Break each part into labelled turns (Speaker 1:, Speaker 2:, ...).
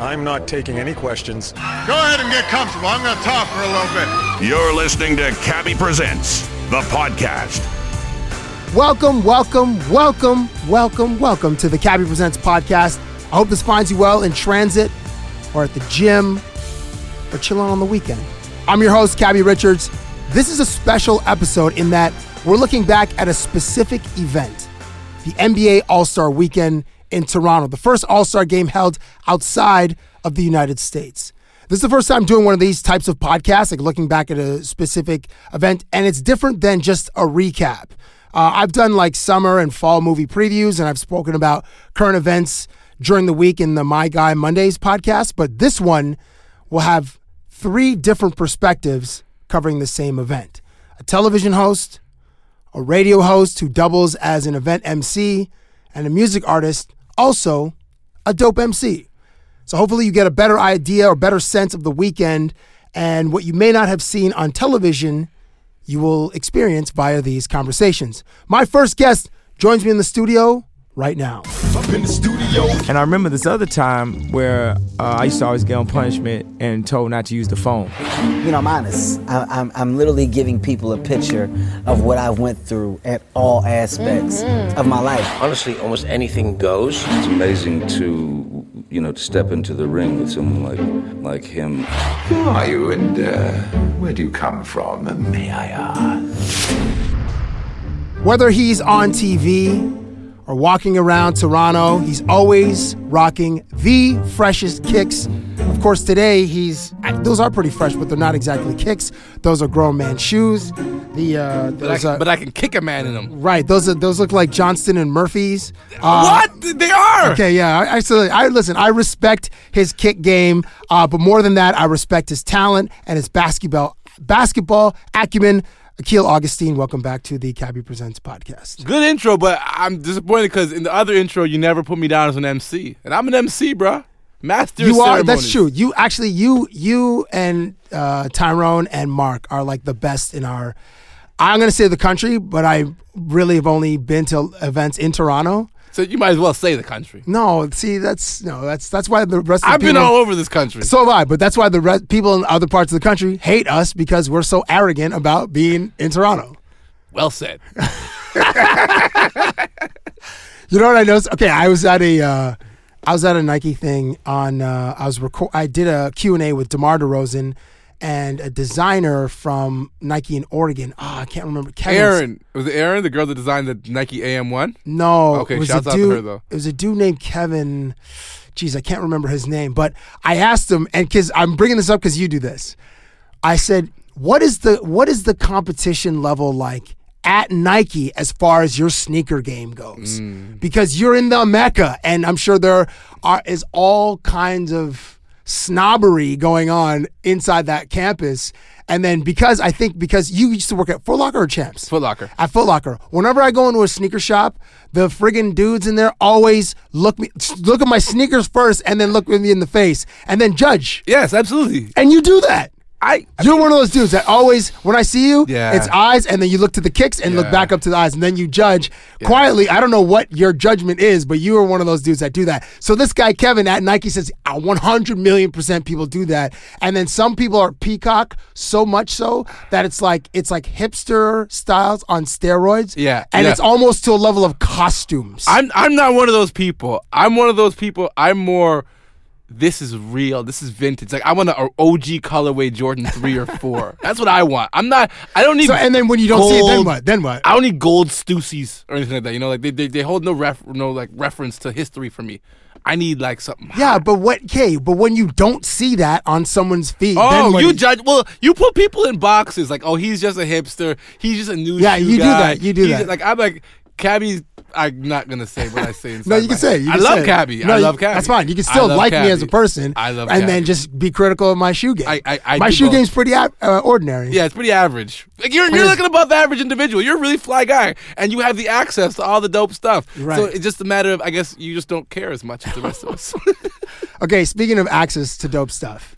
Speaker 1: I'm not taking any questions. Go
Speaker 2: ahead and get comfortable. I'm going to talk for a little
Speaker 3: bit. You're listening to Cabby Presents, the podcast.
Speaker 4: Welcome, welcome, welcome, welcome, welcome to the Cabby Presents podcast. I hope this finds you well in transit or at the gym or chilling on the weekend. I'm your host, Cabby Richards. This is a special episode in that we're looking back at a specific event the NBA All Star Weekend in Toronto, the first All Star game held outside of the United States. This is the first time doing one of these types of podcasts, like looking back at a specific event, and it's different than just a recap. Uh, I've done like summer and fall movie previews, and I've spoken about current events during the week in the My Guy Mondays podcast, but this one will have three different perspectives covering the same event a television host, a radio host who doubles as an event MC, and a music artist also a dope MC. So hopefully you get a better idea or better sense of the weekend and what you may not have seen on television, you will experience via these conversations. My first guest joins me in the studio right now.
Speaker 5: And I remember this other time where uh, I used to always get on punishment and told not to use the phone.
Speaker 6: You know, I'm honest. I, am I'm literally giving people a picture of what I went through at all aspects mm-hmm. of my life.
Speaker 7: Honestly, almost anything goes.
Speaker 8: It's amazing to, you know, to step into the ring with someone like, like him.
Speaker 9: Who are you and uh, where do you come from, may I ask?
Speaker 4: Whether he's on TV, or walking around Toronto, he's always rocking the freshest kicks. Of course, today he's those are pretty fresh, but they're not exactly kicks. Those are grown man shoes. The uh,
Speaker 10: but, I,
Speaker 4: are,
Speaker 10: but I can kick a man in them.
Speaker 4: Right. Those are those look like Johnston and Murphy's.
Speaker 10: Uh, what they are?
Speaker 4: Okay. Yeah. I, actually, I listen. I respect his kick game, uh, but more than that, I respect his talent and his basketball basketball acumen. Akil Augustine, welcome back to the Cabby Presents podcast.
Speaker 10: Good intro, but I'm disappointed because in the other intro you never put me down as an MC, and I'm an MC, bro. Master.
Speaker 4: You
Speaker 10: are.
Speaker 4: That's true. You actually, you, you and uh, Tyrone and Mark are like the best in our. I'm gonna say the country, but I really have only been to events in Toronto.
Speaker 10: So you might as well say the country.
Speaker 4: No, see, that's no, that's that's why the rest. of
Speaker 10: I've
Speaker 4: the
Speaker 10: been all over this country.
Speaker 4: So have I, but that's why the re- people in other parts of the country hate us because we're so arrogant about being in Toronto.
Speaker 10: Well said.
Speaker 4: you know what I noticed? Okay, I was at a, uh, I was at a Nike thing on. Uh, I was record. I did a Q and A with Demar Derozan. And a designer from Nike in Oregon. Oh, I can't remember. Kevin's.
Speaker 10: Aaron was it Aaron, the girl that designed the Nike AM One?
Speaker 4: No.
Speaker 10: Okay,
Speaker 4: it was
Speaker 10: shouts
Speaker 4: a
Speaker 10: out
Speaker 4: dude,
Speaker 10: to her though.
Speaker 4: It was a dude named Kevin. Jeez, I can't remember his name, but I asked him, and because I'm bringing this up because you do this, I said, "What is the what is the competition level like at Nike as far as your sneaker game goes? Mm. Because you're in the mecca, and I'm sure there are is all kinds of." snobbery going on inside that campus. And then because I think because you used to work at Foot Locker or Champs?
Speaker 10: Foot Locker.
Speaker 4: At Foot Locker. Whenever I go into a sneaker shop, the friggin' dudes in there always look me look at my sneakers first and then look me in the face and then judge.
Speaker 10: Yes, absolutely.
Speaker 4: And you do that.
Speaker 10: I,
Speaker 4: I You're mean, one of those dudes that always, when I see you,
Speaker 10: yeah.
Speaker 4: it's eyes, and then you look to the kicks and yeah. look back up to the eyes, and then you judge yeah. quietly. I don't know what your judgment is, but you are one of those dudes that do that. So this guy Kevin at Nike says, oh, 100 million percent people do that, and then some people are peacock so much so that it's like it's like hipster styles on steroids.
Speaker 10: Yeah,
Speaker 4: and it's almost to a level of costumes.
Speaker 10: I'm I'm not one of those people. I'm one of those people. I'm more this is real. This is vintage. Like I want an OG colorway Jordan three or four. That's what I want. I'm not. I don't need.
Speaker 4: So, and then when you don't
Speaker 10: gold,
Speaker 4: see it, then what? Then what?
Speaker 10: I don't need gold Stussies or anything like that. You know, like they they, they hold no ref no like reference to history for me. I need like something.
Speaker 4: Yeah, hot. but what? Okay, but when you don't see that on someone's feed,
Speaker 10: oh, you
Speaker 4: it,
Speaker 10: judge. Well, you put people in boxes. Like, oh, he's just a hipster. He's just a new.
Speaker 4: Yeah, you
Speaker 10: guy.
Speaker 4: do that. You do
Speaker 10: he's
Speaker 4: that.
Speaker 10: Just, like I'm like Cabby's I'm not gonna say what I say. Inside
Speaker 4: No, you
Speaker 10: my
Speaker 4: can say.
Speaker 10: head.
Speaker 4: You
Speaker 10: I
Speaker 4: can
Speaker 10: love
Speaker 4: say.
Speaker 10: Cabby.
Speaker 4: No,
Speaker 10: I
Speaker 4: you-
Speaker 10: love Cabby.
Speaker 4: That's fine. You can
Speaker 10: I
Speaker 4: still
Speaker 10: love
Speaker 4: like me as a
Speaker 10: Cabby.
Speaker 4: person.
Speaker 10: I love
Speaker 4: And
Speaker 10: Cabby.
Speaker 4: then just be critical of my shoe game.
Speaker 10: I, I, I
Speaker 4: my
Speaker 10: do
Speaker 4: shoe
Speaker 10: both.
Speaker 4: game's pretty ab- uh, ordinary.
Speaker 10: Yeah, it's pretty average. Like you're, you're like an above average individual. You're a really fly guy, and you have the access to all the dope stuff.
Speaker 4: Right.
Speaker 10: So it's just a matter of, I guess, you just don't care as much as the rest of us.
Speaker 4: Okay, speaking of access to dope stuff,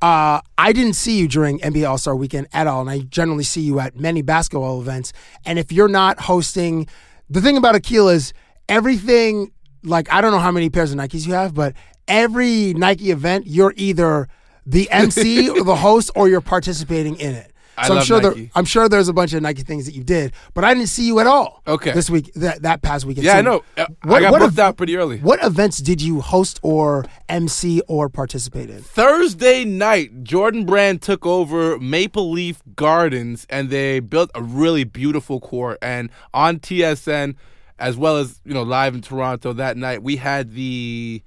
Speaker 4: uh, I didn't see you during NBA All Star Weekend at all, and I generally see you at many basketball events. And if you're not hosting, the thing about Akil is everything. Like I don't know how many pairs of Nikes you have, but every Nike event, you're either the MC or the host, or you're participating in it.
Speaker 10: I
Speaker 4: I'm
Speaker 10: love
Speaker 4: sure there,
Speaker 10: Nike.
Speaker 4: I'm sure there's a bunch of Nike things that you did, but I didn't see you at all.
Speaker 10: Okay.
Speaker 4: this week that that past weekend.
Speaker 10: yeah,
Speaker 4: So
Speaker 10: I know. Uh, I got booked out pretty early.
Speaker 4: what events did you host or MC or participate in?
Speaker 10: Thursday night, Jordan Brand took over Maple Leaf Gardens and they built a really beautiful court. And on TSN, as well as, you know, live in Toronto that night, we had the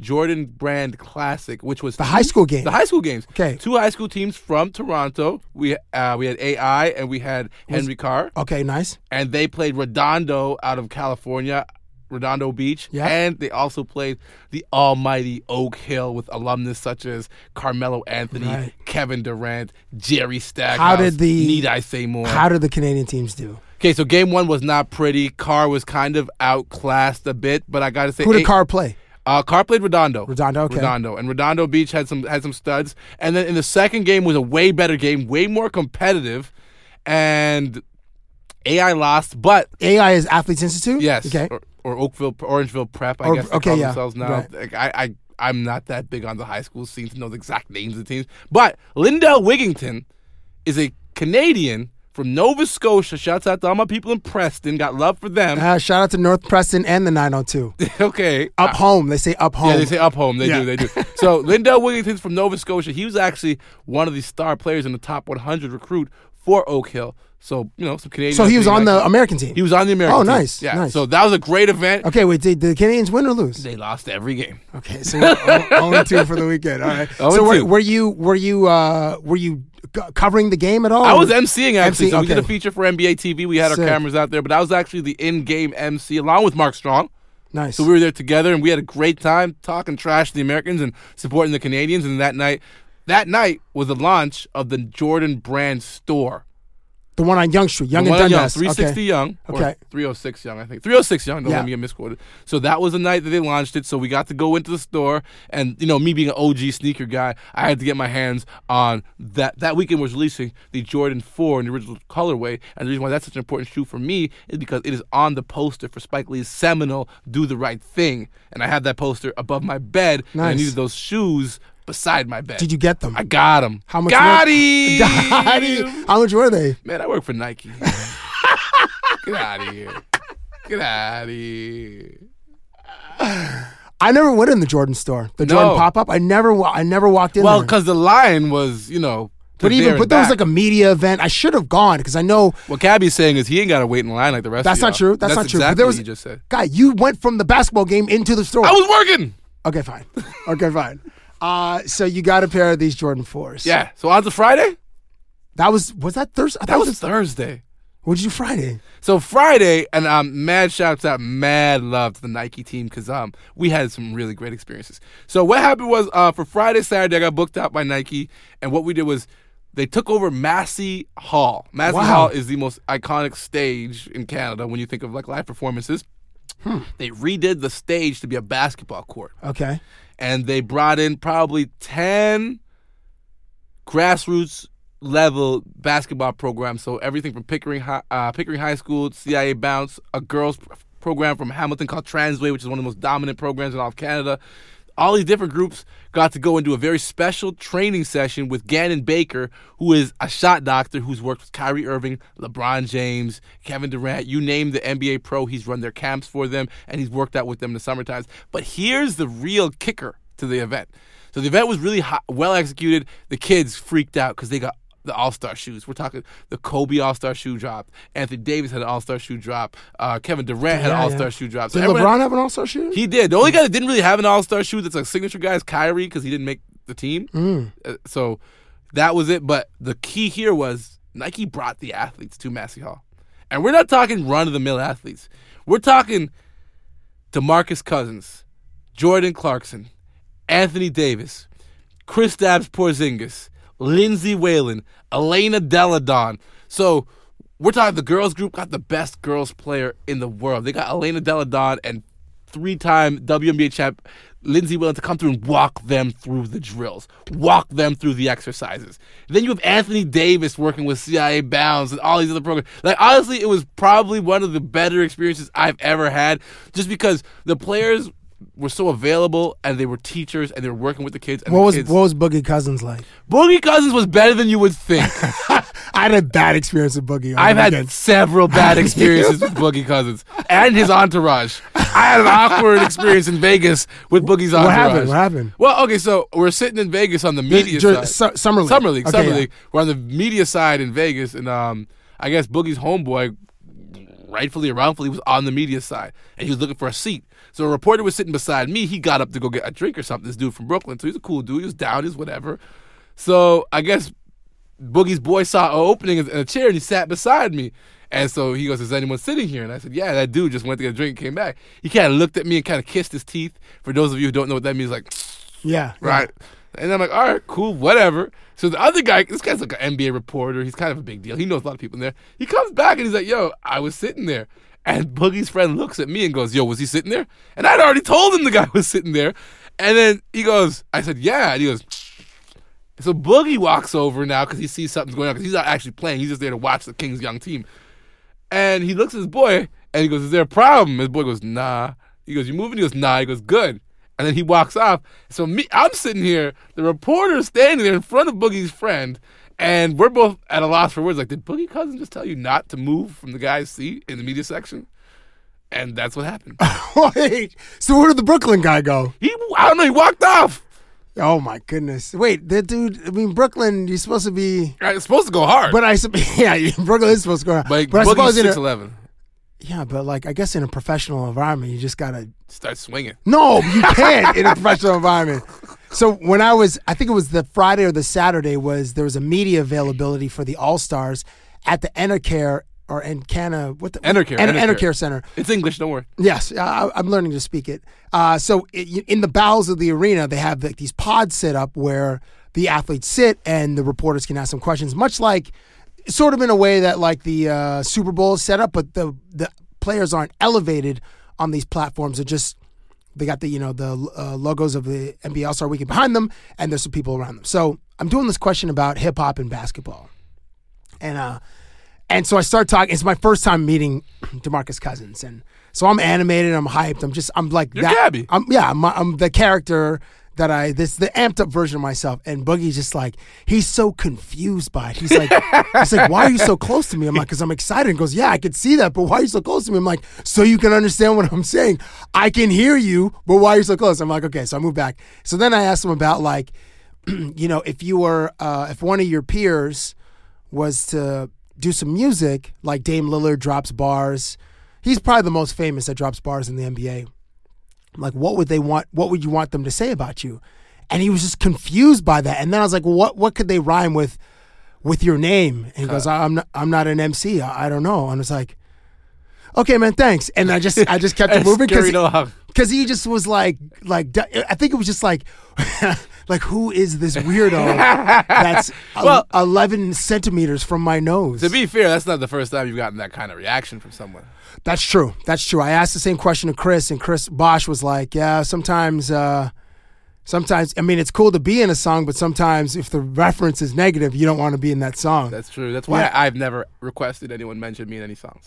Speaker 10: Jordan Brand Classic, which was the
Speaker 4: high school game.
Speaker 10: The high school games.
Speaker 4: Okay.
Speaker 10: Two high school teams from Toronto. We uh, we had AI and we had
Speaker 4: Was-
Speaker 10: Henry Carr.
Speaker 4: Okay, nice.
Speaker 10: And they played Redondo out of California, Redondo Beach.
Speaker 4: Yeah.
Speaker 10: And they also played the almighty Oak Hill with alumnus such as Carmelo Anthony,
Speaker 4: Right.
Speaker 10: Kevin Durant, Jerry Stackhouse.
Speaker 4: How did the-
Speaker 10: Need I say more?
Speaker 4: How did the Canadian teams do?
Speaker 10: okay, so game one was not pretty. Carr was kind of outclassed a bit, but I got to say.
Speaker 4: Who did
Speaker 10: eight-
Speaker 4: Carr play?
Speaker 10: uh, Carr played Redondo. Redondo,
Speaker 4: okay.
Speaker 10: Redondo, and Redondo Beach had some had some studs. And then in the second game was a way better game, way more competitive, and AI lost. But
Speaker 4: AI is Athletes Institute.
Speaker 10: yes,
Speaker 4: Okay.
Speaker 10: or, or Oakville, Orangeville Prep, I
Speaker 4: Or-
Speaker 10: guess they
Speaker 4: okay,
Speaker 10: call
Speaker 4: yeah,
Speaker 10: themselves now.
Speaker 4: right.
Speaker 10: Like, I, I I'm not that big on the high school scene to know the exact names of teams, but Lindell Wigington is a Canadian from Nova Scotia. Shouts out to all my people in Preston. Got love for them.
Speaker 4: Uh, shout out to North Preston and the 902.
Speaker 10: okay, Uh,
Speaker 4: Up home, they say up home.
Speaker 10: Yeah, they say up home. They
Speaker 4: Yeah.
Speaker 10: do. They do. so Lindell Wigginton's from Nova Scotia. He was actually one of the star players in the top 100 recruit for Oak Hill. So you know, some Canadian.
Speaker 4: So he was on
Speaker 10: Canadian-
Speaker 4: the American team.
Speaker 10: He was on the American.
Speaker 4: Oh,
Speaker 10: team.
Speaker 4: nice,
Speaker 10: Yeah.
Speaker 4: nice.
Speaker 10: So that was a great event.
Speaker 4: Okay, wait. Did, did the Canadians win or lose?
Speaker 10: They lost every game.
Speaker 4: Okay, so only two for the weekend. All right.
Speaker 10: Oh,
Speaker 4: so
Speaker 10: and
Speaker 4: were,
Speaker 10: two.
Speaker 4: were you were you uh, were you c- covering the game at all?
Speaker 10: I was emceeing actually.
Speaker 4: MC,
Speaker 10: so we did a
Speaker 4: Oh. okay.
Speaker 10: feature for NBA TV. We had
Speaker 4: Sick.
Speaker 10: our cameras out there, but I was actually the in-game MC along with Mark Strong.
Speaker 4: Nice.
Speaker 10: So we were there together, and we had a great time talking trash to the Americans and supporting the Canadians. And that night, that night was the launch of the Jordan Brand store.
Speaker 4: the one on Young Street, Young
Speaker 10: The
Speaker 4: and
Speaker 10: one on
Speaker 4: Dundas.
Speaker 10: 360
Speaker 4: okay.
Speaker 10: Young. Or
Speaker 4: Okay.
Speaker 10: 306 Young, I think. 306 Young, don't
Speaker 4: Yeah.
Speaker 10: let me get misquoted. So that was the night that they launched it. So we got to go into the store. And, you know, me being an OG sneaker guy, I had to get my hands on that. That weekend was releasing the Jordan 4 in the original colorway. And the reason why that's such an important shoe for me is because it is on the poster for Spike Lee's seminal Do the Right Thing. And I had that poster above my bed. And I
Speaker 4: Nice.
Speaker 10: needed those shoes beside my bed.
Speaker 4: Did you get them?
Speaker 10: I got them.
Speaker 4: How much?
Speaker 10: Got
Speaker 4: were,
Speaker 10: him!
Speaker 4: Got him. How much were they?
Speaker 10: Man, I work for Nike. Get out of here. Get out of here.
Speaker 4: I never went in the Jordan store, the
Speaker 10: No.
Speaker 4: Jordan pop up. I never, wa- I never walked in.
Speaker 10: Well,
Speaker 4: there.
Speaker 10: because the line was, you know, to
Speaker 4: but even,
Speaker 10: there
Speaker 4: but
Speaker 10: and
Speaker 4: there was
Speaker 10: back.
Speaker 4: like a media event. I should have gone because I know,
Speaker 10: What Cabby's saying is he ain't got to wait in line like the rest.
Speaker 4: That's
Speaker 10: of y'all.
Speaker 4: not true. That's not true. But
Speaker 10: Exactly
Speaker 4: there
Speaker 10: what
Speaker 4: was-
Speaker 10: you just said.
Speaker 4: guy, you went from the basketball game into the store.
Speaker 10: I was working.
Speaker 4: okay, fine. Okay, fine. Uh, so you got a pair of these Jordan fours.
Speaker 10: Yeah. So on to Friday.
Speaker 4: That was was that Thursday? I
Speaker 10: That
Speaker 4: thought
Speaker 10: was Thursday.
Speaker 4: What did you do Friday?
Speaker 10: So Friday, and um, mad shouts out, mad love to the Nike team because um, we had some really great experiences. So what happened was uh, for Friday, Saturday, I got booked out by Nike, and what we did was they took over Massey Hall. Massey
Speaker 4: Wow.
Speaker 10: Hall is the most iconic stage in Canada when you think of like live performances. They redid the stage to be a basketball court
Speaker 4: Okay.
Speaker 10: and they brought in probably 10 grassroots level basketball programs. So everything from Pickering High, uh, Pickering High School, CIA Bounce, a girls pr- program from Hamilton called Transway, which is one of the most dominant programs in all of Canada. All these different groups got to go into a very special training session with Gannon Baker, who is a shot doctor who's worked with Kyrie Irving, LeBron James, Kevin Durant, you name the NBA pro, he's run their camps for them and he's worked out with them in the summer times. But here's the real kicker to the event. So the event was really hot, well executed. The kids freaked out because they got the All Star shoes. We're talking the Kobe All Star shoe drop. Anthony Davis had an All Star shoe drop. Uh, Kevin Durant had an
Speaker 4: Yeah,
Speaker 10: All Star
Speaker 4: yeah.
Speaker 10: shoe drop. So
Speaker 4: Did
Speaker 10: everyone-
Speaker 4: LeBron have an All Star shoe?
Speaker 10: He did. The only guy that didn't really have an All Star shoe that's a signature guy is Kyrie because he didn't make the team.
Speaker 4: Mm.
Speaker 10: Uh, so that was it. But the key here was Nike brought the athletes to Massey Hall. And we're not talking run of the mill athletes. We're talking Demarcus Cousins, Jordan Clarkson, Anthony Davis, Chris Dabbs Porzingis, Lindsey Whalen, Elena Deladon. So we're talking the girls group got the best girls player in the world. They got Elena Deladon and three-time WNBA champ Lindsey Whalen to come through and walk them through the drills, walk them through the exercises. Then you have Anthony Davis working with CIA Bounds and all these other programs. Like honestly, it was probably one of the better experiences I've ever had, just because the players were so available and they were teachers and they were working with the kids. And
Speaker 4: What
Speaker 10: the
Speaker 4: was
Speaker 10: kids-
Speaker 4: what was Boogie Cousins like?
Speaker 10: Boogie Cousins was better than you would think.
Speaker 4: I had a bad experience with Boogie. on
Speaker 10: I've
Speaker 4: the
Speaker 10: had
Speaker 4: weekend.
Speaker 10: several bad experiences with Boogie Cousins and his entourage. I had an awkward experience in Vegas with Boogie's entourage.
Speaker 4: What happened? What happened?
Speaker 10: Well, okay, so we're sitting in Vegas on the
Speaker 4: This-
Speaker 10: media
Speaker 4: dur-
Speaker 10: side.
Speaker 4: su- Summer League.
Speaker 10: Summer League.
Speaker 4: Okay,
Speaker 10: Summer
Speaker 4: yeah.
Speaker 10: League. We're on the media side in Vegas, and um, I guess Boogie's homeboy, rightfully or wrongfully, was on the media side, and he was looking for a seat. So a reporter was sitting beside me. He got up to go get a drink or something. This dude from Brooklyn, so he's a cool dude. He was down, he's whatever. So I guess Boogie's boy saw an opening in a chair and he sat beside me. And so he goes, Is anyone sitting here? And I said, Yeah, that dude just went to get a drink and came back. He kind of looked at me and kind of kissed his teeth. For those of you who don't know what that means, like,
Speaker 4: Yeah.
Speaker 10: right? And I'm like, all right, cool, whatever. So the other guy, this guy's like an NBA reporter. He's kind of a big deal. He knows a lot of people in there. He comes back and he's like, yo, I was sitting there. And Boogie's friend looks at me and goes, yo, was he sitting there? And I'd already told him the guy was sitting there. And then he goes, I said, yeah. And he goes, so Boogie walks over now because he sees something's going on because he's not actually playing. He's just there to watch the Kings young team. And he looks at his boy and he goes, Is there a problem? His boy goes, Nah. He goes, You moving? He goes, Nah. He goes, Good. And then he walks off. So me, I'm sitting here, the reporter's standing there in front of Boogie's friend, and we're both at a loss for words. Like, did Boogie Cousins just tell you not to move from the guy's seat in the media section? And that's what happened.
Speaker 4: Uh, Wait, so where did the Brooklyn guy go?
Speaker 10: He, I don't know. He walked off.
Speaker 4: Oh my goodness! Wait, that dude. I mean, Brooklyn. You're supposed to be.
Speaker 10: Uh, It's supposed to go hard.
Speaker 4: But I, sup- yeah, you- Brooklyn is supposed to go hard.
Speaker 10: But,
Speaker 4: I
Speaker 10: Boogie's
Speaker 4: suppose in a-
Speaker 10: 6'11.
Speaker 4: yeah, but like I guess in a professional environment, you just gotta
Speaker 10: Starts swinging.
Speaker 4: No, you can't in a professional environment. So when I was, I think it was the Friday or the Saturday was there was a media availability for the All Stars at the Enercare or Encana what the
Speaker 10: Enercare,
Speaker 4: En-
Speaker 10: Enercare.
Speaker 4: Enercare Center.
Speaker 10: It's English, don't worry.
Speaker 4: Yes, I, I'm learning to speak it. Uh, so i in the bowels of the arena, they have like these pods set up where the athletes sit and the reporters can ask them questions, much like sort of in a way that like the uh, Super Bowl is set up, but the the players aren't elevated on these platforms. They're just they got the you know the uh, logos of the NBA All Star Weekend behind them, and there's some people around them. So I'm doing this question about hip hop and basketball, and uh, and so I start talking. It's my first time meeting Demarcus Cousins, and so I'm animated. I'm hyped. I'm just I'm like
Speaker 10: You're
Speaker 4: that.
Speaker 10: Gabby.
Speaker 4: I'm yeah. I'm, I'm the character that I this the amped up version of myself. And Boogie's just like he's so confused by it. He's like he's like why are you so close to me? I'm like because I'm excited. And goes yeah I could see that, but why are you so close to me? I'm like so you can understand what I'm saying. I can hear you, but why are you so close? I'm like okay. So I move back. So then I asked him about like you know if you were uh, if one of your peers was to do some music, like Dame Lillard drops bars. He's probably the most famous that drops bars in the NBA. I'm like, what would they want? What would you want them to say about you? And he was just confused by that. And then I was like, well, what what could they rhyme with with your name? And he goes, I'm not I'm not an MC. I, I don't know. And it's like, okay, man, thanks. And I just I just kept it
Speaker 10: That's
Speaker 4: moving
Speaker 10: scary
Speaker 4: he-
Speaker 10: dog.
Speaker 4: because he just was like like d- I think it was just like like who is this weirdo that's el-
Speaker 10: Well-
Speaker 4: 11 centimeters from my nose
Speaker 10: To be fair, that's not the first time you've gotten that kind of reaction from someone.
Speaker 4: that's true that's true i asked the same question to chris and chris bosch was like yeah sometimes uh sometimes i mean it's cool to be in a song but sometimes if the reference is negative you don't want to be in that song
Speaker 10: That's true. That's why
Speaker 4: Yeah.
Speaker 10: I've never requested anyone mention me in any songs.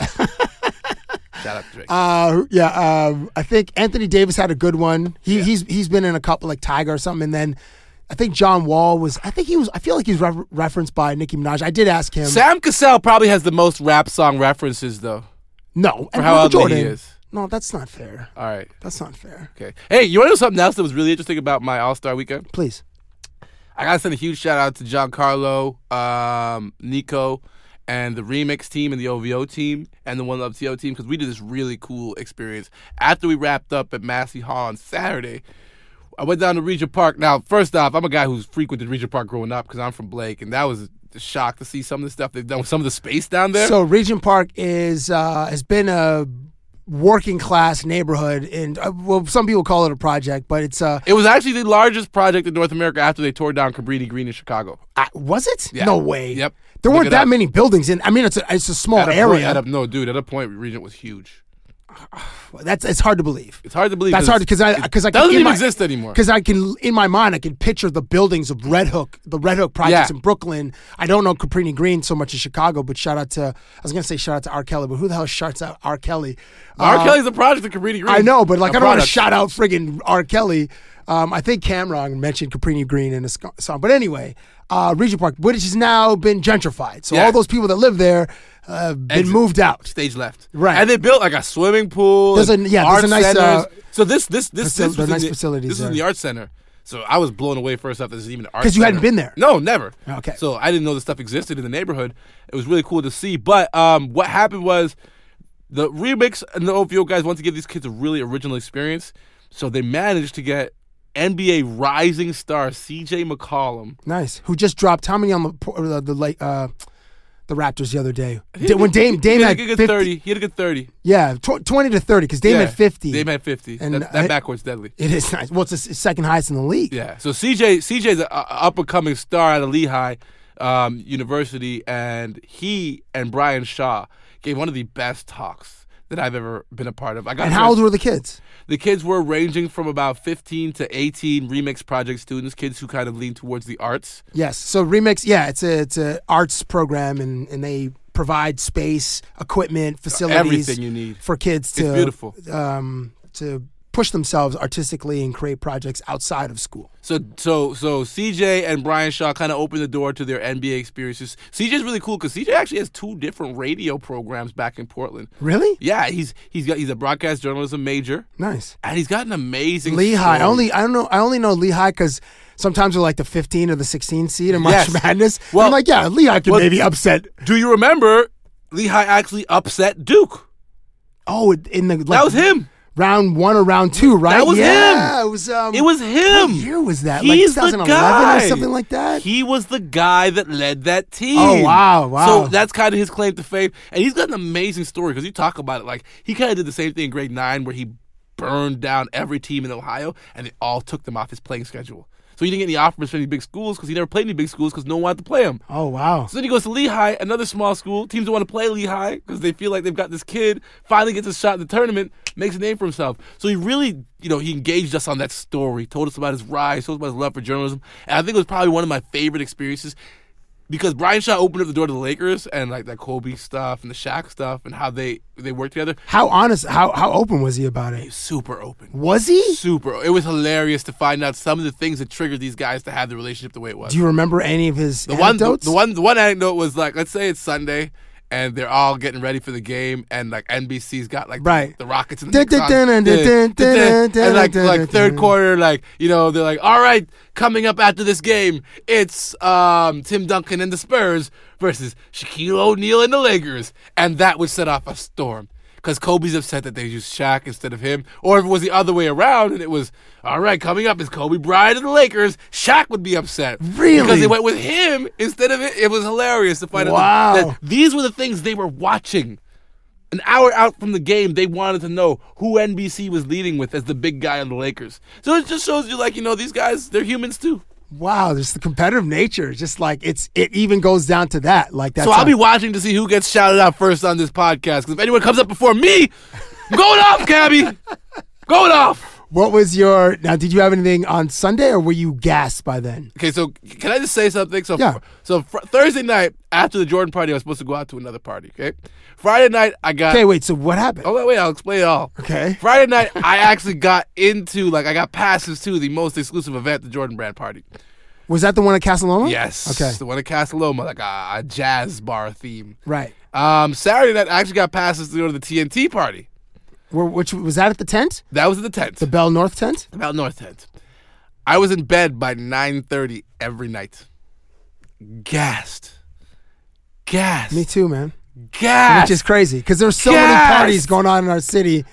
Speaker 10: Shout out to Drake.
Speaker 4: Uh, yeah, uh, I think Anthony Davis had a good one. He he's he's been in a couple like Tiger or something, and then I think John Wall was. I think he was. I feel like he's re- referenced by Nicki Minaj. I did ask him.
Speaker 10: Sam Cassell probably has the most rap song references, though.
Speaker 4: no,
Speaker 10: for how
Speaker 4: Michael
Speaker 10: ugly he is.
Speaker 4: No, that's not fair.
Speaker 10: All right.
Speaker 4: That's not fair.
Speaker 10: Okay. Hey, you want to know something else that was really interesting about my All Star weekend?
Speaker 4: Please.
Speaker 10: I gotta send a huge shout out to Giancarlo, um, Nico, and the Remix team and the OVO team and the One Love TO team because we did this really cool experience. After we wrapped up at Massey Hall on Saturday, I went down to Regent Park. Now, first off, I'm a guy who's frequented Regent Park growing up because I'm from Blake, and that was a shock to see some of the stuff they've done with some of the space down there.
Speaker 4: So Regent Park is uh, has been a working class neighborhood in uh, well some people call it a project but it's uh
Speaker 10: It was actually the largest project in North America after they tore down Cabrini Green in Chicago.
Speaker 4: I, was it?
Speaker 10: Yeah.
Speaker 4: No way.
Speaker 10: Yep.
Speaker 4: There
Speaker 10: Look
Speaker 4: weren't
Speaker 10: it
Speaker 4: that
Speaker 10: up.
Speaker 4: many buildings in I mean it's a, it's a small
Speaker 10: At a point-
Speaker 4: Oh, area.
Speaker 10: at a- no, dude, at a point, Regent was huge.
Speaker 4: That's it's hard to believe.
Speaker 10: It's hard to believe.
Speaker 4: That's hard because I because I
Speaker 10: it doesn't
Speaker 4: can, in
Speaker 10: even
Speaker 4: my-
Speaker 10: exist anymore.
Speaker 4: Because I can in my mind I can picture the buildings of Red Hook, the Red Hook projects
Speaker 10: Yeah.
Speaker 4: in Brooklyn. I don't know Caprini Green so much in Chicago, but shout out to I was gonna say shout out to R. Kelly, but who the hell shouts out R. Kelly?
Speaker 10: R.
Speaker 4: Uh,
Speaker 10: Kelly's a project of Cabrini Green.
Speaker 4: I know, but like
Speaker 10: I
Speaker 4: I I don't want to shout out friggin' R. Kelly. Um, I think Cameron mentioned Caprini Green in a sc- song, but anyway, uh, Regent Park, which has now been gentrified, so
Speaker 10: Yeah.
Speaker 4: all those people that live there uh, have been
Speaker 10: Exit.
Speaker 4: moved out.
Speaker 10: Stage left.
Speaker 4: Right.
Speaker 10: And they built like a swimming pool.
Speaker 4: There's a-
Speaker 10: and
Speaker 4: yeah, there's a
Speaker 10: art
Speaker 4: nice,
Speaker 10: centers.
Speaker 4: uh,
Speaker 10: so this this this,
Speaker 4: facil-
Speaker 10: this
Speaker 4: there are
Speaker 10: was
Speaker 4: nice
Speaker 10: in the,
Speaker 4: facilities
Speaker 10: This
Speaker 4: there.
Speaker 10: is in the art center. So I was blown away first off. This is even an art
Speaker 4: 'Cause you hadn't
Speaker 10: center.
Speaker 4: been there. Oh,
Speaker 10: No, never.
Speaker 4: Okay.
Speaker 10: So I didn't know this stuff existed in the neighborhood. It was really cool to see. But um, what happened was the remix and the OVO guys wanted to give these kids a really original experience. So they managed to get NBA rising star C.J. McCollum.
Speaker 4: Nice. Who just dropped how many on the por- the, the like uh, the Raptors the other day? Da- when Dame Dame
Speaker 10: he
Speaker 4: had
Speaker 10: a good
Speaker 4: 50
Speaker 10: thirty. He had a good thirty.
Speaker 4: Yeah, tw- twenty to thirty because Dame
Speaker 10: Yeah,
Speaker 4: had fifty.
Speaker 10: Dame had 50.
Speaker 4: and
Speaker 10: That- that
Speaker 4: I-
Speaker 10: backcourt's deadly.
Speaker 4: It is nice. Well, it's the s- second highest in the league.
Speaker 10: Yeah. So CJ CJ's an up and coming star out of Lehigh um, University, and he and Brian Shaw gave one of the best talks that I've ever been a part of. I got
Speaker 4: And
Speaker 10: to-
Speaker 4: how old were the kids?
Speaker 10: the kids were ranging from about 15 to 18 remix project students, kids who kind of lean towards the arts.
Speaker 4: Yes. So remix. Yeah, it's a it's a arts program and and they provide space, equipment,
Speaker 10: Uh,
Speaker 4: facilities,
Speaker 10: Everything you need.
Speaker 4: for kids
Speaker 10: It's
Speaker 4: to
Speaker 10: beautiful.
Speaker 4: um, to push themselves artistically and create projects outside of school.
Speaker 10: So so so CJ and Brian Shaw kind of opened the door to their NBA experiences. CJ's really cool because CJ actually has two different radio programs back in Portland.
Speaker 4: Really?
Speaker 10: Yeah, he's he's got he's a broadcast journalism major.
Speaker 4: Nice.
Speaker 10: And he's got an amazing
Speaker 4: Lehigh. I
Speaker 10: story.
Speaker 4: only I don't know. I only know Lehigh because sometimes we're like the 15 or the 16 seed in March
Speaker 10: Yes.
Speaker 4: Madness. Well, I'm like, yeah, Lehigh could
Speaker 10: well,
Speaker 4: maybe upset.
Speaker 10: Do you remember Lehigh actually upset Duke?
Speaker 4: Oh, in the like,
Speaker 10: That was him.
Speaker 4: Round one or round two, right?
Speaker 10: That was
Speaker 4: yeah,
Speaker 10: him.
Speaker 4: It was. Um,
Speaker 10: It was him.
Speaker 4: What year was that?
Speaker 10: He's
Speaker 4: like
Speaker 10: the
Speaker 4: 2011
Speaker 10: guy.
Speaker 4: or something like that.
Speaker 10: He was the guy that led that team.
Speaker 4: Oh, wow, wow.
Speaker 10: So that's kind of his claim to fame, and he's got an amazing story because you talk about it. Like he kind of did the same thing in grade nine, where he burned down every team in Ohio, and they all took them off his playing schedule. So he didn't get any offers from any big schools because he never played any big schools because no one wanted to play him.
Speaker 4: Oh wow.
Speaker 10: So then he goes to Lehigh, another small school. Teams don't want to play Lehigh because they feel like they've got this kid. Finally gets a shot in the tournament, makes a name for himself. So he really, you know, he engaged us on that story, told us about his rise, told us about his love for journalism. And I think it was probably one of my favorite experiences because Brian Shaw opened up the door to the Lakers and like that Kobe stuff and the Shaq stuff and how they they worked together.
Speaker 4: How honest? How how open was he about it?
Speaker 10: Super open.
Speaker 4: Was he?
Speaker 10: Super. It was hilarious to find out some of the things that triggered these guys to have the relationship the way it was.
Speaker 4: Do you remember any of his
Speaker 10: The one, the,
Speaker 4: anecdotes?
Speaker 10: the one, the one anecdote was like, let's say it's Sunday, and they're all getting ready for the game, and like NBC's got like the-
Speaker 4: Right.
Speaker 10: the, Rockets and the
Speaker 4: Dun,
Speaker 10: Knicks
Speaker 4: dun,
Speaker 10: on.
Speaker 4: dun, dun, dun,
Speaker 10: Dun,
Speaker 4: dun,
Speaker 10: dun,
Speaker 4: dun,
Speaker 10: and like
Speaker 4: dun, dun,
Speaker 10: like third
Speaker 4: dun.
Speaker 10: quarter, like you know they're like, all right, coming up after this game, it's um, Tim Duncan and the Spurs versus Shaquille O'Neal and the Lakers, and that would set off a storm. Because Kobe's upset that they used Shaq instead of him. Or if it was the other way around and it was, all right, coming up is Kobe Bryant and the Lakers, Shaq would be upset.
Speaker 4: Really?
Speaker 10: Because they went with him instead of it. It was hilarious to find
Speaker 4: Wow.
Speaker 10: out that- that these were the things they were watching. An hour out from the game, they wanted to know who NBC was leading with as the big guy on the Lakers. So it just shows you, like, you know, these guys, they're humans too.
Speaker 4: wow, there's the competitive nature. Just like it's it even goes down to that. Like that's
Speaker 10: so I'll
Speaker 4: how-
Speaker 10: be watching to see who gets shouted out first on this podcast. Because if anyone comes up before me, I'm going off, Cabby. Going off.
Speaker 4: What was your now? Did you have anything on Sunday, or were you gassed by then?
Speaker 10: Okay, so can I just say something? So,
Speaker 4: Yeah.
Speaker 10: so fr- Thursday night after the Jordan party, I was supposed to go out to another party. Okay, Friday night I got
Speaker 4: Okay, wait. So what happened?
Speaker 10: Oh wait, wait, I'll explain it all.
Speaker 4: Okay.
Speaker 10: Friday night, I actually got into like I got passes to the most exclusive event, the Jordan Brand Party.
Speaker 4: Was that the one at Casaloma?
Speaker 10: Yes.
Speaker 4: Okay.
Speaker 10: The one at Casaloma, like a, a jazz bar theme.
Speaker 4: Right.
Speaker 10: Um, Saturday night, I actually got passes to go to the TNT party.
Speaker 4: Where, which was that at the tent?
Speaker 10: That was at the tent,
Speaker 4: The Bell North tent?
Speaker 10: about North Tent. I was in bed by nine thirty every night. Gassed. Gassed.
Speaker 4: Me too, man.
Speaker 10: Gassed.
Speaker 4: Which is crazy because there's so many parties
Speaker 10: Gassed.
Speaker 4: going on in our city,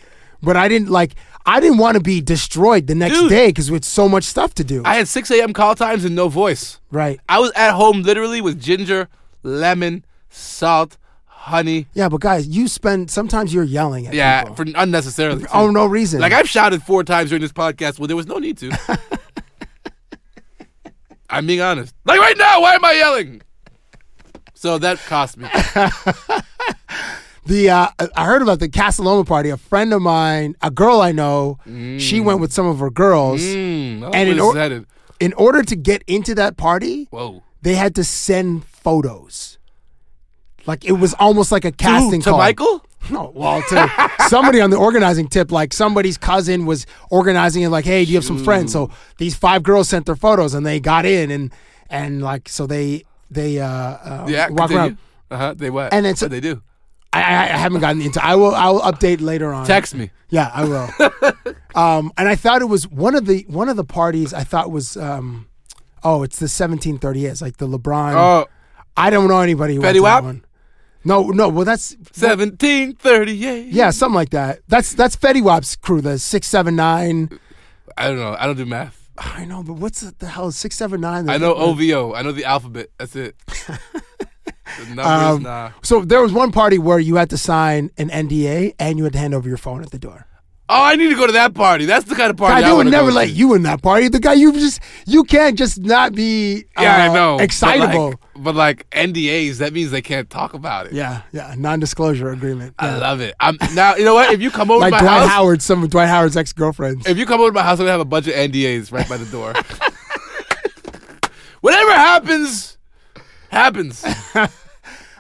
Speaker 4: but I didn't like. I didn't want to be destroyed the next
Speaker 10: Dude.
Speaker 4: day because we had so much stuff to do.
Speaker 10: I had six a.m. call times and no voice.
Speaker 4: right.
Speaker 10: I was at home literally with ginger, lemon, salt, honey.
Speaker 4: Yeah, but guys, you spend sometimes you're yelling at
Speaker 10: Yeah, for unnecessarily. too.
Speaker 4: Oh, no reason.
Speaker 10: Like I've shouted four times during this podcast. Well, there was no need to. I'm being honest. Like right now, why am I yelling? So that cost me.
Speaker 4: The uh, I heard about the Casaloma party. A friend of mine, a girl I know, she went with some of her girls,
Speaker 10: Mm, I
Speaker 4: in,
Speaker 10: would've said it.
Speaker 4: in order to get into that party,
Speaker 10: Whoa.
Speaker 4: they had to send photos. Like it was almost like a casting
Speaker 10: to
Speaker 4: call.
Speaker 10: Michael?
Speaker 4: No, well, to somebody on the organizing tip, like somebody's cousin was organizing and like, hey, do you have some friends? So these five girls sent their photos and they got in and and like so they they uh, uh
Speaker 10: yeah,
Speaker 4: walk around.
Speaker 10: Uh huh. They what?
Speaker 4: And it's-
Speaker 10: What'd they do.
Speaker 4: I, I I haven't gotten into. I will. I will update later on.
Speaker 10: Text me.
Speaker 4: Yeah, I will. um, and I thought it was one of the one of the parties. I thought was um, oh, it's the 1738s, like the LeBron.
Speaker 10: Oh.
Speaker 4: I don't know anybody who went
Speaker 10: Fetty
Speaker 4: to that
Speaker 10: Wap?
Speaker 4: one. No, no. Well, that's
Speaker 10: Seventeen thirty-eight.
Speaker 4: yeah, something like that. That's that's Fetty Wap's crew, the six seven nine.
Speaker 10: I don't know. I don't do math.
Speaker 4: I know, but what's the, the hell is six seven nine?
Speaker 10: I know OVO. I know the alphabet. That's it. the numbers,
Speaker 4: Um,
Speaker 10: nah.
Speaker 4: So there was one party where you had to sign an NDA and you had to hand over your phone at the door.
Speaker 10: Oh, I need to go to that party. That's the kind of party
Speaker 4: God,
Speaker 10: I
Speaker 4: they would
Speaker 10: wanna
Speaker 4: never
Speaker 10: go
Speaker 4: let
Speaker 10: to.
Speaker 4: you in that party. The guy you just you can't just not be
Speaker 10: Yeah,
Speaker 4: uh,
Speaker 10: I know. but
Speaker 4: excitable.
Speaker 10: like- But like, NDAs, that means they can't talk about it.
Speaker 4: yeah, yeah, non-disclosure agreement.
Speaker 10: I love it. I'm now. You know what? If you come over
Speaker 4: like
Speaker 10: to my
Speaker 4: Dwight
Speaker 10: house,
Speaker 4: Howard, some of Dwight Howard's ex-girlfriends.
Speaker 10: if you come over to my house, I'm gonna have a bunch of NDAs right by the door. Whatever happens, happens.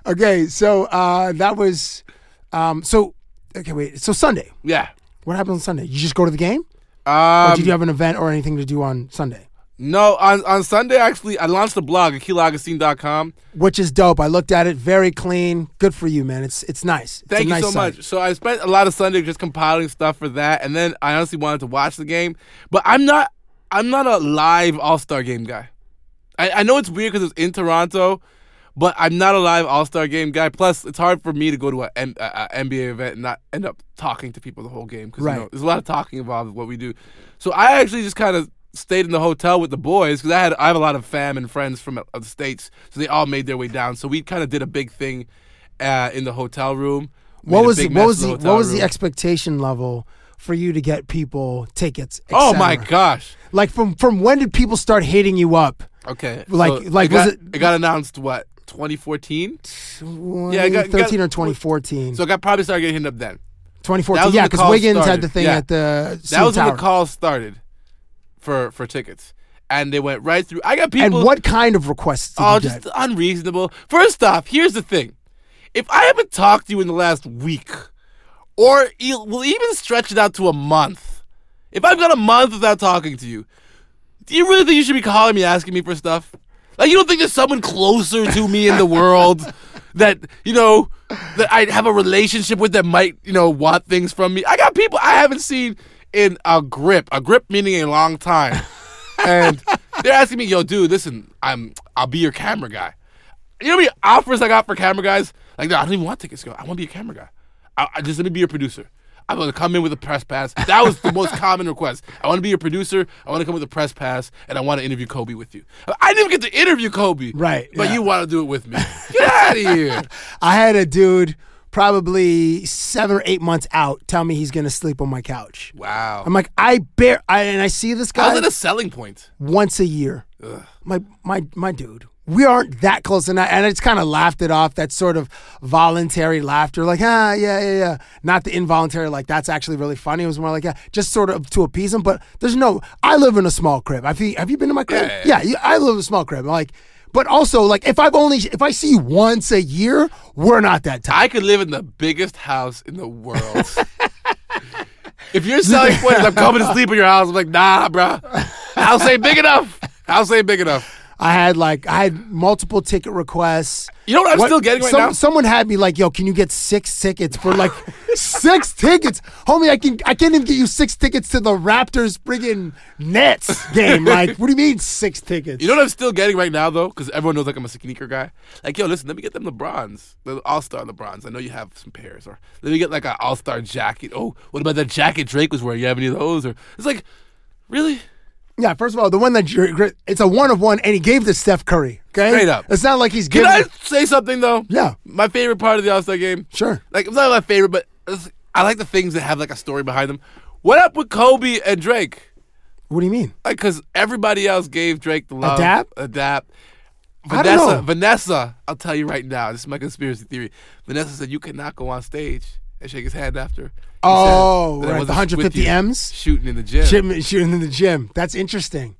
Speaker 4: Okay, so uh, that was um, so. Okay, wait. So Sunday,
Speaker 10: Yeah.
Speaker 4: what happened on Sunday? You just go to the game, or
Speaker 10: Um,
Speaker 4: did you have an event or anything to do on Sunday?
Speaker 10: no, on, on Sunday, actually, I launched a blog at keelagustine.com.
Speaker 4: Which is dope. I looked at it, very clean. Good for you, man. It's it's nice. It's a
Speaker 10: Thank you
Speaker 4: nice
Speaker 10: so
Speaker 4: site.
Speaker 10: much. So I spent a lot of Sunday just compiling stuff for that, and then I honestly wanted to watch the game, but I'm not. I'm not a live All Star Game guy. I, I know it's weird because it's in Toronto, but I'm not a live All Star Game guy. Plus, it's hard for me to go to an NBA event and not end up talking to people the whole game because
Speaker 4: Right.
Speaker 10: you know, there's a lot of talking involved with what we do. So I actually just kind of stayed in the hotel with the boys because I had I have a lot of fam and friends from uh, the states, so they all made their way down. So we kind of did a big thing uh, in the hotel room. Made
Speaker 4: What
Speaker 10: a
Speaker 4: was
Speaker 10: big
Speaker 4: the,
Speaker 10: mess
Speaker 4: what was
Speaker 10: in
Speaker 4: the,
Speaker 10: hotel
Speaker 4: what was the
Speaker 10: room.
Speaker 4: expectation level for you to get people tickets? et
Speaker 10: Oh my
Speaker 4: cetera?
Speaker 10: gosh!
Speaker 4: Like from from when did people start hitting you up?
Speaker 10: Okay,
Speaker 4: Like-
Speaker 10: so
Speaker 4: like,
Speaker 10: it
Speaker 4: was
Speaker 10: got,
Speaker 4: it-
Speaker 10: It got announced what 2014. Yeah, I got-
Speaker 4: 2013 or
Speaker 10: got-
Speaker 4: 2014.
Speaker 10: So I got probably started getting hit up then. That
Speaker 4: 2014.
Speaker 10: was
Speaker 4: Yeah,
Speaker 10: when the
Speaker 4: because
Speaker 10: call
Speaker 4: Wiggins had
Speaker 10: started.
Speaker 4: the thing
Speaker 10: Yeah.
Speaker 4: at the
Speaker 10: That
Speaker 4: City
Speaker 10: was when
Speaker 4: Tower.
Speaker 10: the call started for for tickets, and they went right through. I got people.
Speaker 4: and what kind of requests did
Speaker 10: Oh,
Speaker 4: you
Speaker 10: just
Speaker 4: get?
Speaker 10: unreasonable. First off, here's the thing: if I haven't talked to you in the last week, or e- we'll even stretch it out to a month, if I've got a month without talking to you, do you really think you should be calling me asking me for stuff? Like you don't think there's someone closer to me in the world that you know that I have a relationship with that might you know want things from me? I got people I haven't seen in a grip, a grip meaning a long time, and they're asking me, "Yo, dude, listen, I'm I'll be your camera guy." You know how many offers I got for camera guys? Like, no, I don't even want tickets. Go, I want to be a camera guy. I, I just let me be your producer. I'm gonna come in with a press pass. That was the most common request. I want to be your producer. I want to come with a press pass, and I want to interview Kobe with you. I didn't even get to interview Kobe,
Speaker 4: Right,
Speaker 10: But
Speaker 4: yeah.
Speaker 10: you want to do it with me? Get out of here!
Speaker 4: I had a dude probably seven or eight months out tell me he's gonna sleep on my couch.
Speaker 10: Wow.
Speaker 4: I'm like, I bear, I, and I see this guy
Speaker 10: How's it a selling point?
Speaker 4: once a year.
Speaker 10: Ugh.
Speaker 4: My my my dude, we aren't that close, and I, and I just kind of laughed it off. That sort of voluntary laughter, like ah yeah yeah yeah, not the involuntary like that's actually really funny. It was more like yeah, just sort of to appease him. But there's no, I live in a small crib. Have you have you been to my crib?
Speaker 10: Yeah,
Speaker 4: Yeah, you- I live in a small crib. Like, but also like if I've only if I see you once a year, we're not that tight.
Speaker 10: I could live in the biggest house in the world. if you're selling point is I'm coming to sleep in your house, I'm like, nah, bro. House ain't big enough. House ain't big enough.
Speaker 4: I had like I had multiple ticket requests.
Speaker 10: You know what I'm still getting right
Speaker 4: some-
Speaker 10: now?
Speaker 4: Someone had me like, "Yo, can you get six tickets for like six tickets, homie? I can I can't even get you six tickets to the Raptors friggin' Nets game. Like, what do you mean six tickets?
Speaker 10: You know what I'm still getting right now though, because everyone knows like I'm a sneaker guy. Like, yo, listen, let me get them LeBrons, the All Star LeBrons. I know you have some pairs, or let me get like an All Star jacket. Oh, what about that jacket Drake was wearing? You have any of those? Or it's like, really?
Speaker 4: Yeah, first of all, the one that you're, it's a one of one, and he gave this Steph Curry. Okay,
Speaker 10: Straight up.
Speaker 4: It's not like he's
Speaker 10: Can
Speaker 4: giving.
Speaker 10: I say something though?
Speaker 4: Yeah.
Speaker 10: My favorite part of the All Star game.
Speaker 4: Sure.
Speaker 10: Like it's not my favorite, but it's- I like the things that have like a story behind them. What up with Kobe and Drake?
Speaker 4: What do you mean?
Speaker 10: Like, cause everybody else gave Drake the love.
Speaker 4: dap?
Speaker 10: A dap.
Speaker 4: I
Speaker 10: Vanessa,
Speaker 4: don't know.
Speaker 10: Vanessa, I'll tell you right now. This is my conspiracy theory. Vanessa said you cannot go on stage and shake his hand after. he
Speaker 4: Oh,
Speaker 10: said that I
Speaker 4: right, the
Speaker 10: wasn't with
Speaker 4: 150
Speaker 10: you
Speaker 4: M's
Speaker 10: shooting in the gym.
Speaker 4: Shooting- shooting in the gym. That's interesting.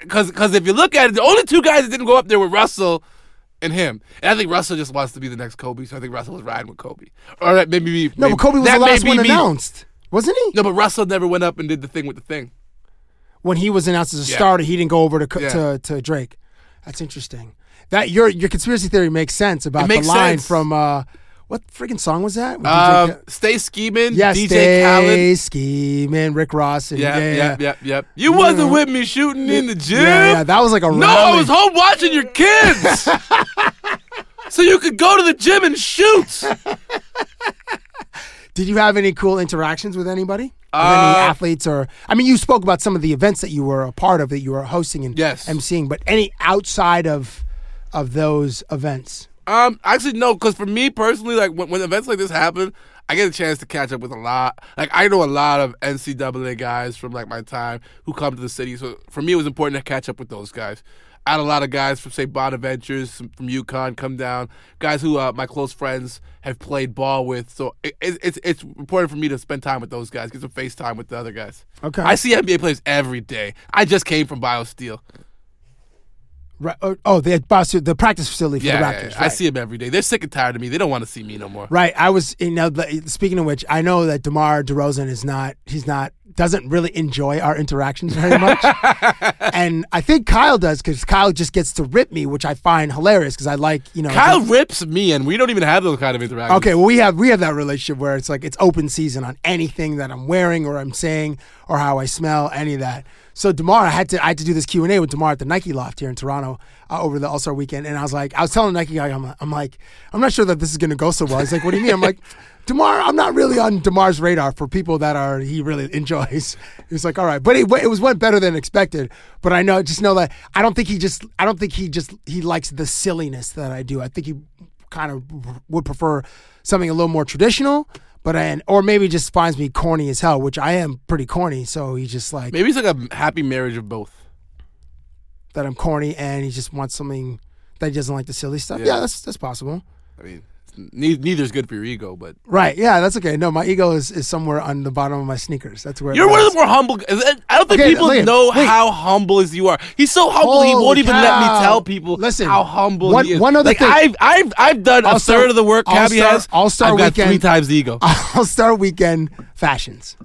Speaker 10: because because if you look at it, the only two guys that didn't go up there were Russell and him. And I think Russell just wants to be the next Kobe, so I think Russell was riding with Kobe. Or that maybe me.
Speaker 4: No, but Kobe was
Speaker 10: that
Speaker 4: the
Speaker 10: may
Speaker 4: last
Speaker 10: be
Speaker 4: one
Speaker 10: me-
Speaker 4: announced, wasn't he?
Speaker 10: No, but Russell never went up and did the thing with the thing.
Speaker 4: When he was announced as a
Speaker 10: Yeah.
Speaker 4: starter, he didn't go over to Co-
Speaker 10: Yeah.
Speaker 4: to, to Drake. That's interesting. That your your conspiracy theory makes sense about
Speaker 10: It makes
Speaker 4: the line
Speaker 10: sense.
Speaker 4: from uh, what freaking song was that? With DJ
Speaker 10: Um, stay scheming.
Speaker 4: Yes,
Speaker 10: DJ
Speaker 4: stay
Speaker 10: Khaled.
Speaker 4: scheming, Rick Ross, and
Speaker 10: Yeah,
Speaker 4: yeah,
Speaker 10: yep, yep, yep. You wasn't with me shooting in the gym.
Speaker 4: Yeah, yeah, that was like a
Speaker 10: no. I
Speaker 4: rally.
Speaker 10: was home watching your kids, so you could go to the gym and shoot.
Speaker 4: Did you have any cool interactions with anybody? With
Speaker 10: Uh,
Speaker 4: any athletes or I mean, you spoke about some of the events that you were a part of that you were hosting and
Speaker 10: Yes.
Speaker 4: emceeing, but any outside of of those events?
Speaker 10: Um, actually, no, because for me personally, like when, when events like this happen, I get a chance to catch up with a lot. Like I know a lot of NCAA guys from like my time who come to the city. So for me, it was important to catch up with those guys. I had a lot of guys from say Bonaventures some- from UConn come down. Guys who uh, my close friends have played ball with. So it, it, it's it's important for me to spend time with those guys, get some face time with the other guys.
Speaker 4: Okay.
Speaker 10: I see NBA players every day. I just came from BioSteel.
Speaker 4: Right, oh, oh, the Boston, the practice facility for
Speaker 10: Yeah,
Speaker 4: the
Speaker 10: yeah,
Speaker 4: Raptors.
Speaker 10: yeah.
Speaker 4: right.
Speaker 10: I see them every day. They're sick and tired of me. They don't want to see me no more.
Speaker 4: Right. I was you know the- speaking of which, I know that Demar Derozan is not he's not doesn't really enjoy our interactions very much, and I think Kyle does because Kyle just gets to rip me, which I find hilarious because I like you know
Speaker 10: Kyle rips me, and we don't even have those kind of interactions.
Speaker 4: Uh, Okay, well we have we have that relationship where it's like it's open season on anything that I'm wearing or I'm saying or how I smell, any of that. So Demar, I had to I had to do this Q and A with Demar at the Nike Loft here in Toronto uh, over the All Star Weekend, and I was like, I was telling the Nike guy, I'm like, I'm like, I'm not sure that this is gonna go so well. He's like, What do you mean? I'm like, Demar, I'm not really on Demar's radar for people that are he really enjoys. He's like, All right, but it, it was went better than expected. But I know just know that I don't think he just I don't think he just he likes the silliness that I do. I think he kind of would prefer something a little more traditional, but and or maybe just finds me corny as hell, which I am pretty corny. So he's just like
Speaker 10: Maybe it's like a happy marriage of both.
Speaker 4: that I'm corny, and he just wants something that he doesn't like the silly stuff.
Speaker 10: Yeah.
Speaker 4: Yeah, that's that's possible.
Speaker 10: I mean, ne- neither's good for your ego, but
Speaker 4: Right? Yeah, that's okay. No, my ego is, is somewhere on the bottom of my sneakers. That's where it
Speaker 10: you're one of
Speaker 4: lies.
Speaker 10: the more humble. g- I don't think
Speaker 4: Okay,
Speaker 10: people
Speaker 4: Liam,
Speaker 10: know
Speaker 4: wait.
Speaker 10: how humble as you are. He's so humble, he
Speaker 4: Holy
Speaker 10: won't even let
Speaker 4: cow.
Speaker 10: me tell people
Speaker 4: Listen,
Speaker 10: how humble
Speaker 4: one-
Speaker 10: he is.
Speaker 4: one other
Speaker 10: like,
Speaker 4: thing.
Speaker 10: I've I've I've done
Speaker 4: All-star-
Speaker 10: a third of the work Cabby
Speaker 4: all-star-
Speaker 10: has.
Speaker 4: all-star
Speaker 10: I've got
Speaker 4: weekend.
Speaker 10: three times the ego.
Speaker 4: All Star Weekend fashions.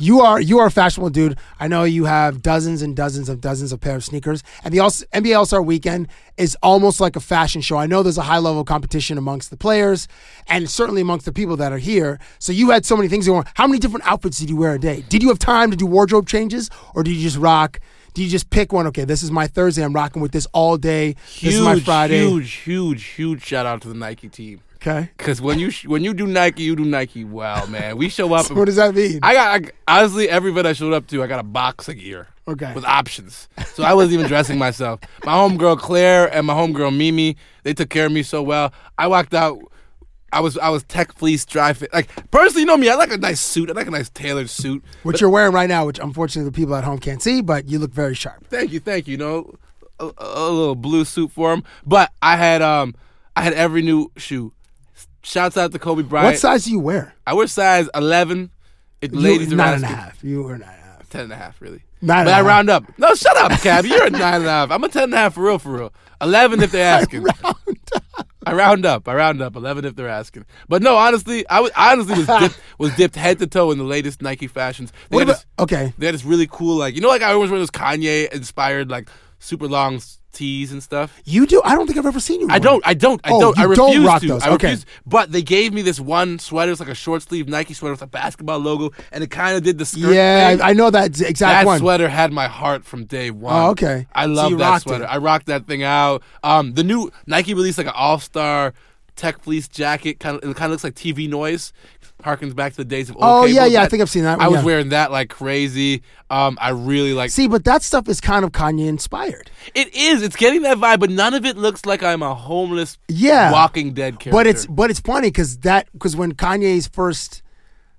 Speaker 4: You are you are a fashionable dude. I know you have dozens and dozens of dozens of pair of sneakers, and the all, NBA All Star Weekend is almost like a fashion show. I know there's a high level of competition amongst the players, and certainly amongst the people that are here. So you had so many things going. on. How many different outfits did you wear a day? Did you have time to do wardrobe changes, or did you just rock? Do you just pick one? Okay, this is my Thursday. I'm rocking with this all day.
Speaker 10: Huge,
Speaker 4: this is my Friday.
Speaker 10: huge, huge, huge shout out to the Nike team.
Speaker 4: Okay.
Speaker 10: Because when you sh- when you do Nike, you do Nike well, man. We show up.
Speaker 4: So what does that mean?
Speaker 10: I got I, honestly every event I showed up to, I got a boxing ear.
Speaker 4: Okay.
Speaker 10: With options, so I wasn't even dressing myself. My homegirl Claire and my homegirl Mimi, they took care of me so well. I walked out. I was I was tech fleece dry fit. Like personally, you know me. I like a nice suit. I like a nice tailored suit.
Speaker 4: What you're wearing right now, which unfortunately the people at home can't see, but you look very sharp.
Speaker 10: Thank you, thank you. You know, a, a little blue suit for him. But I had um I had every new shoe. Shouts out to Kobe Bryant.
Speaker 4: What size do you wear?
Speaker 10: I wear size 11. If the ladies
Speaker 4: you,
Speaker 10: are
Speaker 4: nine and a
Speaker 10: asking-
Speaker 4: half. You were nine.
Speaker 10: Ten and a half, really.
Speaker 4: Nine
Speaker 10: but
Speaker 4: and a
Speaker 10: I
Speaker 4: half.
Speaker 10: round up. No, shut up, Cab. You're a nine and a half. I'm a ten and a half for real, for real. Eleven if they're asking. I round up. I round up. I round up. Eleven if they're asking. But no, honestly, I was I honestly was dipped, was dipped head to toe in the latest Nike fashions. They
Speaker 4: What
Speaker 10: had
Speaker 4: about-
Speaker 10: this-
Speaker 4: okay.
Speaker 10: They had this really cool, like you know, like I always wear those Kanye inspired, like super long s- tees and stuff.
Speaker 4: You do? I don't think I've ever seen you.
Speaker 10: I
Speaker 4: wear
Speaker 10: don't.
Speaker 4: them.
Speaker 10: I don't. I
Speaker 4: Oh,
Speaker 10: don't. I
Speaker 4: you
Speaker 10: refuse
Speaker 4: don't rock
Speaker 10: to.
Speaker 4: those.
Speaker 10: I
Speaker 4: okay.
Speaker 10: refuse. But they gave me this one sweater. It's like a short sleeve Nike sweater with a basketball logo, and it kind of did the skirt.
Speaker 4: Yeah,
Speaker 10: thing.
Speaker 4: I, I know that exact
Speaker 10: that
Speaker 4: one.
Speaker 10: sweater had my heart from day one.
Speaker 4: Oh, okay.
Speaker 10: I
Speaker 4: So
Speaker 10: love
Speaker 4: you
Speaker 10: that
Speaker 4: rocked
Speaker 10: sweater.
Speaker 4: it.
Speaker 10: I rocked that thing out. Um, the new Nike released like an all star tech fleece jacket. Kind of, it kind of looks like TV noise. harkens back to the days of old
Speaker 3: Oh, yeah,
Speaker 10: cable.
Speaker 3: yeah, I think I've seen that
Speaker 10: I
Speaker 3: one,
Speaker 10: was
Speaker 3: yeah.
Speaker 10: wearing that like crazy. Um, I really like.
Speaker 3: See, but that stuff is kind of Kanye inspired.
Speaker 10: It is. It's getting that vibe, but none of it looks like I'm a homeless,
Speaker 3: Yeah.
Speaker 10: Walking Dead character.
Speaker 3: But it's but it's funny because that because when Kanye's first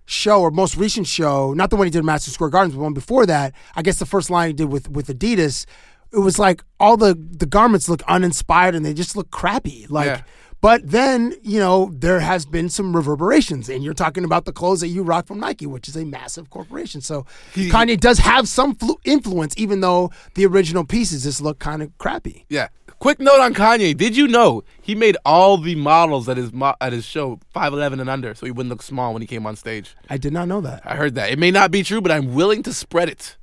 Speaker 3: show or most recent show, not the one he did at Madison Square Gardens, but one before that, I guess the first line he did with with Adidas, it was like all the the garments look uninspired and they just look crappy. Like,
Speaker 10: Yeah.
Speaker 3: but then you know there has been some reverberations, and you're talking about the clothes that you rock from Nike, which is a massive corporation. So Kanye does have some flu- influence, even though the original pieces just look kind of crappy.
Speaker 10: yeah. Quick note on Kanye. Did you know he made all the models at his mo- at his show 5'11 and under, so he wouldn't look small when he came on stage.
Speaker 3: I did not know that.
Speaker 10: I heard that. It may not be true, but I'm willing to spread it.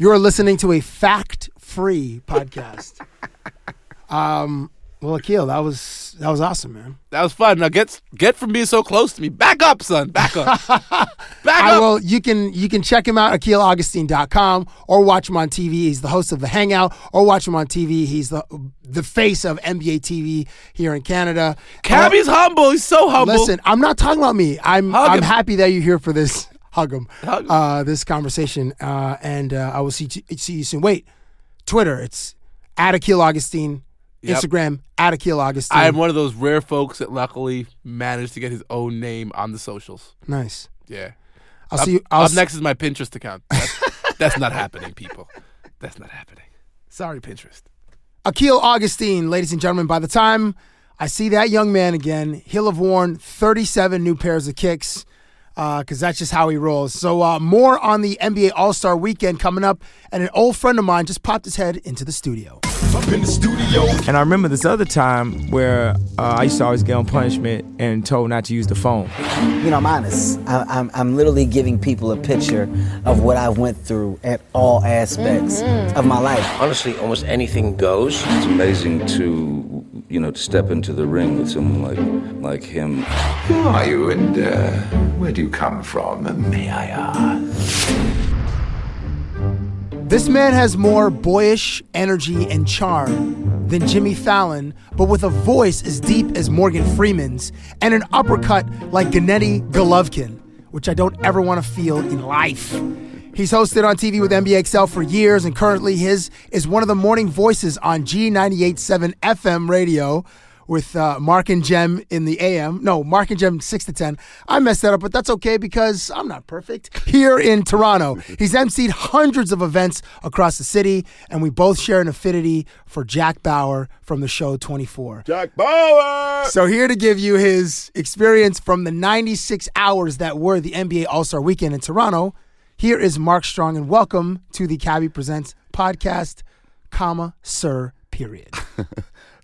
Speaker 3: You are listening to a fact-free podcast. um, well, Akil, that was that was awesome, man.
Speaker 10: That was fun. Now get get from being so close to me. Back up, son. Back up.
Speaker 3: I will. You can you can check him out AkeelAugustine.com or watch him on TV. He's the host of the Hangout, or watch him on TV. He's the the face of NBA TV here in Canada.
Speaker 10: Cabby's humble. He's so humble.
Speaker 3: Listen, I'm not talking about me. I'm
Speaker 10: Hug
Speaker 3: I'm
Speaker 10: him.
Speaker 3: happy that you're here for this. Hug him.
Speaker 10: Hug him.
Speaker 3: Uh, this conversation, uh, and uh, I will see t- see you soon. Wait, Twitter. It's at Akil Augustine.
Speaker 10: Yep.
Speaker 3: Instagram at Akil Augustine.
Speaker 10: I am one of those rare folks that luckily managed to get his own name on the socials.
Speaker 3: Nice.
Speaker 10: Yeah.
Speaker 3: I'll
Speaker 10: up,
Speaker 3: see you- I'll
Speaker 10: up
Speaker 3: s-
Speaker 10: next is my Pinterest account. That's, that's not happening, people. That's not happening. Sorry, Pinterest.
Speaker 3: Akil Augustine, ladies and gentlemen, by the time I see that young man again, he'll have worn 37 new pairs of kicks because that's just how he rolls. So, uh, more on the NBA All Star weekend coming up. And an old friend of mine just popped his head into the studio.
Speaker 1: And I remember this other time where uh, I used to always get on punishment and told not to use the phone.
Speaker 6: You know, I'm honest. I, I'm, I'm literally giving people a picture of what I went through at all aspects of my life.
Speaker 11: Honestly, almost anything goes.
Speaker 12: It's amazing to, you know, to step into the ring with someone like like him.
Speaker 9: Who are you and uh, where do you come from, may I ask?
Speaker 3: This man has more boyish energy and charm than Jimmy Fallon, but with a voice as deep as Morgan Freeman's and an uppercut like Gennady Golovkin, which I don't ever want to feel in life. He's hosted on TV with NBXL for years, and currently his is one of the morning voices on G98.7 FM radio with uh, Mark and Jem in the AM. No, Mark and Jem 6 to 10. I messed that up, but that's okay because I'm not perfect. Here in Toronto, he's emceed hundreds of events across the city, and we both share an affinity for Jack Bauer from the show 24.
Speaker 13: Jack Bauer!
Speaker 3: So here to give you his experience from the 96 hours that were the NBA All-Star Weekend in Toronto. Here is Mark Strong, and welcome to the Cabby Presents podcast, comma, sir, period.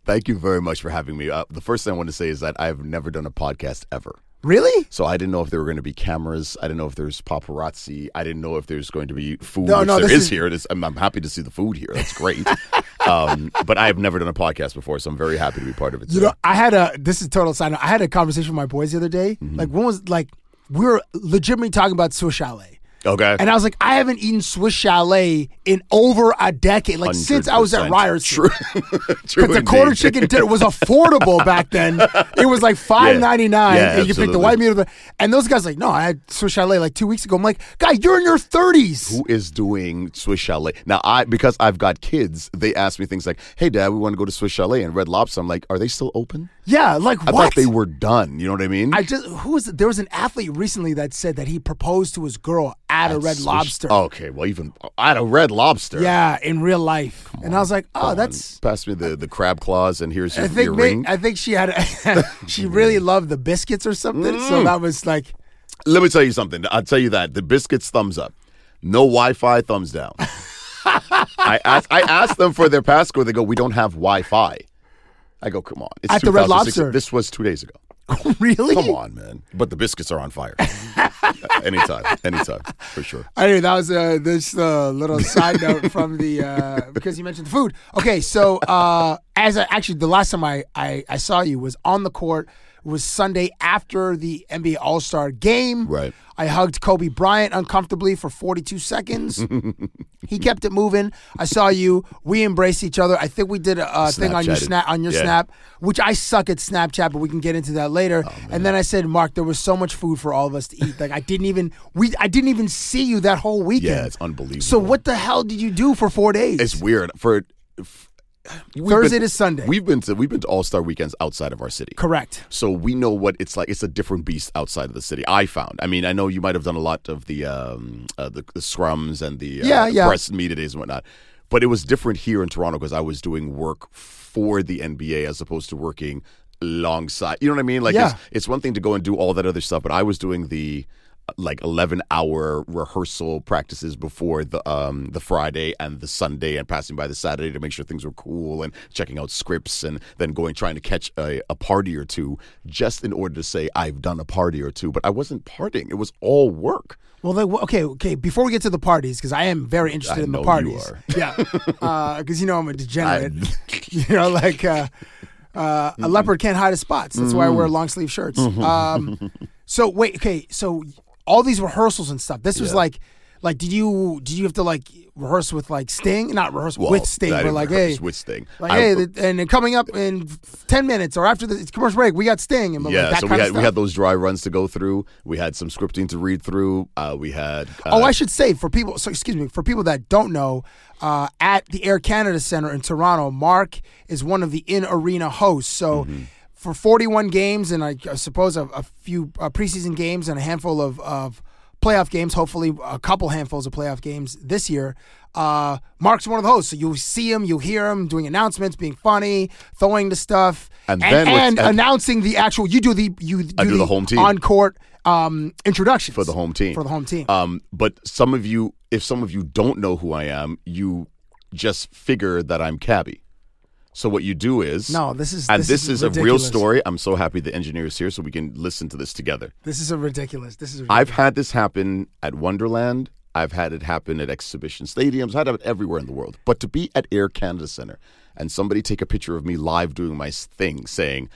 Speaker 4: Thank you very much for having me. Uh, the first thing I want to say is that I've never done a podcast ever.
Speaker 3: Really?
Speaker 4: So I didn't know if there were going to be cameras. I didn't know if there's paparazzi. I didn't know if there's going to be food.
Speaker 3: No,
Speaker 4: which
Speaker 3: no,
Speaker 4: there
Speaker 3: this
Speaker 4: is,
Speaker 3: is-
Speaker 4: here. This, I'm, I'm happy to see the food here. That's great. um, but I have never done a podcast before, so I'm very happy to be part of it.
Speaker 3: You know, I had a this is total side note. I had a conversation with my boys the other day. Like when was like we were legitimately talking about Swiss Chalet.
Speaker 4: Okay.
Speaker 3: And I was like, I haven't eaten Swiss Chalet in over a decade. Like since I was at
Speaker 4: 100%.
Speaker 3: Ryerson. True.
Speaker 4: True
Speaker 3: the quarter
Speaker 4: indeed.
Speaker 3: chicken dinner was affordable back then. It was like five ninety nine, and
Speaker 4: Yeah,
Speaker 3: you picked the
Speaker 4: absolutely.
Speaker 3: white meat. Or the, and those guys like, no, I had Swiss Chalet like two weeks ago. I'm like, guy, you're in your thirties.
Speaker 4: who is doing Swiss Chalet. Now, I because I've got kids, they ask me things like, "Hey, Dad, we want to go to Swiss Chalet and Red Lobster." I'm like, "Are they still open?"
Speaker 3: Yeah, like
Speaker 4: I
Speaker 3: what?
Speaker 4: thought they were done. You know what I mean?
Speaker 3: I just who was there was an athlete recently that said that he proposed to his girl at a Red
Speaker 4: Swiss-
Speaker 3: Lobster.
Speaker 4: Okay, well, even I had a Red Lobster.
Speaker 3: Yeah, in real life. and I was like, oh, that's.
Speaker 4: Pass me the, the crab claws, and here's your,
Speaker 3: I think
Speaker 4: your
Speaker 3: may-
Speaker 4: ring.
Speaker 3: I think she had. she really loved the biscuits or something. So
Speaker 4: Mm.
Speaker 3: that was like,
Speaker 4: Let me tell you something. I'll tell you that the biscuits thumbs up, no Wi-Fi thumbs down. I asked I asked them for their passcode. They go, "We don't have Wi-Fi." I go, "Come on!"
Speaker 3: At the Red
Speaker 4: 2006.
Speaker 3: Lobster.
Speaker 4: This was two days ago.
Speaker 3: really?
Speaker 4: Come on, man. But the biscuits are on fire. anytime, anytime, for sure.
Speaker 3: Anyway, that was uh, this uh, little side note from the uh, because you mentioned the food. Okay, so uh, as I, actually the last time I, I I saw you was on the court was Sunday after the NBA All Star game.
Speaker 4: Right.
Speaker 3: I hugged Kobe Bryant uncomfortably for 42 seconds. he kept it moving. I saw you. We embraced each other. I think we did a, uh thing on your
Speaker 4: Snapchatted.
Speaker 3: snap on your
Speaker 4: Yeah.
Speaker 3: snap, which I suck at Snapchat, but we can get into that
Speaker 4: Oh,
Speaker 3: later. and then I said, Mark, there was so much food for all of us to eat. Like I didn't even we I didn't even see you that whole weekend.
Speaker 4: Yeah, it's unbelievable.
Speaker 3: So what the hell did you do for four days?
Speaker 4: It's weird for. f- we've
Speaker 3: Thursday
Speaker 4: been-
Speaker 3: to Sunday.
Speaker 4: We've been to we've been to All Star weekends outside of our city.
Speaker 3: Correct.
Speaker 4: So we know what it's like. It's a different beast outside of the city. I found. I mean, I know you might have done a lot of the um, uh, the, the scrums and the uh,
Speaker 3: Yeah, yeah.
Speaker 4: press media days and whatnot, but it was different here in Toronto because I was doing work for the NBA as opposed to working alongside. You know what I mean? Like
Speaker 3: Yeah.
Speaker 4: it's, it's one thing to go and do all that other stuff, but I was doing the uh, like 11 hour rehearsal practices before the um the Friday and the Sunday and passing by the Saturday to make sure things were cool and checking out scripts and then going trying to catch a, a party or two just in order to say I've done a party or two but I wasn't partying it was all work
Speaker 3: Well, then, wh- okay, okay. Before we get to the parties, because I am very interested
Speaker 4: I
Speaker 3: in the
Speaker 4: know you
Speaker 3: parties.
Speaker 4: are.
Speaker 3: Yeah, because you know I'm a degenerate. you know, like uh, uh, a leopard can't hide his spots. That's why I wear
Speaker 4: Mhm.
Speaker 3: long sleeve shirts. Um, so wait, okay. So all these rehearsals and stuff. This was
Speaker 4: Yeah.
Speaker 3: like, like, did you did you have to like rehearse with like Sting? Not rehearse
Speaker 4: Well,
Speaker 3: with Sting,
Speaker 4: I
Speaker 3: but
Speaker 4: didn't
Speaker 3: like,
Speaker 4: rehearse
Speaker 3: hey,
Speaker 4: with Sting.
Speaker 3: like,
Speaker 4: I-
Speaker 3: hey, th- and then coming up in ten minutes or after the commercial break, we got Sting. And like,
Speaker 4: yeah
Speaker 3: that
Speaker 4: so we
Speaker 3: kind of
Speaker 4: had we
Speaker 3: stuff.
Speaker 4: had those dry runs to go through we had some scripting to read through uh, we had uh,
Speaker 3: oh, I should say for people. So excuse me for people that don't know, uh, at the Air Canada Center in Toronto, Mark is one of the in arena hosts. So.
Speaker 4: Mm-hmm.
Speaker 3: For 41 games and I, I suppose a, a few uh, preseason games and a handful of, of playoff games, hopefully a couple handfuls of playoff games this year. Uh, Mark's one of the hosts, so you'll see him, you'll hear him doing announcements, being funny, throwing the stuff,
Speaker 4: And then what's-
Speaker 3: and
Speaker 4: and-
Speaker 3: announcing the actual. You do the you do,
Speaker 4: I do the home team.
Speaker 3: on court um, introductions
Speaker 4: for the home team.
Speaker 3: for the home team.
Speaker 4: Um, but some of you, if some of you don't know who I am, you just figure that I'm Cabby. So what you do is
Speaker 3: No, this is-
Speaker 4: and
Speaker 3: this
Speaker 4: this,
Speaker 3: is
Speaker 4: is, a real
Speaker 3: ridiculous.
Speaker 4: story. I'm so happy the engineer is here so we can listen to this together.
Speaker 3: This is a ridiculous. This is. Ridiculous.
Speaker 4: I've had this happen at Wonderland. I've had it happen at exhibition stadiums. I've had it everywhere in the world. But to be at Air Canada Center and somebody take a picture of me live doing my thing saying,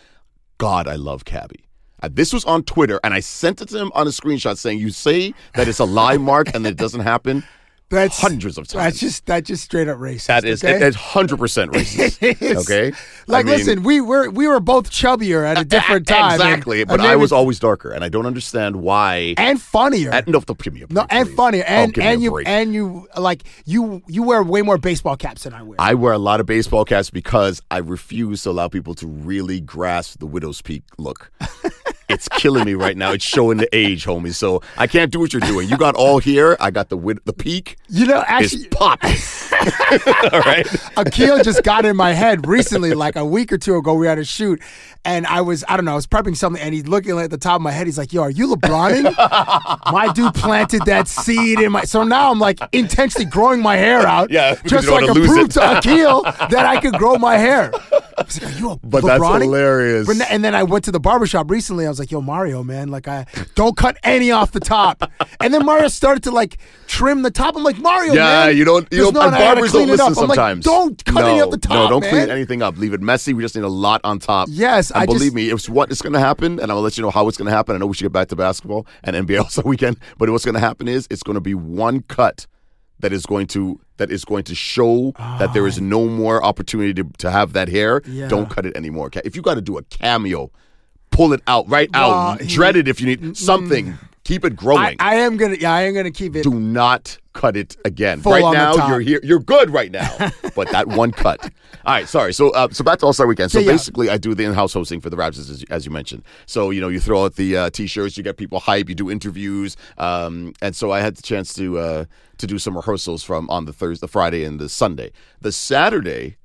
Speaker 4: God, I love Cabby. Uh, This was on Twitter, and I sent it to him on a screenshot saying, You say that it's a lie mark and that it doesn't happen
Speaker 3: that's
Speaker 4: hundreds of times.
Speaker 3: That's just that just straight up racist.
Speaker 4: that is,
Speaker 3: okay?
Speaker 4: that's 100% racist.
Speaker 3: It is.
Speaker 4: okay?
Speaker 3: Like,
Speaker 4: I mean-
Speaker 3: listen, we were we were both chubbier at a different time. and-
Speaker 4: Exactly.
Speaker 3: and
Speaker 4: but I
Speaker 3: maybe-
Speaker 4: was always darker, and I don't understand why.
Speaker 3: And funnier.
Speaker 4: And, no, give me a Oh,
Speaker 3: no, and funnier, and
Speaker 4: give me
Speaker 3: and
Speaker 4: a
Speaker 3: you
Speaker 4: break.
Speaker 3: and you like you you wear way more baseball caps than I wear.
Speaker 4: I wear a lot of baseball caps because I refuse to allow people to really grasp the widow's peak look. it's killing me right now. It's showing the age, homie. So I can't do what you're doing. You got all here. I got the wid- the peak.
Speaker 3: You know,
Speaker 4: It's
Speaker 3: actually,
Speaker 4: popping. all right.
Speaker 3: Akil just got in my head recently, like a week or two ago. We had a shoot, and I was I don't know I was prepping something, and he's looking at the top of my head. He's like, "Yo, are you LeBroning?" my dude planted that seed in my. So now I'm like intentionally growing my hair out,
Speaker 4: Yeah,
Speaker 3: just
Speaker 4: because you
Speaker 3: so I
Speaker 4: don't
Speaker 3: can
Speaker 4: wanna lose
Speaker 3: prove
Speaker 4: it.
Speaker 3: to Akil that I could grow my hair. I was like, are you a
Speaker 4: But that's
Speaker 3: LeBroning?"
Speaker 4: hilarious.
Speaker 3: But n- and then I went to the barbershop recently. I was like, yo, Mario, man, like, I don't cut any off the top. and then Mario started to like trim the top. I'm like, Mario,
Speaker 4: yeah,
Speaker 3: man.
Speaker 4: you don't. You
Speaker 3: there's
Speaker 4: don't.
Speaker 3: no-
Speaker 4: and
Speaker 3: I gotta
Speaker 4: barbers
Speaker 3: clean
Speaker 4: don't
Speaker 3: it
Speaker 4: listen
Speaker 3: up." I'm like,
Speaker 4: sometimes.
Speaker 3: don't cut
Speaker 4: no,
Speaker 3: any off the top.
Speaker 4: No, don't
Speaker 3: man."
Speaker 4: clean anything up. Leave it messy. We just need a lot on top.
Speaker 3: Yes,
Speaker 4: and
Speaker 3: I
Speaker 4: believe
Speaker 3: just-
Speaker 4: me, it's what is going to happen, and I'll let you know how it's going to happen. I know we should get back to basketball and NBA All Star Weekend, but what's going to happen is it's going to be one cut that is going to that is going to show that there is no more opportunity to, to have that hair.
Speaker 3: Ah. Yeah.
Speaker 4: Don't cut it anymore. Ca- If you got to do a cameo, pull it out right out.
Speaker 3: Well,
Speaker 4: Dread it if you need something. Keep it
Speaker 3: I,
Speaker 4: growing.
Speaker 3: I am gonna, yeah, I am gonna keep it.
Speaker 4: Do not cut it again.
Speaker 3: Full
Speaker 4: right
Speaker 3: on the
Speaker 4: now,
Speaker 3: top.
Speaker 4: you're here. You're good right now, but that one cut. All right, sorry. So, uh, so back to All Star Weekend. So
Speaker 3: Yeah, yeah.
Speaker 4: basically, I do the in-house hosting for the Raptors, as, as you mentioned. So you know, you throw out the uh, t-shirts, you get people hype, you do interviews, um, and so I had the chance to uh, to do some rehearsals from on the Thursday, the Friday, and the Sunday. The Saturday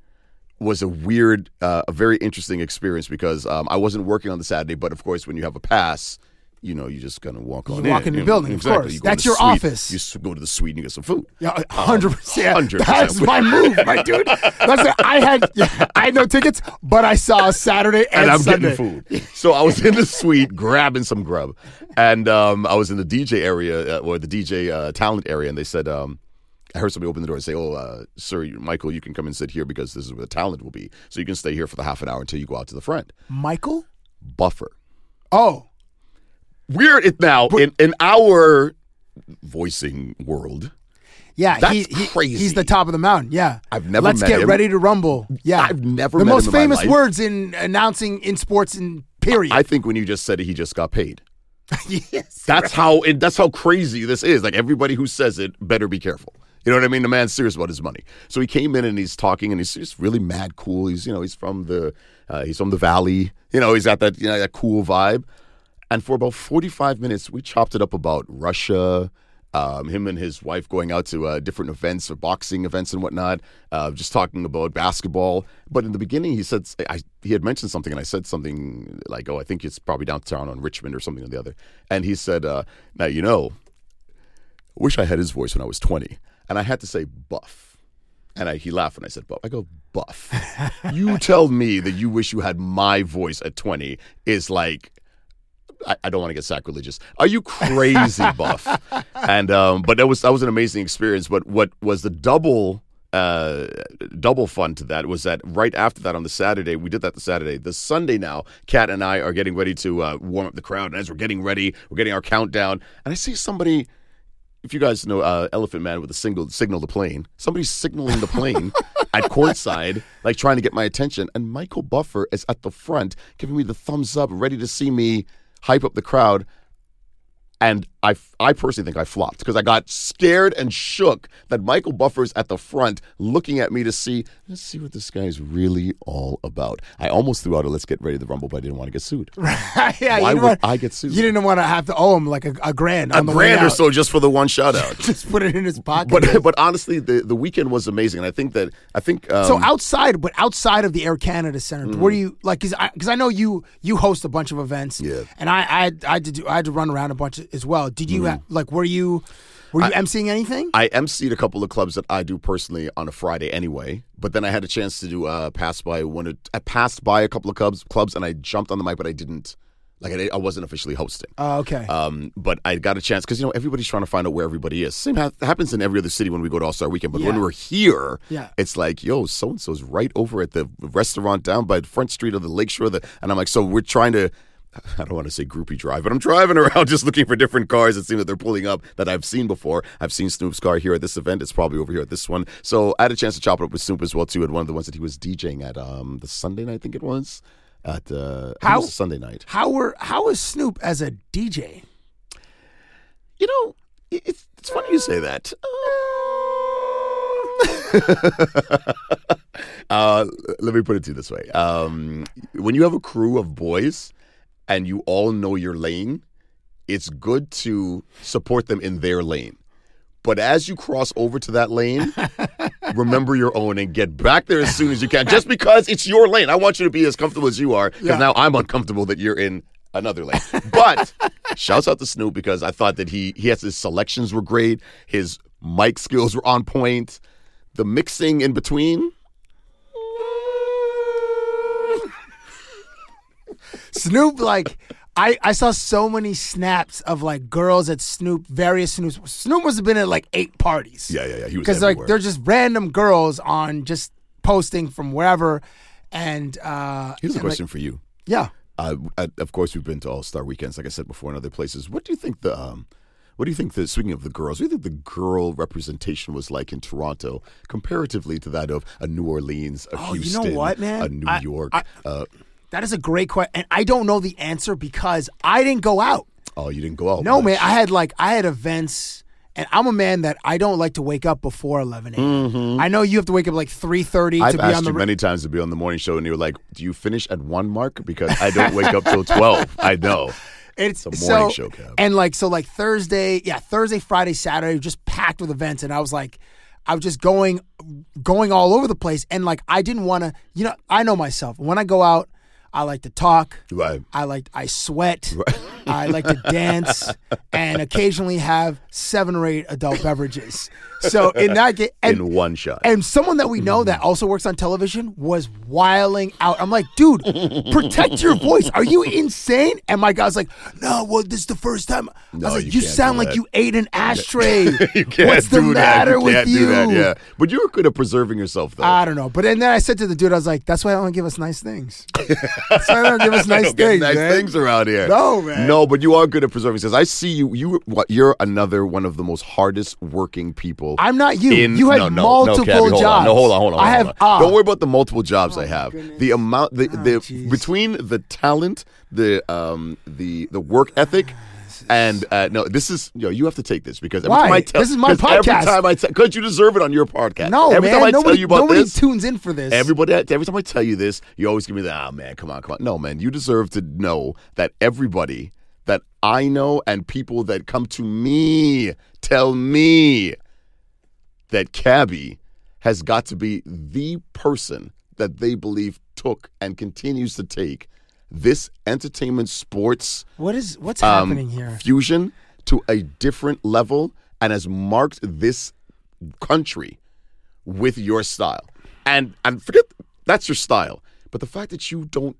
Speaker 4: was a weird, uh, a very interesting experience because um, I wasn't working on the Saturday, but of course, when you have a pass. You know, you just kind of walk on.
Speaker 3: walk in the
Speaker 4: you know,
Speaker 3: building, of
Speaker 4: exactly.
Speaker 3: course.
Speaker 4: You go in
Speaker 3: That's
Speaker 4: the
Speaker 3: your
Speaker 4: suite,
Speaker 3: office.
Speaker 4: You s- go to the suite and you get some food.
Speaker 3: Yeah, hundred percent.
Speaker 4: 100%.
Speaker 3: That's my move, my dude. That's it. I had, yeah, I had no tickets, but I saw Saturday and,
Speaker 4: and I'm
Speaker 3: Sunday.
Speaker 4: getting food. So I was in the suite grabbing some grub, and um, I was in the DJ area uh, or the DJ uh, talent area, and they said, um, I heard somebody open the door and say, "Oh, uh, sir, you- Michael, you can come and sit here because this is where the talent will be. So you can stay here for the half an hour until you go out to the front
Speaker 3: Michael,
Speaker 4: buffer."
Speaker 14: Oh.
Speaker 4: We're it now in, in our voicing world.
Speaker 3: Yeah,
Speaker 4: That's
Speaker 3: he, he-
Speaker 4: crazy.
Speaker 3: He's the top of the mountain. Yeah,
Speaker 4: I've never
Speaker 3: Let's
Speaker 4: met
Speaker 3: get
Speaker 4: him.
Speaker 3: ready to rumble. Yeah,
Speaker 4: I've never
Speaker 3: the
Speaker 4: met
Speaker 3: most
Speaker 4: him in my
Speaker 3: famous
Speaker 4: life.
Speaker 3: words in announcing in sports in period.
Speaker 4: I think when you just said it, he just got paid.
Speaker 3: yes,
Speaker 4: That's how it, that's how crazy this is. Like everybody who says it better be careful. You know what I mean? The man's serious about his money. So he came in and he's talking and he's just really mad cool. He's you know he's from the uh, he's from the valley. You know he's got that you know that cool vibe. And for about forty five minutes, we chopped it up about Russia. Um, him and his wife going out to uh, different events or boxing events and whatnot, uh, just talking about basketball. But in the beginning, he said I, he had mentioned something, and I said something like, "Oh, I think it's probably downtown on Richmond or something or the other." And he said, uh, "Now you know, wish I had his voice when I was 20. And I had to say buff. And I, he laughed when I said buff. I go, buff. you tell me that you wish you had my voice at 20 is like, I, I don't want to get sacrilegious. Are you crazy, buff? And um, but that was that was an amazing experience. But what was the double uh, double fun to that was that right after that on the Saturday we did that the Saturday the Sunday now Kat and I are getting ready to uh, warm up the crowd and as we're getting ready we're getting our countdown and I see somebody if you guys know uh, Elephant Man with a single signal the plane, somebody's signaling the plane at courtside, like trying to get my attention, and Michael Buffer is at the front, giving me the thumbs up, ready to see me hype up the crowd. And I, I personally think I flopped because I got scared and shook that Michael Buffer's at the front looking at me to see, let's see what this guy's really all about. I almost threw out a let's get ready to rumble, but I didn't want to get sued.
Speaker 3: yeah,
Speaker 4: Why
Speaker 3: you
Speaker 4: would
Speaker 3: don't want-
Speaker 4: I get sued?
Speaker 3: You didn't want to have to owe him like a, a grand.
Speaker 4: a
Speaker 3: on the way
Speaker 4: grand or
Speaker 3: out.
Speaker 4: so just for the one shout out.
Speaker 3: Just put it in his pocket.
Speaker 4: but but honestly, the, the weekend was amazing, and I think that I think um,
Speaker 3: so outside, but outside of the Air Canada Center,
Speaker 4: Mhm.
Speaker 3: where do you like? Because I, 'cause I know you you host a bunch of events. Yeah. And I I I had to do, I had to run around a bunch as well. Did you
Speaker 4: Mhm.
Speaker 3: ha- like? Were you were you emceeing anything?
Speaker 4: I emceed a couple of clubs that I do personally on a Friday anyway. But then I had a chance to do uh, pass by one. Or, I passed by a couple of clubs clubs, and I jumped on the mic, but I didn't. Like I, I wasn't officially hosting.
Speaker 3: Oh, okay.
Speaker 4: Um, but I got a chance because you know everybody's trying to find out where everybody is. Same ha- happens in every other city when we go to All Star Weekend, but when
Speaker 3: Yeah.
Speaker 4: we're here,
Speaker 3: Yeah.
Speaker 4: it's like, yo, so and so's right over at the restaurant down by the front street of the lakeshore. The, and I'm like, so we're trying to. I don't want to say groupie drive, but I'm driving around just looking for different cars that seem that they're pulling up that I've seen before. I've seen Snoop's car here at this event. It's probably over here at this one. So I had a chance to chop it up with Snoop as well too at one of the ones that he was DJing at um the Sunday night, I think it was. At uh, I think it
Speaker 3: How-
Speaker 4: was Sunday night.
Speaker 3: How were how is Snoop as a DJ?
Speaker 4: You know, it- it's it's funny you say that. Um, Uh, let me put it to you this way: um, when you have a crew of boys and you all know your lane, it's good to support them in their lane. But as you cross over to that lane, remember your own and get back there as soon as you can. Just because it's your lane, I want you to be as comfortable as you are. Because
Speaker 3: Yeah.
Speaker 4: now I'm uncomfortable that you're in another lane. But shouts out to Snoop because I thought that he he has his selections were great, his mic skills were on point, the mixing in between.
Speaker 3: Snoop, like, I, I saw so many snaps of like girls at Snoop, various Snoops. Snoop must have been at like eight parties.
Speaker 4: Yeah, yeah, yeah. He was
Speaker 3: Because like
Speaker 4: everywhere.
Speaker 3: they're just random girls on just posting from wherever. And uh
Speaker 4: Here's
Speaker 3: and,
Speaker 4: a
Speaker 3: like-
Speaker 4: question for you.
Speaker 3: yeah.
Speaker 4: Uh, I, of course, we've been to All Star weekends, like I said before, in other places. What do you think the um, what do you think the speaking of the girls? What do you think the girl representation was like in Toronto comparatively to that of a New Orleans, a
Speaker 3: Oh, you know
Speaker 4: Houston,
Speaker 3: what, man?
Speaker 4: a New
Speaker 3: I-
Speaker 4: York?
Speaker 3: I-
Speaker 4: uh,
Speaker 3: That is a great question. And I don't know the answer because I didn't go out.
Speaker 4: oh, you didn't go out.
Speaker 3: no,
Speaker 4: much.
Speaker 3: man. I had like I had events and I'm a man that I don't like to wake up before eleven AM. I know you have to wake up like three thirty to
Speaker 4: Mm-hmm. I've
Speaker 3: be
Speaker 4: asked
Speaker 3: on the
Speaker 4: you
Speaker 3: ra-
Speaker 4: many times to be on the morning show, and you were like, "Do you finish at one mark?" Because I don't wake up till twelve. I know.
Speaker 3: It's,
Speaker 4: a
Speaker 3: so,
Speaker 4: morning show, Kev.
Speaker 3: And like so like Thursday, yeah, Thursday, Friday, Saturday, just packed with events. And I was like, I was just going going all over the place. And like I didn't wanna you know, I know myself. When I go out, I like to talk.
Speaker 4: Right.
Speaker 3: I like I sweat. I like to dance and occasionally have seven or eight adult beverages. So in that game,
Speaker 4: in one shot.
Speaker 3: and someone that we know
Speaker 4: Mm.
Speaker 3: that also works on television was wiling out. I'm like, dude, protect your voice. Are you insane? And my guy's like, no, well, this is the first time. I was
Speaker 4: No,
Speaker 3: like,
Speaker 4: you
Speaker 3: you,
Speaker 4: can't do
Speaker 3: sound like
Speaker 4: that."
Speaker 3: you ate an ashtray.
Speaker 4: you can't
Speaker 3: What's the
Speaker 4: do that.
Speaker 3: matter
Speaker 4: You
Speaker 3: with
Speaker 4: can't
Speaker 3: you?
Speaker 4: do that. Yeah, but you were good at preserving yourself, though.
Speaker 3: I don't know. But and then I said to the dude, I was like, that's why I don't give us nice things. that's why I don't give us
Speaker 4: I
Speaker 3: nice
Speaker 4: don't get
Speaker 3: things.
Speaker 4: nice
Speaker 3: man.
Speaker 4: things around here.
Speaker 3: No, man.
Speaker 4: No, but you are good at preserving things. I see you. You, what, you're another one of the most hardest working people.
Speaker 3: I'm not you.
Speaker 4: in-
Speaker 3: You had
Speaker 4: no, no,
Speaker 3: multiple
Speaker 4: no, Gabby, hold On.
Speaker 3: jobs.
Speaker 4: No, hold on, hold on.
Speaker 3: I
Speaker 4: hold
Speaker 3: have-
Speaker 4: on.
Speaker 3: ah. Oh,
Speaker 4: Don't worry about the multiple jobs I have. The amount, the, the between the talent, the um, the the work ethic. And uh, no, this is yo. You have to take this because every
Speaker 3: Ah, Why?
Speaker 4: time I tell
Speaker 3: This is my
Speaker 4: 'cause Every
Speaker 3: podcast.
Speaker 4: time I tell, because you deserve it on your podcast.
Speaker 3: No,
Speaker 4: every
Speaker 3: man.
Speaker 4: time I
Speaker 3: nobody
Speaker 4: tell you about
Speaker 3: nobody
Speaker 4: this,
Speaker 3: tunes in for this.
Speaker 4: Everybody, every time I tell you this, you always give me the ah man, come on, come on. No, man, you deserve to know that everybody that I know and people that come to me tell me that Cabby has got to be the person that they believe took and continues to take this entertainment sports
Speaker 3: what is what's
Speaker 4: um,
Speaker 3: happening here?
Speaker 4: fusion to a different level and has marked this country with your style. And and forget that's your style. But the fact that you don't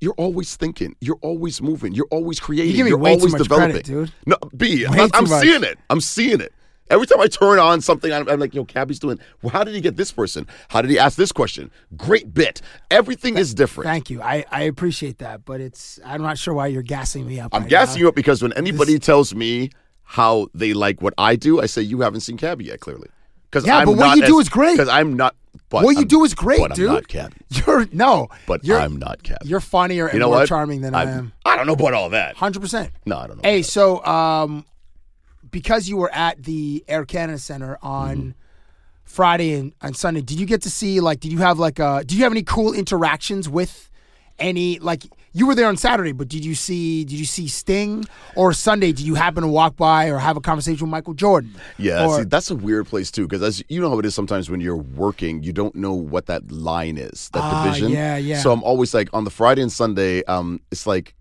Speaker 4: you're always thinking, you're always moving, you're always creating,
Speaker 3: You give me
Speaker 4: are
Speaker 3: way too
Speaker 4: always
Speaker 3: much
Speaker 4: developing.
Speaker 3: credit, dude.
Speaker 4: No, B,
Speaker 3: Way
Speaker 4: I'm,
Speaker 3: too
Speaker 4: I'm
Speaker 3: much.
Speaker 4: seeing it. I'm seeing it. Every time I turn on something, I'm, I'm like, yo, Cabby's doing. Well, how did he get this person? How did he ask this question? Great bit. Everything is different.
Speaker 3: Thank you. I, I appreciate that, but it's I'm not sure why you're gassing me up.
Speaker 4: I'm
Speaker 3: right
Speaker 4: gassing
Speaker 3: now.
Speaker 4: you up because when anybody tells me how they like what I do, I say you haven't seen Cabby yet, clearly. Because
Speaker 3: Yeah,
Speaker 4: I'm
Speaker 3: but what
Speaker 4: not
Speaker 3: you do
Speaker 4: as-
Speaker 3: is great.
Speaker 4: 'cause I'm not. But
Speaker 3: what you
Speaker 4: I'm-
Speaker 3: do is great,
Speaker 4: but
Speaker 3: dude.
Speaker 4: I'm not Cabby.
Speaker 3: You're no.
Speaker 4: But
Speaker 3: You're-
Speaker 4: I'm not Cabby.
Speaker 3: You're funnier and
Speaker 4: You know
Speaker 3: more
Speaker 4: what?
Speaker 3: charming than I
Speaker 4: I'm-
Speaker 3: am.
Speaker 4: I don't know about all that.
Speaker 3: Hundred percent.
Speaker 4: No, I don't know.
Speaker 3: Hey, so um, because you were at the Air Canada Center on
Speaker 4: Mm-hmm.
Speaker 3: Friday and, and Sunday, did you get to see like? Did you have like uh? Did you have any cool interactions with any like? You were there on Saturday, but did you see? Did you see Sting or Sunday? Did you happen to walk by or have a conversation with Michael Jordan?
Speaker 4: Yeah,
Speaker 3: Or-
Speaker 4: see, that's a weird place too, because as you know how it is sometimes when you're working, you don't know what that line is, that
Speaker 3: Ah,
Speaker 4: division.
Speaker 3: yeah, yeah.
Speaker 4: So I'm always like on the Friday and Sunday, um, it's like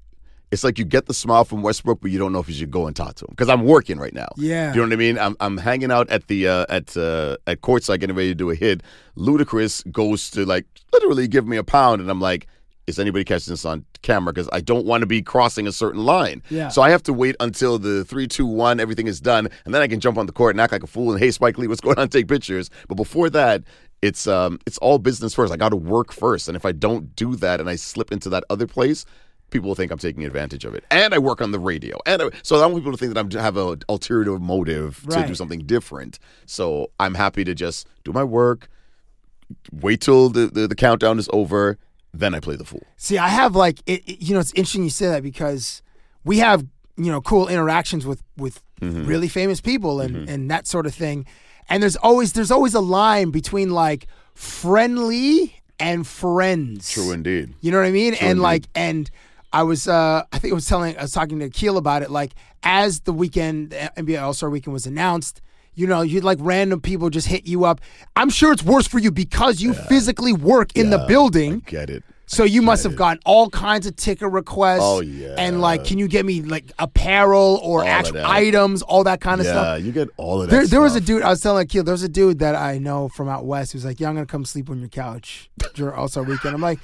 Speaker 4: it's like you get the smile from Westbrook, but you don't know if you should go and talk to him because I'm working right now.
Speaker 3: Yeah.
Speaker 4: you know what I mean. I'm, I'm hanging out at the uh, at uh, at courtside getting ready to do a hit. Ludacris goes to like literally give me a pound, and I'm like, is anybody catching this on camera? Because I don't want to be crossing a certain line.
Speaker 3: Yeah.
Speaker 4: So I have to wait until the three, two, one, everything is done, and then I can jump on the court and act like a fool and hey, Spike Lee, what's going on? Take pictures. But before that. It's um, it's all business first. I got to work first, and if I don't do that, and I slip into that other place, people will think I'm taking advantage of it. And I work on the radio. And I, so I don't want people to think that I'm have an alternative motive to do
Speaker 3: Right.
Speaker 4: something different. So I'm happy to just do my work, wait till the, the, the countdown is over, then I play the fool.
Speaker 3: See, I have like it, it- you know, it's interesting you say that because we have you know cool interactions with with
Speaker 4: Mhm.
Speaker 3: really famous people and
Speaker 4: Mm-hmm.
Speaker 3: and that sort of thing, and there's always there's always a line between like friendly and friends.
Speaker 4: indeed.
Speaker 3: You know what I mean?
Speaker 4: True
Speaker 3: and
Speaker 4: indeed.
Speaker 3: like, and I was, uh, I think I was telling, I was talking to Akil about it. Like, as the weekend, the NBA All Star Weekend was announced, you know, you'd like random people just hit you up. I'm sure it's worse for you because you physically work in the building.
Speaker 4: Get it.
Speaker 3: So you must have gotten all kinds of ticket requests.
Speaker 4: Oh, yeah.
Speaker 3: And like, can you get me like apparel or
Speaker 4: All of
Speaker 3: actual
Speaker 4: that.
Speaker 3: items, all that kind of stuff?
Speaker 4: Yeah, you get all of that.
Speaker 3: There, there was a
Speaker 4: stuff.
Speaker 3: dude I was telling Akil. There was a dude that I know from out west who's like, "Yeah, I'm gonna come sleep on your couch during All Star Weekend." I'm like,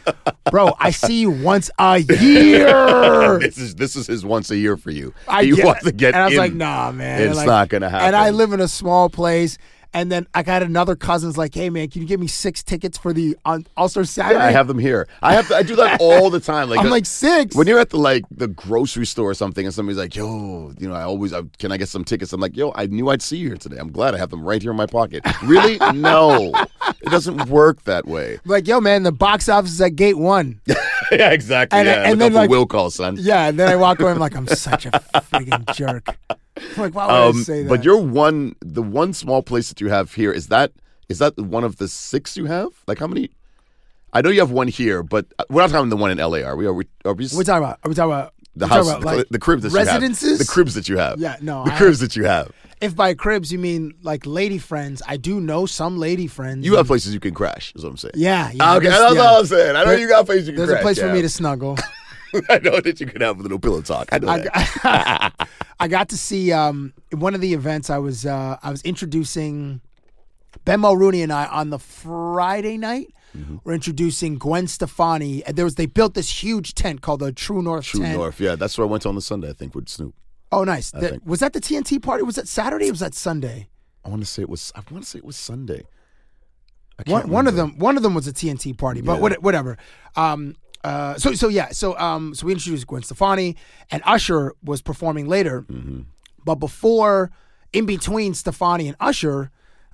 Speaker 3: "Bro, I see you once a year."
Speaker 4: this is this is his once a year for you.
Speaker 3: I
Speaker 4: he
Speaker 3: get-
Speaker 4: wants to get
Speaker 3: and I was
Speaker 4: in.
Speaker 3: like, "Nah, man,
Speaker 4: It's
Speaker 3: Like-
Speaker 4: not gonna happen.
Speaker 3: And I live in a small place. And then I got another cousin's like, "Hey, man, can you get me six tickets for the on All Star Saturday?"
Speaker 4: Yeah, I have them here. I have to, I do that all the time. Like
Speaker 3: I'm
Speaker 4: uh,
Speaker 3: like six.
Speaker 4: When you're at the like the grocery store or something, and somebody's like, "Yo, you know, I always I, can I get some tickets?" I'm like, "Yo, I knew I'd see you here today. I'm glad I have them right here in my pocket." Really? no, it doesn't work that way.
Speaker 3: like, "Yo, man, the box office is at gate one."
Speaker 4: yeah, exactly.
Speaker 3: And-
Speaker 4: yeah,
Speaker 3: and
Speaker 4: look
Speaker 3: then,
Speaker 4: out for
Speaker 3: like-
Speaker 4: will call, son.
Speaker 3: yeah, and then I walk away. I'm like, "I'm such a freaking jerk." I'm like, why would I
Speaker 4: Um,
Speaker 3: say that?
Speaker 4: but your one, the one small place that you have here is that is that one of the six you have? Like how many? I know you have one here, but uh, we're not talking the one in LA, are we? Are we? Are we
Speaker 3: We're talking about. Are we talking about
Speaker 4: the
Speaker 3: we're talking
Speaker 4: house,
Speaker 3: about,
Speaker 4: the,
Speaker 3: like,
Speaker 4: the crib that you
Speaker 3: residences?
Speaker 4: have, the cribs that you have.
Speaker 3: Yeah, no,
Speaker 4: the
Speaker 3: I-
Speaker 4: cribs that you have.
Speaker 3: If by cribs you mean like lady friends, I do know some lady friends.
Speaker 4: You have places you can crash. Is what I'm saying.
Speaker 3: Yeah, yeah,
Speaker 4: okay,
Speaker 3: this-
Speaker 4: that's
Speaker 3: yeah.
Speaker 4: all I'm saying. I know
Speaker 3: There-
Speaker 4: you got places you can
Speaker 3: There's
Speaker 4: crash.
Speaker 3: a place for
Speaker 4: yeah.
Speaker 3: me to snuggle.
Speaker 4: I know that you could have a little pillow talk. I know
Speaker 3: I-
Speaker 4: that.
Speaker 3: I got to see um, one of the events. I was uh, I was introducing Ben Mulrooney and I on the Friday night.
Speaker 4: Mm-hmm.
Speaker 3: We're introducing Gwen Stefani. And there was they built this huge tent called the True North
Speaker 4: True
Speaker 3: Tent.
Speaker 4: North. Yeah, that's where I went on the Sunday. I think with Snoop.
Speaker 3: Oh, nice.
Speaker 4: I
Speaker 3: That-
Speaker 4: think.
Speaker 3: was that the TNT party? Was that Saturday? or Was that Sunday?
Speaker 4: I want to say it was. I want to say it was Sunday.
Speaker 3: One, one of them. One of them was a TNT party, but
Speaker 4: Yeah.
Speaker 3: what, whatever. Um, uh, so so yeah. So um, so we introduced Gwen Stefani and Usher was performing later,
Speaker 4: Mm-hmm.
Speaker 3: but before, in between Stefani and Usher,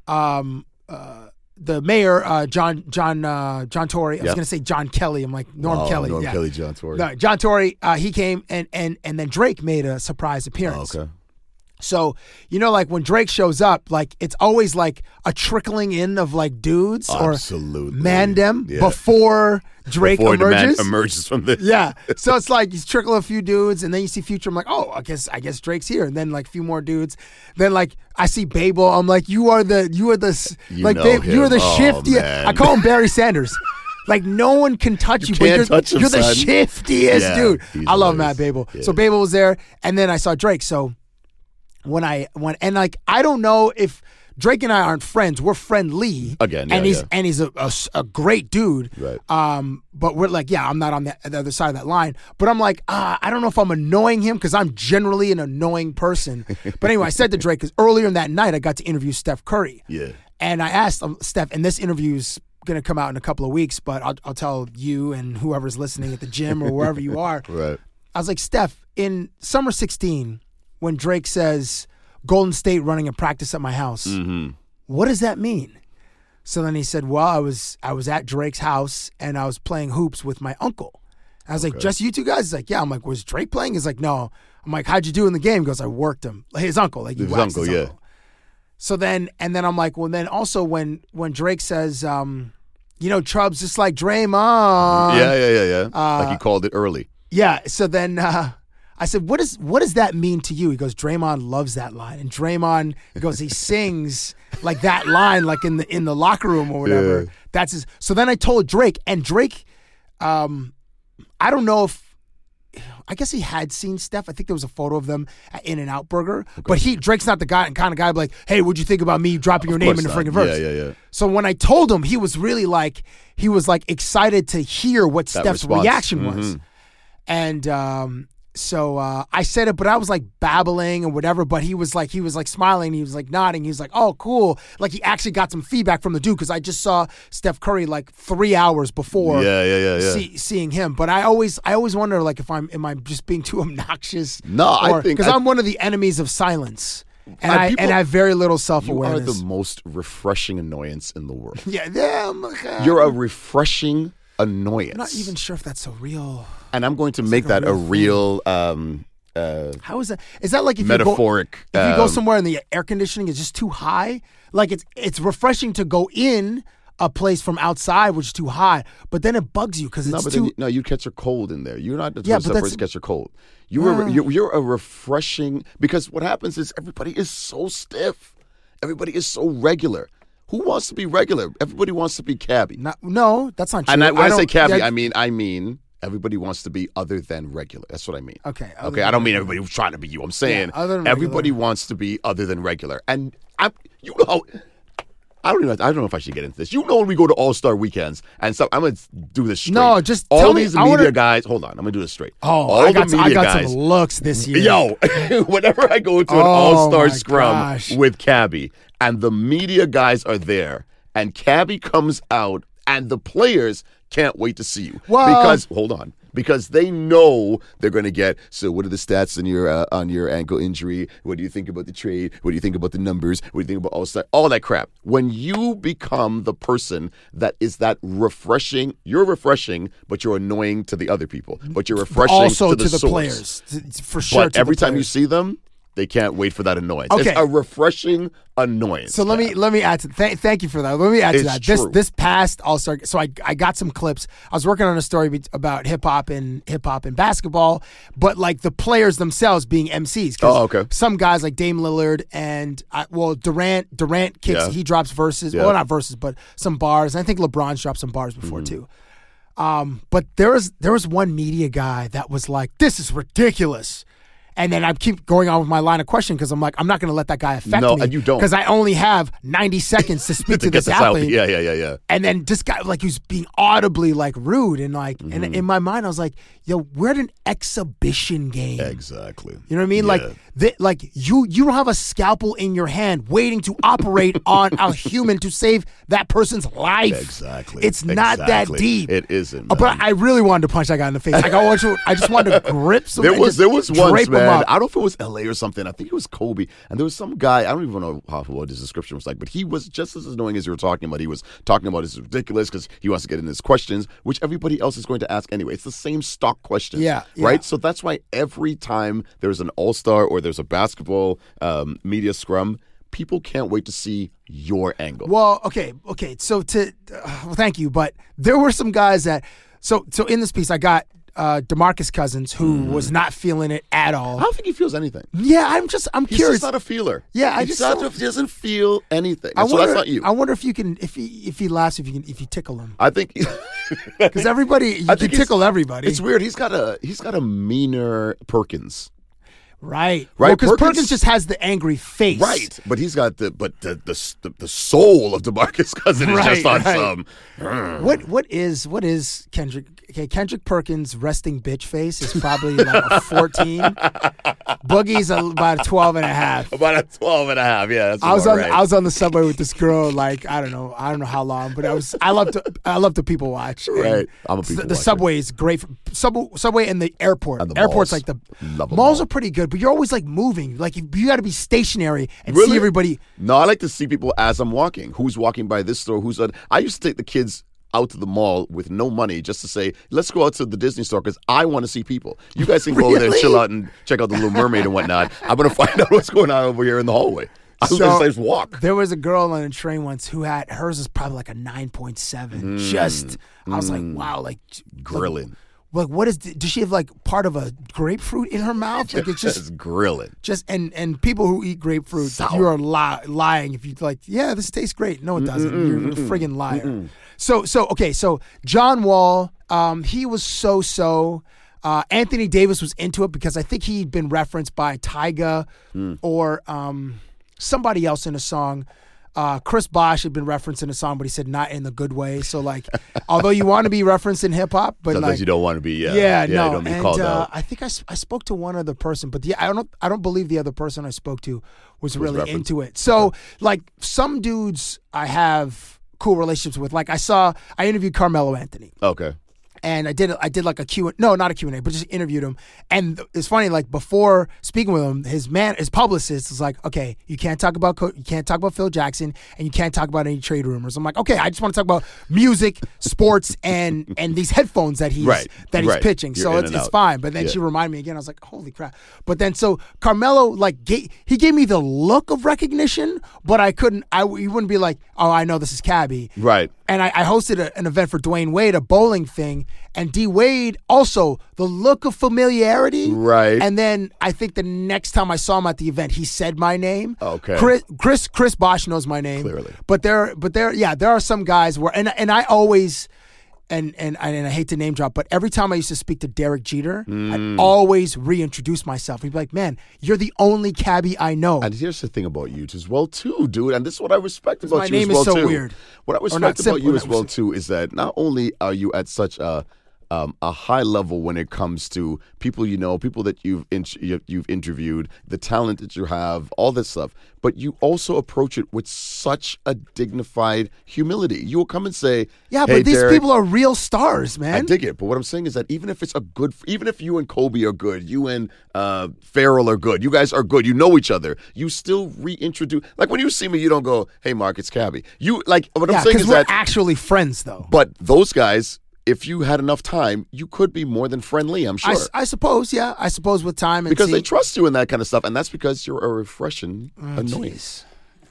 Speaker 3: um, uh, the mayor uh, John John uh, John Tory. I was
Speaker 4: Yeah.
Speaker 3: gonna say John Kelly. I'm like Norm
Speaker 4: Oh,
Speaker 3: Kelly.
Speaker 4: Norm
Speaker 3: yeah.
Speaker 4: Kelly, John Tory.
Speaker 3: No, John Tory. Uh, he came and and and then Drake made a surprise appearance.
Speaker 4: Oh, okay.
Speaker 3: So, you know, like when Drake shows up, like it's always like a trickling in of like dudes
Speaker 4: Absolutely.
Speaker 3: or mandem
Speaker 4: Yeah.
Speaker 3: before Drake
Speaker 4: Before the man
Speaker 3: emerges.
Speaker 4: emerges from this.
Speaker 3: yeah. So it's like he's trickling a few dudes and then you see Future. I'm like, oh, I guess I guess Drake's here. And then like a few more dudes. Then like I see Babel. I'm like, you are the you are the s-
Speaker 4: You
Speaker 3: like
Speaker 4: know
Speaker 3: you are the
Speaker 4: him. Oh,
Speaker 3: shiftiest.
Speaker 4: man.
Speaker 3: I call him Barry Sanders. Like no one can touch you, but
Speaker 4: can't
Speaker 3: you're,
Speaker 4: touch him,
Speaker 3: you're the
Speaker 4: son.
Speaker 3: shiftiest
Speaker 4: Yeah,
Speaker 3: dude.
Speaker 4: he's
Speaker 3: I love Matt Babel.
Speaker 4: Yeah.
Speaker 3: So Babel was there, and then I saw Drake. So when I when and like I don't know if Drake and I aren't friends. We're friendly
Speaker 4: Again,
Speaker 3: and
Speaker 4: yeah,
Speaker 3: he's
Speaker 4: yeah.
Speaker 3: and he's a, a s- a great dude.
Speaker 4: Right.
Speaker 3: Um, but we're like, yeah, I'm not on the, the other side of that line. But I'm like, uh, I don't know if I'm annoying him because I'm generally an annoying person. but anyway, I said to Drake because earlier in that night I got to interview Steph Curry.
Speaker 4: Yeah.
Speaker 3: And I asked um, Steph, and this interview's going to come out in a couple of weeks, but I'll, I'll tell you and whoever's listening at the gym or wherever you are.
Speaker 4: Right.
Speaker 3: I was like, Steph, in summer 16, when Drake says, Golden State running a practice at my house,
Speaker 4: Mm-hmm.
Speaker 3: what does that mean? So then he said, Well, I was I was at Drake's house and I was playing hoops with my uncle. I was like, just you two guys? He's like, yeah. I'm like, was Drake playing? He's like, no. I'm like, how'd you do in the game? He goes, I worked him. His uncle, like you
Speaker 4: His
Speaker 3: waxed
Speaker 4: uncle,
Speaker 3: his
Speaker 4: yeah.
Speaker 3: uncle. So then, and then I'm like, well, then also when when Drake says, um, you know, Trubs just like Draymond.
Speaker 4: yeah, yeah, yeah, yeah. like
Speaker 3: um, uh,
Speaker 4: he called it early.
Speaker 3: Yeah. So then uh, I said, "What is what does that mean to you?" He goes, "Draymond loves that line," and Draymond he goes, he sings like that line, like in the in the locker room or whatever.
Speaker 4: Yeah.
Speaker 3: That's his. So then I told Drake, and Drake, um, I don't know if. I guess he had seen Steph. I think there was a photo of them at In and Out Burger. But he Drake's not the guy kind of guy like, hey, what'd you think about me dropping your
Speaker 4: Of
Speaker 3: name
Speaker 4: course
Speaker 3: in the
Speaker 4: not.
Speaker 3: freaking verse?
Speaker 4: Yeah, yeah, yeah.
Speaker 3: So when I told him, he was really like he was like excited to hear what
Speaker 4: That
Speaker 3: Steph's
Speaker 4: response.
Speaker 3: reaction was.
Speaker 4: Mhm.
Speaker 3: And um, so uh, I said it, but I was like babbling and whatever. But he was like, he was like smiling. He was like nodding. He was like, oh, cool. Like he actually got some feedback from the dude because I just saw Steph Curry like three hours before.
Speaker 4: Yeah, yeah, yeah, yeah.
Speaker 3: See, seeing him, but I always, I always wonder like if I'm, am I just being too obnoxious?
Speaker 4: No, I think
Speaker 3: because
Speaker 4: I-
Speaker 3: I'm one of the enemies of silence, and
Speaker 4: Uh,
Speaker 3: I
Speaker 4: people-
Speaker 3: and I have very little self
Speaker 4: You are the
Speaker 3: awareness.
Speaker 4: most refreshing annoyance in the world.
Speaker 3: Yeah, yeah, I'm, uh,
Speaker 4: You're a refreshing annoyance.
Speaker 3: I'm not even sure if that's so real.
Speaker 4: and I'm going to
Speaker 3: like
Speaker 4: make
Speaker 3: a
Speaker 4: that a
Speaker 3: real
Speaker 4: real um uh
Speaker 3: How is that? Is that like if
Speaker 4: metaphoric
Speaker 3: You go, if you go
Speaker 4: um,
Speaker 3: somewhere and the air conditioning is just too high, like it's it's refreshing to go in a place from outside which is too high, but then it bugs you because
Speaker 4: no,
Speaker 3: it's
Speaker 4: but
Speaker 3: too.
Speaker 4: then you, no, you catch a cold in there. You're not the
Speaker 3: Yeah,
Speaker 4: yeah,
Speaker 3: but that's-
Speaker 4: person to catch a cold. You are
Speaker 3: Ah.
Speaker 4: you're, you're a refreshing because what happens is everybody is so stiff. Everybody is so regular. Who wants to be regular? Everybody wants to be cabby.
Speaker 3: not, no, that's not true.
Speaker 4: And I, when I, say
Speaker 3: don't-
Speaker 4: cabby,
Speaker 3: yeah,
Speaker 4: I mean I mean everybody wants to be other than regular. That's what I mean.
Speaker 3: Okay, other
Speaker 4: Okay. I
Speaker 3: than
Speaker 4: don't mean everybody was trying to be you. I'm saying
Speaker 3: other than
Speaker 4: everybody
Speaker 3: regular.
Speaker 4: wants to be other than regular. And I, you know, how- I don't even. I don't know if I should get into this. You know, when we go to All Star weekends and stuff, I'm gonna do this straight.
Speaker 3: No, just
Speaker 4: all
Speaker 3: tell me-
Speaker 4: these
Speaker 3: I
Speaker 4: media
Speaker 3: wanna-
Speaker 4: guys. Hold on, I'm gonna do this straight.
Speaker 3: Oh,
Speaker 4: all
Speaker 3: I got,
Speaker 4: the
Speaker 3: some, I
Speaker 4: media
Speaker 3: got
Speaker 4: guys.
Speaker 3: some looks this year.
Speaker 4: Yo, whenever I go to an
Speaker 3: Oh,
Speaker 4: All Star
Speaker 3: my
Speaker 4: scrum
Speaker 3: gosh.
Speaker 4: with Cabby, and the media guys are there, and Cabby comes out, and the players can't wait to see you
Speaker 3: Well-
Speaker 4: because hold on. Because they know they're going to get. So, what are the stats on your uh, on your ankle injury? What do you think about the trade? What do you think about the numbers? What do you think about all that all that crap? When you become the person that is that refreshing, you're refreshing, but you're annoying to the other people. But you're
Speaker 3: But
Speaker 4: refreshing
Speaker 3: also to the,
Speaker 4: source.
Speaker 3: players, t- for sure.
Speaker 4: But
Speaker 3: to the
Speaker 4: every time you
Speaker 3: players.
Speaker 4: see them, they can't wait for that annoyance.
Speaker 3: Okay.
Speaker 4: It's a refreshing annoyance.
Speaker 3: So let me let me add to th- thank you for that. Let me add to
Speaker 4: It's
Speaker 3: that. This
Speaker 4: true.
Speaker 3: this past All Star, so I I got some clips. I was working on a story be- about hip hop and hip hop and basketball, but like the players themselves being MCs. 'Cause
Speaker 4: Oh, okay.
Speaker 3: Some guys like Dame Lillard and I, well Durant Durant kicks
Speaker 4: Yeah.
Speaker 3: he drops verses
Speaker 4: Yeah. Mm-hmm.
Speaker 3: well not verses but some bars. And I think LeBron's dropped some bars before too. Um, but there was there was one media guy that was like, "This is ridiculous," and then I keep going on with my line of question because I'm like, I'm not going to let that guy affect
Speaker 4: No,
Speaker 3: me.
Speaker 4: and you don't.
Speaker 3: because I only have 90 seconds to speak to,
Speaker 4: to get
Speaker 3: this
Speaker 4: this out.
Speaker 3: athlete.
Speaker 4: Yeah, yeah, yeah, yeah.
Speaker 3: And then this guy, like, he was being audibly like rude, and like,
Speaker 4: Mm-hmm.
Speaker 3: and in my mind, I was like, "Yo, we're at an exhibition game."
Speaker 4: Exactly.
Speaker 3: You know what I mean? Like, th- like you you don't have a scalpel in your hand waiting to operate on a human to save that person's life.
Speaker 4: Exactly.
Speaker 3: It's not that
Speaker 4: Exactly.
Speaker 3: deep.
Speaker 4: It isn't.
Speaker 3: Uh, but I really wanted to punch that guy in the face. Like I want to, I just wanted to grip some.
Speaker 4: There
Speaker 3: and just
Speaker 4: was there was
Speaker 3: drape
Speaker 4: once,
Speaker 3: him
Speaker 4: man.
Speaker 3: up.
Speaker 4: I don't know if it was L.A. or something. I think it was Kobe, and there was some guy. I don't even know how what his description was like, but he was just as annoying as you were talking about. He was talking about this is ridiculous because he wants to get in his questions, which everybody else is going to ask anyway. It's the same stock questions,
Speaker 3: Yeah, yeah.
Speaker 4: right? So that's why every time there's an All Star or there's a basketball um, media scrum, people can't wait to see your angle.
Speaker 3: Well, okay, okay. So to, uh, well, thank you. But there were some guys that, so so in this piece, I got uh Demarcus Cousins who
Speaker 4: Mm-hmm.
Speaker 3: was not feeling it at all.
Speaker 4: I don't think he feels anything.
Speaker 3: yeah, I'm just I'm
Speaker 4: He's
Speaker 3: curious.
Speaker 4: just not a feeler.
Speaker 3: Yeah, I
Speaker 4: He's
Speaker 3: just
Speaker 4: not
Speaker 3: don't-
Speaker 4: a- he doesn't feel anything.
Speaker 3: I
Speaker 4: so
Speaker 3: wonder,
Speaker 4: that's not you.
Speaker 3: I wonder if you can if he if he laughs if you can if you tickle him.
Speaker 4: I think
Speaker 3: because everybody you can
Speaker 4: think he's-
Speaker 3: tickle everybody.
Speaker 4: It's weird. He's got a he's got a meaner Perkins,
Speaker 3: right,
Speaker 4: Right,
Speaker 3: Because Perkins,
Speaker 4: Perkins-
Speaker 3: just has the angry face,
Speaker 4: right? But he's got the but the the the, the soul of Demarcus Cousins is
Speaker 3: Right,
Speaker 4: just on
Speaker 3: right.
Speaker 4: some.
Speaker 3: Mm. What what is what is Kendrick? Okay, Kendrick Perkins resting bitch face is probably like a fourteen. Boogie's a- about a 12 and a half.
Speaker 4: About a 12 and a half. Yeah, that's
Speaker 3: I was on
Speaker 4: about right.
Speaker 3: I was on the subway with this girl like I don't know I don't know how long but I was I love to I love to people watch and
Speaker 4: Right. I'm a
Speaker 3: s-
Speaker 4: people
Speaker 3: the
Speaker 4: watcher.
Speaker 3: subway is great for, sub, subway and the airport
Speaker 4: And the
Speaker 3: airport's
Speaker 4: malls.
Speaker 3: like the
Speaker 4: Love a
Speaker 3: malls
Speaker 4: mall.
Speaker 3: are pretty good but you're always like moving like you, you got to be stationary and see
Speaker 4: Really?
Speaker 3: everybody
Speaker 4: No, I like to see people as I'm walking. Who's walking by this store? Who's on? I used to take the kids out to the mall with no money just to say, let's go out to the Disney store because I want to see people. You guys can go over there and
Speaker 3: Really?
Speaker 4: chill out and check out the Little Mermaid and whatnot. I'm gonna find out what's going on over here in the hallway. I
Speaker 3: So-
Speaker 4: just, I just walk.
Speaker 3: There was a girl on a train once who had hers is probably like a nine point seven.
Speaker 4: Mm,
Speaker 3: Just I was
Speaker 4: mm.
Speaker 3: like, wow, like j-
Speaker 4: Grilling.
Speaker 3: Like, like what is? Does she have like part of a grapefruit in her mouth? Like it's just
Speaker 4: Just grilling.
Speaker 3: just and and people who eat grapefruit,
Speaker 4: Sour.
Speaker 3: you are li- lying if you like. Yeah, this tastes great. No, it doesn't.
Speaker 4: Mm-mm,
Speaker 3: You're a
Speaker 4: mm-mm,
Speaker 3: friggin' liar.
Speaker 4: mm-mm.
Speaker 3: So so okay. So John Wall, um, he was so so. Uh, Anthony Davis was into it because I think he'd been referenced by Tyga
Speaker 4: Hmm.
Speaker 3: or um, somebody else in a song. Uh, Chris Bosh had been referenced in a song, but he said not in the good way. So like, although you want to be referenced in hip hop, but
Speaker 4: Sometimes
Speaker 3: like
Speaker 4: you don't want to be. Yeah,
Speaker 3: no.
Speaker 4: You don't be
Speaker 3: and
Speaker 4: called
Speaker 3: uh,
Speaker 4: out.
Speaker 3: I think I, s- I spoke to one other person, but the, I don't I don't believe the other person I spoke to was,
Speaker 4: Was
Speaker 3: really
Speaker 4: referenced.
Speaker 3: into it. So like some dudes I have cool relationships with. Like I saw I interviewed Carmelo Anthony
Speaker 4: Okay.
Speaker 3: and I did I did like a Q no not a Q and A but just interviewed him and th- it's funny like before speaking with him his man his publicist is like okay you can't talk about Co- you can't talk about Phil Jackson and you can't talk about any trade rumors I'm like okay I just want to talk about music sports and and these headphones that he's
Speaker 4: Right,
Speaker 3: that he's
Speaker 4: right.
Speaker 3: pitching
Speaker 4: You're
Speaker 3: so
Speaker 4: in
Speaker 3: it's,
Speaker 4: and
Speaker 3: it's
Speaker 4: out.
Speaker 3: fine but then
Speaker 4: Yeah.
Speaker 3: she reminded me again I was like holy crap but then so Carmelo like ga- he gave me the look of recognition but I couldn't I w- he wouldn't be like oh I know this is Cabby
Speaker 4: Right.
Speaker 3: and I, I hosted a, an event for Dwayne Wade, a bowling thing, and D Wade also the look of familiarity,
Speaker 4: Right.
Speaker 3: And then I think the next time I saw him at the event, he said my name.
Speaker 4: Okay.
Speaker 3: Chris Chris Chris Bosch knows my name
Speaker 4: Clearly.
Speaker 3: but there but there yeah there are some guys where and and I always. And, and and I hate to name drop, but every time I used to speak to Derek Jeter, I'd
Speaker 4: Mm.
Speaker 3: always reintroduce myself. He'd be like, "Man, you're the only cabbie I know."
Speaker 4: And here's the thing about you as well too, dude. And this is what I respect about
Speaker 3: my
Speaker 4: you
Speaker 3: name
Speaker 4: as
Speaker 3: is
Speaker 4: well
Speaker 3: so
Speaker 4: too.
Speaker 3: weird.
Speaker 4: What I
Speaker 3: Or not
Speaker 4: respect about
Speaker 3: simple,
Speaker 4: you
Speaker 3: not
Speaker 4: as well too is that not only are you at such a um, a high level when it comes to people you know, people that you've in- you- you've interviewed, the talent that you have, all this stuff, but you also approach it with such a dignified humility. You will come and say,
Speaker 3: Yeah,
Speaker 4: "Hey,
Speaker 3: but these
Speaker 4: Derek,
Speaker 3: people are real stars, man.
Speaker 4: I dig it, but what I'm saying is that even if it's a good, even if you and Kobe are good, you and uh, Farrell are good, you guys are good, you know each other, you still reintroduce. Like when you see me, you don't go, "Hey, Mark, it's Cabby." You like what
Speaker 3: yeah,
Speaker 4: I'm saying
Speaker 3: because
Speaker 4: is
Speaker 3: we're
Speaker 4: that.
Speaker 3: actually friends, though.
Speaker 4: but those guys, if you had enough time, you could be more than friendly. I'm
Speaker 3: I,
Speaker 4: sure
Speaker 3: s- I suppose, yeah. I suppose with time and
Speaker 4: because they
Speaker 3: seeing-
Speaker 4: trust you and that kind of stuff, and that's because you're a refreshing
Speaker 3: Oh,
Speaker 4: annoyance.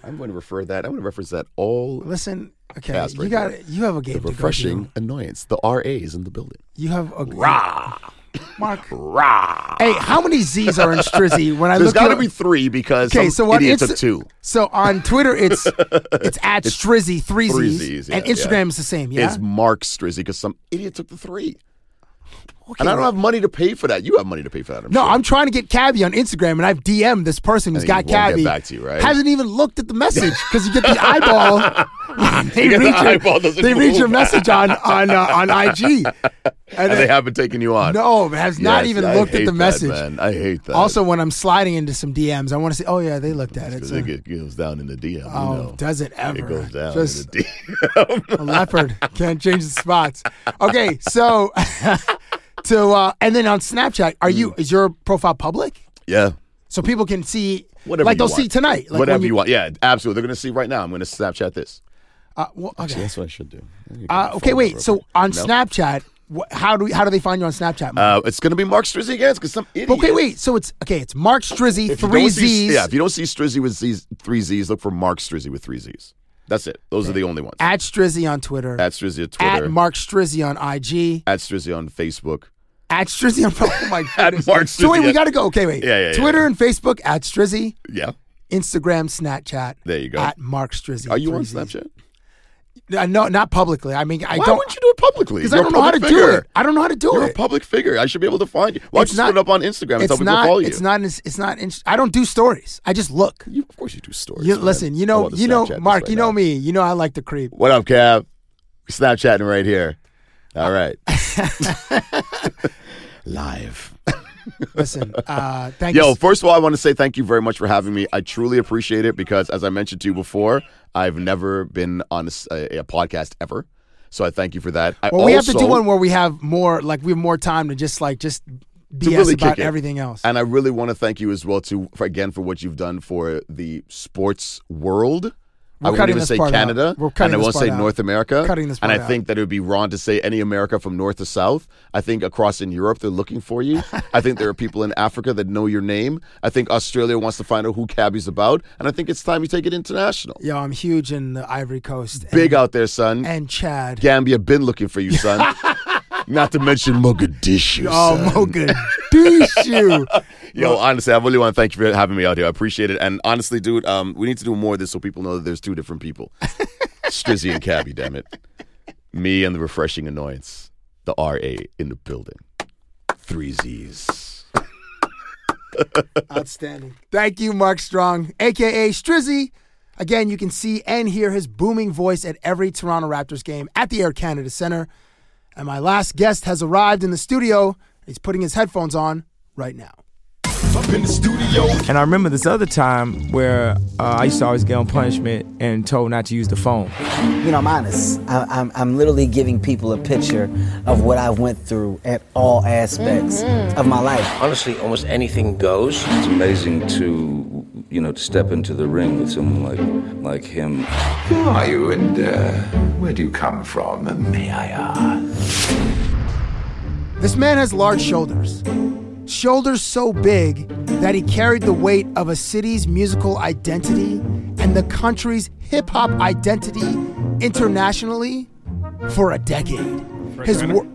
Speaker 4: I'm going to refer that. I'm going to reference that all.
Speaker 3: Listen, okay,
Speaker 4: cast
Speaker 3: you
Speaker 4: right
Speaker 3: got
Speaker 4: there.
Speaker 3: you have a game
Speaker 4: The
Speaker 3: to go
Speaker 4: refreshing
Speaker 3: to.
Speaker 4: annoyance. The RA is in the building.
Speaker 3: You have a
Speaker 4: Rah.
Speaker 3: Ah. Mark. Rah. Hey, how many Z's are in Strizzy? When I
Speaker 4: There's
Speaker 3: look,
Speaker 4: gotta
Speaker 3: you up-
Speaker 4: be three because some
Speaker 3: on
Speaker 4: idiot
Speaker 3: Insta-
Speaker 4: took two.
Speaker 3: So on Twitter, it's it's at
Speaker 4: It's
Speaker 3: Strizzy three Z's,
Speaker 4: three Z's,
Speaker 3: and
Speaker 4: yeah, yeah.
Speaker 3: Instagram is the same. Yeah,
Speaker 4: It's Mark Strizzy because some idiot took the three.
Speaker 3: Okay.
Speaker 4: And I don't have money to pay for that. You have money to pay for that. I'm
Speaker 3: no,
Speaker 4: sure.
Speaker 3: I'm trying to get Cabby on Instagram, and I've DM'd this person who's
Speaker 4: And he
Speaker 3: got
Speaker 4: won't get
Speaker 3: Cabby.
Speaker 4: back to you, right?
Speaker 3: Hasn't even looked at the message because you get the eyeball. they
Speaker 4: You get the
Speaker 3: read your,
Speaker 4: eyeball, doesn't
Speaker 3: they read
Speaker 4: move.
Speaker 3: your message on on uh, on IG.
Speaker 4: and,
Speaker 3: then-
Speaker 4: they haven't taken you on.
Speaker 3: No, has not even
Speaker 4: I
Speaker 3: looked at
Speaker 4: hate
Speaker 3: the
Speaker 4: that,
Speaker 3: message.
Speaker 4: man. I hate that.
Speaker 3: Also, when I'm sliding into some DMs, I want to say, "Oh yeah, they looked at it."
Speaker 4: Because
Speaker 3: So-
Speaker 4: it get- goes down in the DM.
Speaker 3: Oh,
Speaker 4: you know.
Speaker 3: does it ever?
Speaker 4: It goes down
Speaker 3: Just-
Speaker 4: in the
Speaker 3: a leopard can't change the spots. Okay, so to uh, and then on Snapchat, are
Speaker 4: Mm.
Speaker 3: you is your profile public?
Speaker 4: Yeah.
Speaker 3: So people can see
Speaker 4: Whatever
Speaker 3: like
Speaker 4: you
Speaker 3: they'll
Speaker 4: want.
Speaker 3: see tonight. Like when
Speaker 4: Whatever you, want. Yeah, absolutely. They're going to see right now. I'm going to Snapchat this.
Speaker 3: Uh, well,
Speaker 4: Actually,
Speaker 3: okay.
Speaker 4: that's what I should do.
Speaker 3: Uh, okay, wait. So on
Speaker 4: No.
Speaker 3: Snapchat, wh- how do we, how do they find you on Snapchat?
Speaker 4: Uh, it's going to be Mark Strizzy again because some idiot.
Speaker 3: okay, wait. So it's okay. It's Mark Strizzy
Speaker 4: If you
Speaker 3: three
Speaker 4: don't
Speaker 3: Z's.
Speaker 4: see- yeah, if you don't see Strizzy with Z's, three Z's, look for Mark Strizzy with three Z's. That's it. Those are the only ones.
Speaker 3: At Strizzy on Twitter.
Speaker 4: At Strizzy on Twitter.
Speaker 3: At Mark Strizzy on IG.
Speaker 4: At Strizzy on Facebook.
Speaker 3: At Strizzy on oh my goodness.
Speaker 4: Mark
Speaker 3: So wait,
Speaker 4: Strizzy,
Speaker 3: we
Speaker 4: yeah.
Speaker 3: gotta go. Okay, wait.
Speaker 4: Yeah, yeah, yeah.
Speaker 3: Twitter and Facebook at Strizzy.
Speaker 4: Yeah.
Speaker 3: Instagram, Snapchat.
Speaker 4: There you go.
Speaker 3: At Mark Strizzy.
Speaker 4: Are you on
Speaker 3: three Zs.
Speaker 4: Snapchat?
Speaker 3: Uh, No, not publicly. I mean, I
Speaker 4: Why
Speaker 3: don't.
Speaker 4: wouldn't you do it publicly?
Speaker 3: Because I
Speaker 4: You're a
Speaker 3: don't know how to
Speaker 4: public
Speaker 3: do
Speaker 4: figure.
Speaker 3: it. I don't know how to do
Speaker 4: You're
Speaker 3: it.
Speaker 4: a public figure. I should be able to find you. Why don't
Speaker 3: It's
Speaker 4: you just
Speaker 3: not-
Speaker 4: put it up on Instagram and tell
Speaker 3: it's
Speaker 4: people to follow
Speaker 3: not.
Speaker 4: you?
Speaker 3: It's not. It's not. in- I don't do stories. I just look.
Speaker 4: You, of course, you do stories.
Speaker 3: You,
Speaker 4: man.
Speaker 3: listen, you
Speaker 4: I
Speaker 3: know,
Speaker 4: want the
Speaker 3: you know,
Speaker 4: Snapchat this
Speaker 3: Mark,
Speaker 4: right
Speaker 3: you know
Speaker 4: now.
Speaker 3: me. You know, I like to creep.
Speaker 4: What up, Cab? Snapchatting right here. All right. Live.
Speaker 3: Listen, uh, thank
Speaker 4: Yo,
Speaker 3: you.
Speaker 4: first of all, I want to say thank you very much for having me. I truly appreciate it because, as I mentioned to you before, I've never been on a, s- a- a podcast ever. So I thank you for that. I
Speaker 3: Well, we have to do
Speaker 4: also-
Speaker 3: one where we have more, like, we have more time to just like just
Speaker 4: to
Speaker 3: BS
Speaker 4: really
Speaker 3: about
Speaker 4: kick it.
Speaker 3: everything else.
Speaker 4: And I really want to thank you as well to for, again for what you've done for the sports world.
Speaker 3: We're
Speaker 4: I
Speaker 3: cutting
Speaker 4: won't even
Speaker 3: this
Speaker 4: say
Speaker 3: part out.
Speaker 4: Canada,
Speaker 3: We're cutting
Speaker 4: and
Speaker 3: this
Speaker 4: I won't
Speaker 3: part
Speaker 4: say
Speaker 3: out.
Speaker 4: North America.
Speaker 3: Cutting this
Speaker 4: and
Speaker 3: part
Speaker 4: I
Speaker 3: out.
Speaker 4: think that it would be wrong to say any America from north to south. I think across in Europe they're looking for you. I think there are people in Africa that know your name. I think Australia wants to find out who Cabby's about, and I think it's time you take it international.
Speaker 3: Yo, I'm huge in the Ivory Coast.
Speaker 4: Big
Speaker 3: and,
Speaker 4: out there, son.
Speaker 3: and Chad.
Speaker 4: Gambia been looking for you, son. Not to mention Mogadishu.
Speaker 3: Oh,
Speaker 4: son.
Speaker 3: Mogadishu.
Speaker 4: Yo, honestly, I really want to thank you for having me out here. I appreciate it. And honestly, dude, um, we need to do more of this so people know that there's two different people Strizzy and Cabby, damn it. Me and the refreshing annoyance, the RA in the building. Three Z's.
Speaker 3: Outstanding. Thank you, Mark Strong, aka Strizzy. Again, you can see and hear his booming voice at every Toronto Raptors game at the Air Canada Center. And my last guest has arrived in the studio. He's putting his headphones on right now.
Speaker 1: And I remember this other time where uh, I used to always get on punishment and told not to use the phone.
Speaker 6: You know, I'm honest. I, I'm, I'm literally giving people a picture of what I went through at all aspects of my life.
Speaker 11: Honestly, almost anything goes.
Speaker 12: It's amazing to, you know, to step into the ring with someone like like him.
Speaker 9: Who are you and uh, where do you come from, may I ask?
Speaker 3: This man has large shoulders. Shoulders so big that he carried the weight of a city's musical identity and the country's hip hop identity internationally for a decade.
Speaker 10: Fred
Speaker 3: His
Speaker 10: Penner?
Speaker 3: wor-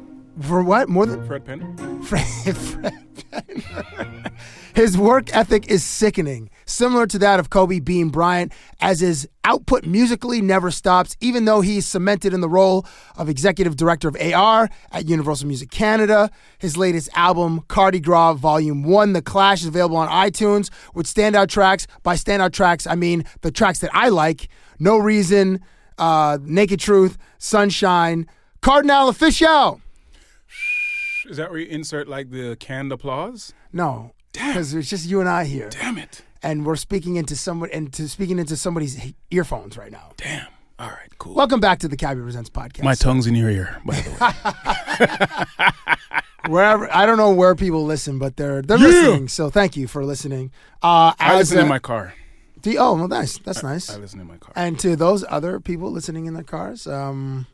Speaker 3: for what? More than
Speaker 10: Fred Penner?
Speaker 3: Fred, Fred Penner. His work ethic is sickening, similar to that of Kobe Bean Bryant, as his output musically never stops, even though he's cemented in the role of executive director of AR at Universal Music Canada. His latest album, Cardi Gras Volume 1, The Clash, is available on iTunes with standout tracks. By standout tracks, I mean the tracks that I like No Reason, uh, Naked Truth, Sunshine, Cardinal Official.
Speaker 10: Is that where you insert like the canned applause?
Speaker 3: No, because it's just you and I here.
Speaker 10: Damn it!
Speaker 3: And we're speaking into somebody and to speaking into somebody's he- earphones right now.
Speaker 10: Damn. All right, cool.
Speaker 3: Welcome back to the Cabby Presents podcast.
Speaker 10: My tongue's in your ear, by the way.
Speaker 3: Wherever I don't know where people listen, but they're they're
Speaker 10: Yeah.
Speaker 3: listening. So thank you for listening. Uh,
Speaker 10: I
Speaker 3: as
Speaker 10: listen
Speaker 3: a-
Speaker 10: in my car.
Speaker 3: The, oh, well, nice. That's nice.
Speaker 10: I listen in my car.
Speaker 3: And to those other people listening in their cars, um,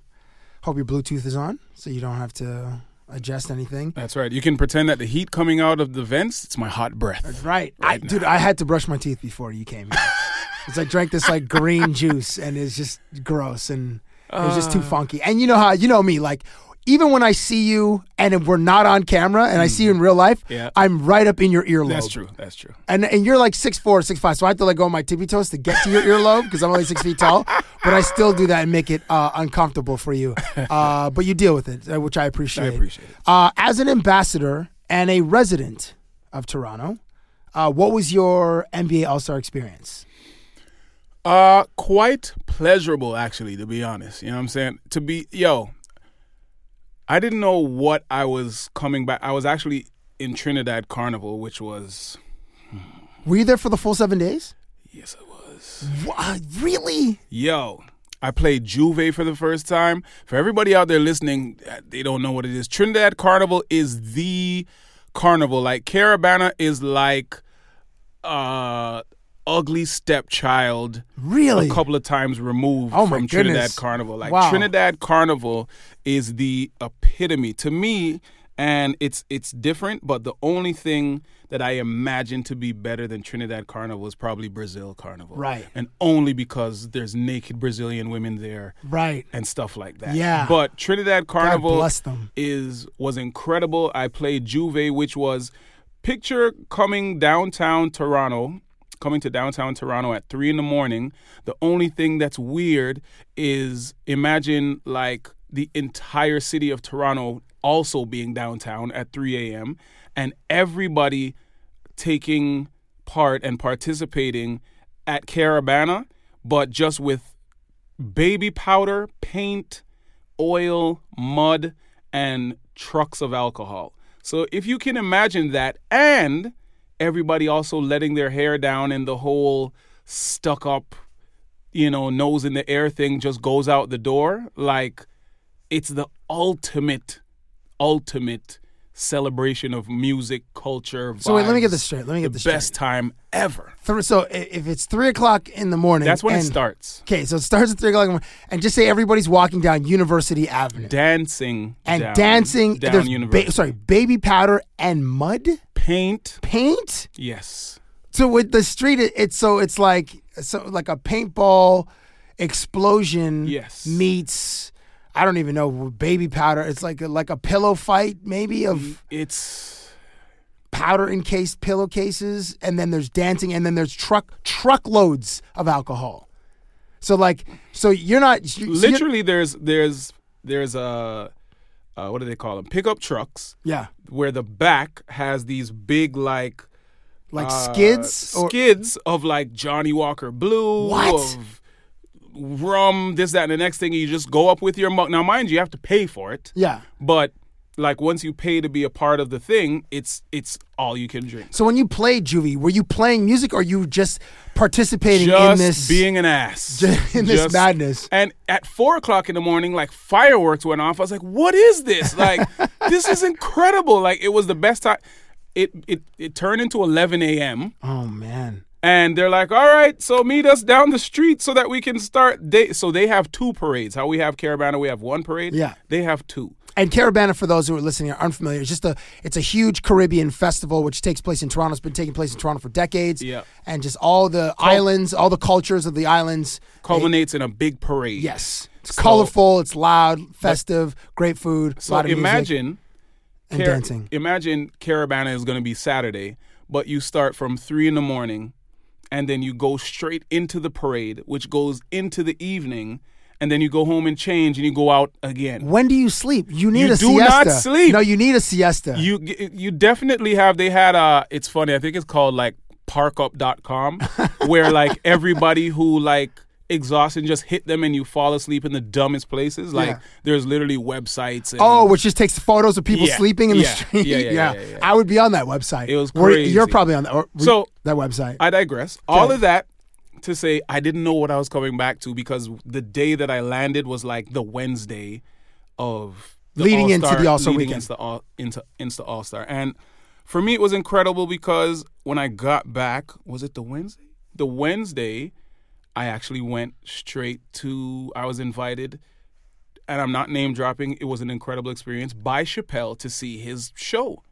Speaker 3: hope your Bluetooth is on so you don't have to adjust anything.
Speaker 10: That's right. You can pretend that the heat coming out of the vents, it's my hot breath.
Speaker 3: Right. I, dude, I had to brush my teeth before you came here. Because I drank this like green juice and it's just gross and it was just too
Speaker 10: Uh.
Speaker 3: funky. And you know how you know me, like even when I see you and if we're not on camera and I see you in real life,
Speaker 10: Mm. Yeah.
Speaker 3: I'm right up in your earlobe.
Speaker 10: That's true. That's true.
Speaker 3: And and you're like six four, six five, so I have to like go on my tippy toes to get to your earlobe because I'm only six feet tall. But I still do that and make it uh, uncomfortable for you. Uh, but you deal with it, uh, which I appreciate.
Speaker 10: I appreciate
Speaker 3: it. Uh, as an ambassador and a resident of Toronto, uh, what was your NBA All Star experience?
Speaker 10: Uh, quite pleasurable, actually, to be honest. You know what I'm saying? To be, yo, I didn't know what I was coming back. I was actually in Trinidad Carnival, which was,
Speaker 3: Were you there for the full seven days?
Speaker 10: yes, it was.
Speaker 3: Wha- really?
Speaker 10: Yo, I played Juve for the first time. For everybody out there listening, uh, they don't know what it is. Trinidad Carnival is the carnival. Like Caravana is like uh ugly stepchild.
Speaker 3: Really?
Speaker 10: A couple of times removed
Speaker 3: Oh my
Speaker 10: from Trinidad
Speaker 3: goodness.
Speaker 10: Carnival. Like
Speaker 3: Wow.
Speaker 10: Trinidad Carnival is the epitome to me and it's it's different, but the only thing that I imagine to be better than Trinidad Carnival is probably Brazil Carnival
Speaker 3: Right.
Speaker 10: and only because there's naked Brazilian women there
Speaker 3: Right.
Speaker 10: and stuff like that.
Speaker 3: Yeah.
Speaker 10: But Trinidad Carnival
Speaker 3: bless them.
Speaker 10: is was incredible. I played Juve, which was picture coming downtown Toronto, coming to downtown Toronto at three in the morning. The only thing that's weird is imagine like the entire city of Toronto also being downtown at 3 a.m. and everybody taking part and participating at Caravana, but just with baby powder, paint, oil, mud, and trucks of alcohol. So if you can imagine that, and everybody also letting their hair down and the whole stuck up, you know, nose in the air thing just goes out the door, like it's the ultimate, ultimate celebration of music, culture.
Speaker 3: So wait, let me get
Speaker 10: vibes.
Speaker 3: this straight. Let me get
Speaker 10: the
Speaker 3: this
Speaker 10: best time ever.
Speaker 3: Th- so i- if it's three o'clock in the morning,
Speaker 10: That's when it
Speaker 3: and-
Speaker 10: starts.
Speaker 3: Okay, so it starts at three o'clock in the morning, and just say everybody's walking down University Avenue
Speaker 10: Dancing
Speaker 3: and
Speaker 10: down-
Speaker 3: dancing.
Speaker 10: down
Speaker 3: there's
Speaker 10: university.
Speaker 3: ba- sorry, baby powder and mud,
Speaker 10: paint,
Speaker 3: paint.
Speaker 10: Yes.
Speaker 3: So with the street, it, it's so it's like so like a paintball explosion.
Speaker 10: Yes.
Speaker 3: meets I don't even know baby powder. It's like a, like a pillow fight
Speaker 10: Mm,
Speaker 3: maybe of
Speaker 10: it's
Speaker 3: powder encased pillowcases, and then there's dancing, and then there's truck truckloads of alcohol. So like so you're not so you're-
Speaker 10: Literally, there's there's there's a uh, what do they call them? Pickup trucks.
Speaker 3: Yeah.
Speaker 10: Where the back has these big like
Speaker 3: Like
Speaker 10: uh,
Speaker 3: skids or-
Speaker 10: skids of like Johnny Walker Blue.
Speaker 3: What?
Speaker 10: Of rum, this, that, and the next thing. You just go up with your mug. Now, mind you, you have to pay for it.
Speaker 3: Yeah.
Speaker 10: But like once you pay to be a part of the thing, it's it's all you can drink.
Speaker 3: So when you played Juvie, were you playing music or you just participating
Speaker 10: just
Speaker 3: in this?
Speaker 10: being an ass
Speaker 3: in this madness.
Speaker 10: And at four o'clock in the morning, like fireworks went off. I was like, "What is this? Like, this is incredible! Like, it was the best time." It it it turned into eleven a.m.
Speaker 3: oh man.
Speaker 10: and they're like, "All right, so meet us down the street so that we can start." They so they have two parades. How we have Caravana, we have one parade.
Speaker 3: Yeah.
Speaker 10: they have two.
Speaker 3: And Caravana, for those who are listening and are unfamiliar, it's just a it's a huge Caribbean festival which takes place in Toronto. It's been taking place in Toronto for decades.
Speaker 10: Yeah.
Speaker 3: And just all the islands, all the cultures of the islands.
Speaker 10: Culminates in a big parade.
Speaker 3: Yes. It's
Speaker 10: So-
Speaker 3: colorful, it's loud, festive, great food,
Speaker 10: So
Speaker 3: a lot of music.
Speaker 10: imagine
Speaker 3: and dancing.
Speaker 10: Imagine Caravana is going to be Saturday, but you start from three in the morning, and then you go straight into the parade, which goes into the evening, and then you go home and change, and you go out again.
Speaker 3: When do you sleep? You need
Speaker 10: You
Speaker 3: a
Speaker 10: do
Speaker 3: siesta.
Speaker 10: not sleep.
Speaker 3: No, you need a siesta.
Speaker 10: You you definitely have. They had a. It's funny. I think it's called like parkup.com where like everybody who like exhaustion just hit them and you fall asleep in the dumbest places like
Speaker 3: Yeah.
Speaker 10: there's literally websites and
Speaker 3: Oh, which just takes photos of people
Speaker 10: Yeah,
Speaker 3: sleeping in the
Speaker 10: yeah,
Speaker 3: street.
Speaker 10: yeah, yeah, yeah, yeah,
Speaker 3: I would be on that website.
Speaker 10: It was
Speaker 3: Were- You're
Speaker 10: crazy.
Speaker 3: probably on that. or were-
Speaker 10: So-
Speaker 3: that website.
Speaker 10: I digress. All of that to say I didn't know what I was coming back to because the day that I landed was like the Wednesday of the
Speaker 3: Leading into
Speaker 10: All-Star,
Speaker 3: the All-Star
Speaker 10: leading
Speaker 3: weekend.
Speaker 10: Into, the all, into, into All Star. And for me, it was incredible because when I got back, was it the Wednesday? The Wednesday, I actually went straight to, I was invited, and I'm not name dropping, it was an incredible experience by Chappelle to see his show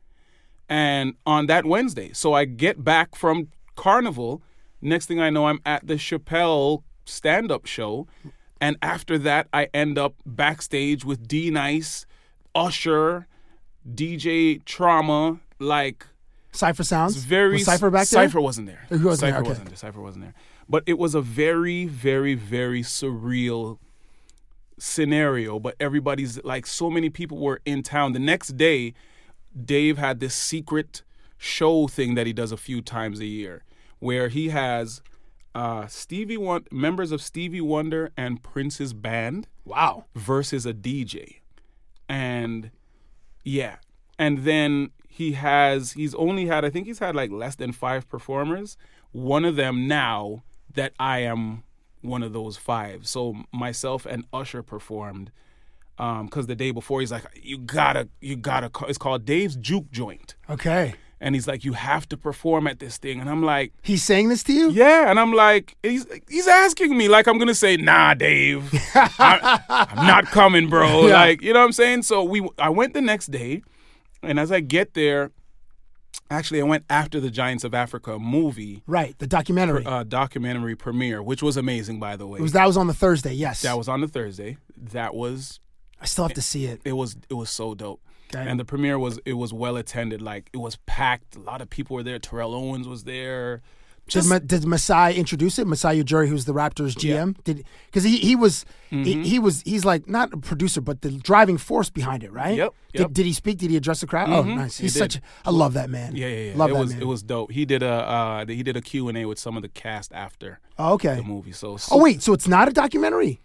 Speaker 10: and on that Wednesday. So I get back from Carnival. Next thing I know, I'm at the Chappelle stand up show. And after that, I end up backstage with D Nice, Usher, DJ Trauma, like
Speaker 3: Cypher Sounds?
Speaker 10: it's very
Speaker 3: Was Cypher back there?
Speaker 10: Cypher wasn't there.
Speaker 3: He wasn't there,
Speaker 10: Cypher
Speaker 3: okay.
Speaker 10: wasn't there. Cypher wasn't there. But it was a very, very, very surreal scenario. But everybody's like so many people were in town. The next day, Dave had this secret show thing that he does a few times a year where he has uh, Stevie Won- members of Stevie Wonder and Prince's band.
Speaker 15: Wow.
Speaker 10: Versus a DJ. And yeah. And then he has he's only had I think he's had like less than 5 performers. One of them now that I am one of those 5. So myself and Usher performed um cuz the day before he's like you got to you got to it's called Dave's Juke Joint.
Speaker 3: Okay.
Speaker 10: And he's like you have to perform at this thing and I'm like
Speaker 3: He's saying this to you?
Speaker 10: Yeah, and I'm like he's he's asking me like I'm going to say nah Dave. I, am not coming, bro.
Speaker 15: Yeah.
Speaker 10: Like, you know what I'm saying? So we I went the next day and as I get there, actually, I went after the Giants of Africa movie
Speaker 3: Right, the documentary.
Speaker 10: uh, documentary premiere, which was amazing, by the way.
Speaker 3: It was that was on the Thursday, yes.
Speaker 10: That was on the Thursday. That was
Speaker 3: I still have to see it.
Speaker 10: it was it was so dope.
Speaker 3: Okay.
Speaker 10: And the premiere was it was well attended. Like it was packed. A lot of people were there. Terrell Owens was there.
Speaker 3: Did, Ma- did Masai introduce it? Masai Ujiri, who's the Raptors GM, did because he he was he,
Speaker 10: Mhm.
Speaker 3: he was he's like not a producer, but the driving force behind it, right?
Speaker 10: Yep,
Speaker 3: Did,
Speaker 10: yep.
Speaker 3: did he speak? Did he address the crowd? Oh,
Speaker 10: Mhm,
Speaker 3: nice.
Speaker 10: he
Speaker 3: He's
Speaker 10: did.
Speaker 3: such. I love that man.
Speaker 10: Yeah, yeah, yeah.
Speaker 3: Love
Speaker 10: it
Speaker 3: that
Speaker 10: was
Speaker 3: man.
Speaker 10: it was dope. He did a uh, he did a Q and A with some of the cast after
Speaker 3: Oh, okay.
Speaker 10: the movie. So
Speaker 3: Oh wait, so it's not a documentary.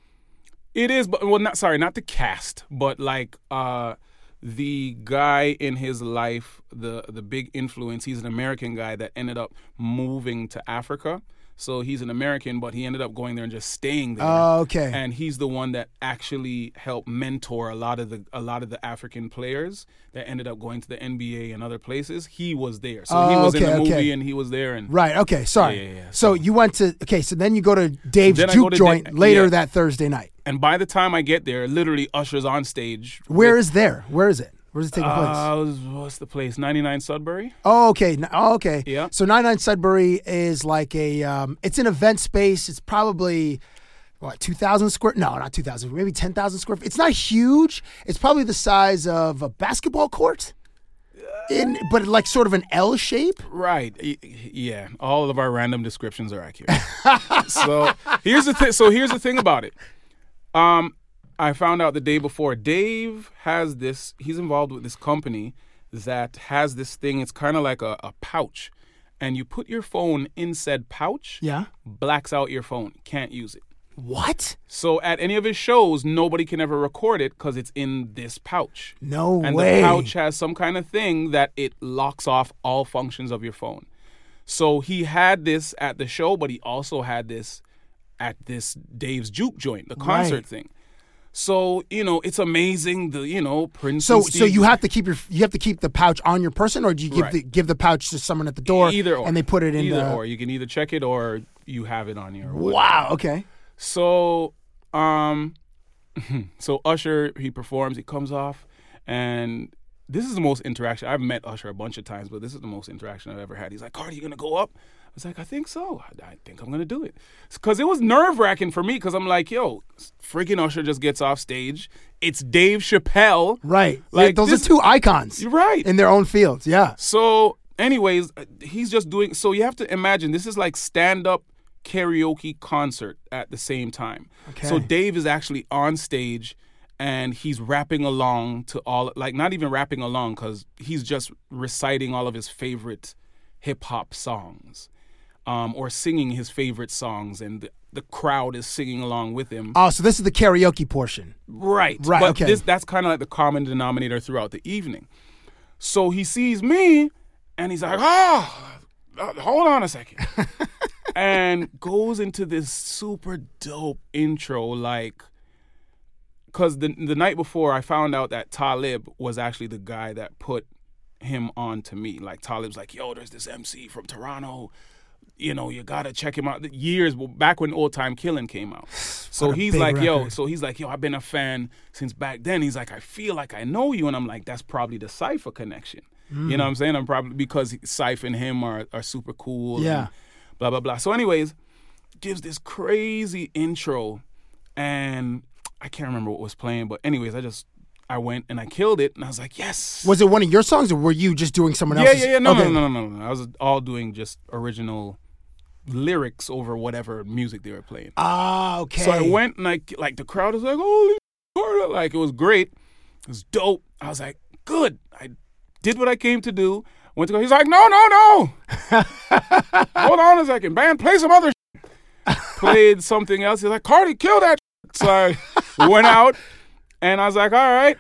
Speaker 10: It is, but well, not sorry, not the cast, but like uh, the guy in his life, the the big influence. He's an American guy that ended up moving to Africa. So he's an American, but he ended up going there and just staying there.
Speaker 3: Oh, okay.
Speaker 10: And he's the one that actually helped mentor a lot of the a lot of the African players that ended up going to the NBA and other places. He was there, so he
Speaker 3: Oh,
Speaker 10: was in
Speaker 3: okay,
Speaker 10: the movie
Speaker 3: okay.
Speaker 10: and he was there. And
Speaker 3: Right. Okay. Sorry.
Speaker 10: Yeah, yeah, yeah.
Speaker 3: So, you went to okay. So then you go to Dave's
Speaker 10: Then I go
Speaker 3: Juke
Speaker 10: to Da-
Speaker 3: Joint later
Speaker 10: yeah.
Speaker 3: that Thursday night.
Speaker 10: And by the time I get there, literally Usher's on stage.
Speaker 3: Where is there? Where is it? Where is it taking place?
Speaker 10: Uh, what's the place? Ninety nine Sudbury.
Speaker 3: Oh, okay. N- Oh, okay.
Speaker 10: Yeah.
Speaker 3: So 99 Sudbury is like a, um, it's an event space. It's probably, what, 2,000 square? No, not 2,000, maybe 10,000 square feet. It's not huge. It's probably the size of a basketball court, in but like sort of an L shape.
Speaker 10: Right. Y- Yeah. All of our random descriptions are accurate. so here's the thing. So here's the thing about it. Um, I found out the day before. Dave has this. He's involved with this company that has this thing. It's kind of like a, a pouch, and you put your phone in said pouch.
Speaker 3: Yeah.
Speaker 10: Blacks out your phone. Can't use it.
Speaker 3: What?
Speaker 10: So at any of his shows, nobody can ever record it because it's in this pouch.
Speaker 3: No
Speaker 10: and
Speaker 3: way.
Speaker 10: the pouch has some kind of thing that it locks off all functions of your phone. So he had this at the show, but he also had this at this Dave's Juke joint, the concert
Speaker 3: Right.
Speaker 10: thing. So you know, it's amazing. The you know Prince.
Speaker 3: So,
Speaker 10: and
Speaker 3: so
Speaker 10: Steve-
Speaker 3: you have to keep your you have to keep the pouch on your person, or do you give
Speaker 10: Right.
Speaker 3: the give the pouch to someone at the door,
Speaker 10: either or,
Speaker 3: and they put it in
Speaker 10: either
Speaker 3: the
Speaker 10: or. You can either check it or you have it on your.
Speaker 3: wow, okay,
Speaker 10: So, um, so Usher he performs, he comes off, and this is the most interaction I've met Usher a bunch of times, but this is the most interaction I've ever had. He's like, "Cardi, you gonna go up?" I was like, "I think so. I, I think I'm gonna do it," because it was nerve wracking for me. Because I'm like, "Yo, freaking Usher just gets off stage. It's Dave Chappelle,
Speaker 3: right?
Speaker 10: Like
Speaker 3: Like those
Speaker 10: this-
Speaker 3: are two icons,
Speaker 10: right?
Speaker 3: In their own fields, yeah.
Speaker 10: So, anyways, uh, he's just doing. So you have to imagine this is like stand up karaoke concert at the same time.
Speaker 3: Okay.
Speaker 10: So Dave is actually on stage and he's rapping along to all like not even rapping along cuz he's just reciting all of his favorite hip hop songs um or singing his favorite songs and the, the crowd is singing along with him.
Speaker 3: Oh, so this is the karaoke portion.
Speaker 10: Right.
Speaker 3: Right,
Speaker 10: But
Speaker 3: okay.
Speaker 10: this that's kind of like the common denominator throughout the evening. So he sees me and he's like, "Ah, uh, hold on a second. and goes into this super dope intro like cuz the the night before I found out that Talib was actually the guy that put him on to me. Like Talib's like, "Yo, there's this MC from Toronto you know, you gotta check him out. Years back when Old Time Killing came out, so
Speaker 15: What a
Speaker 10: he's
Speaker 15: big
Speaker 10: like, "Yo,"
Speaker 15: record.
Speaker 10: so he's like, "Yo, I've been a fan since back then." He's like, "I feel like I know you," and I'm like, "That's probably the Cipher connection." You
Speaker 15: Mm.
Speaker 10: know what I'm saying? I'm probably because Cipher and him are are super cool.
Speaker 15: Yeah.
Speaker 10: and blah blah blah. So, anyways, gives this crazy intro, and I can't remember what was playing, but anyways, I just I went and I killed it, and I was like, yes.
Speaker 3: Was it one of your songs, or were you just doing someone
Speaker 10: Yeah,
Speaker 3: else's?
Speaker 10: yeah, yeah. No,
Speaker 3: Okay.
Speaker 10: no, no, no, no, no. I was all doing just original lyrics over whatever music they were playing.
Speaker 3: Ah, okay.
Speaker 10: So I went and I like the crowd was like, "Holy!" shit," Like it was great. It was dope. I was like, "Good." I did what I came to do. Went to go. He's like, "No, no, no." Hold on a second, band. Play some other. shit." Played something else. He's like, "Cardi, kill that." shit." So
Speaker 3: uh,
Speaker 10: I went out and I was like, "All right."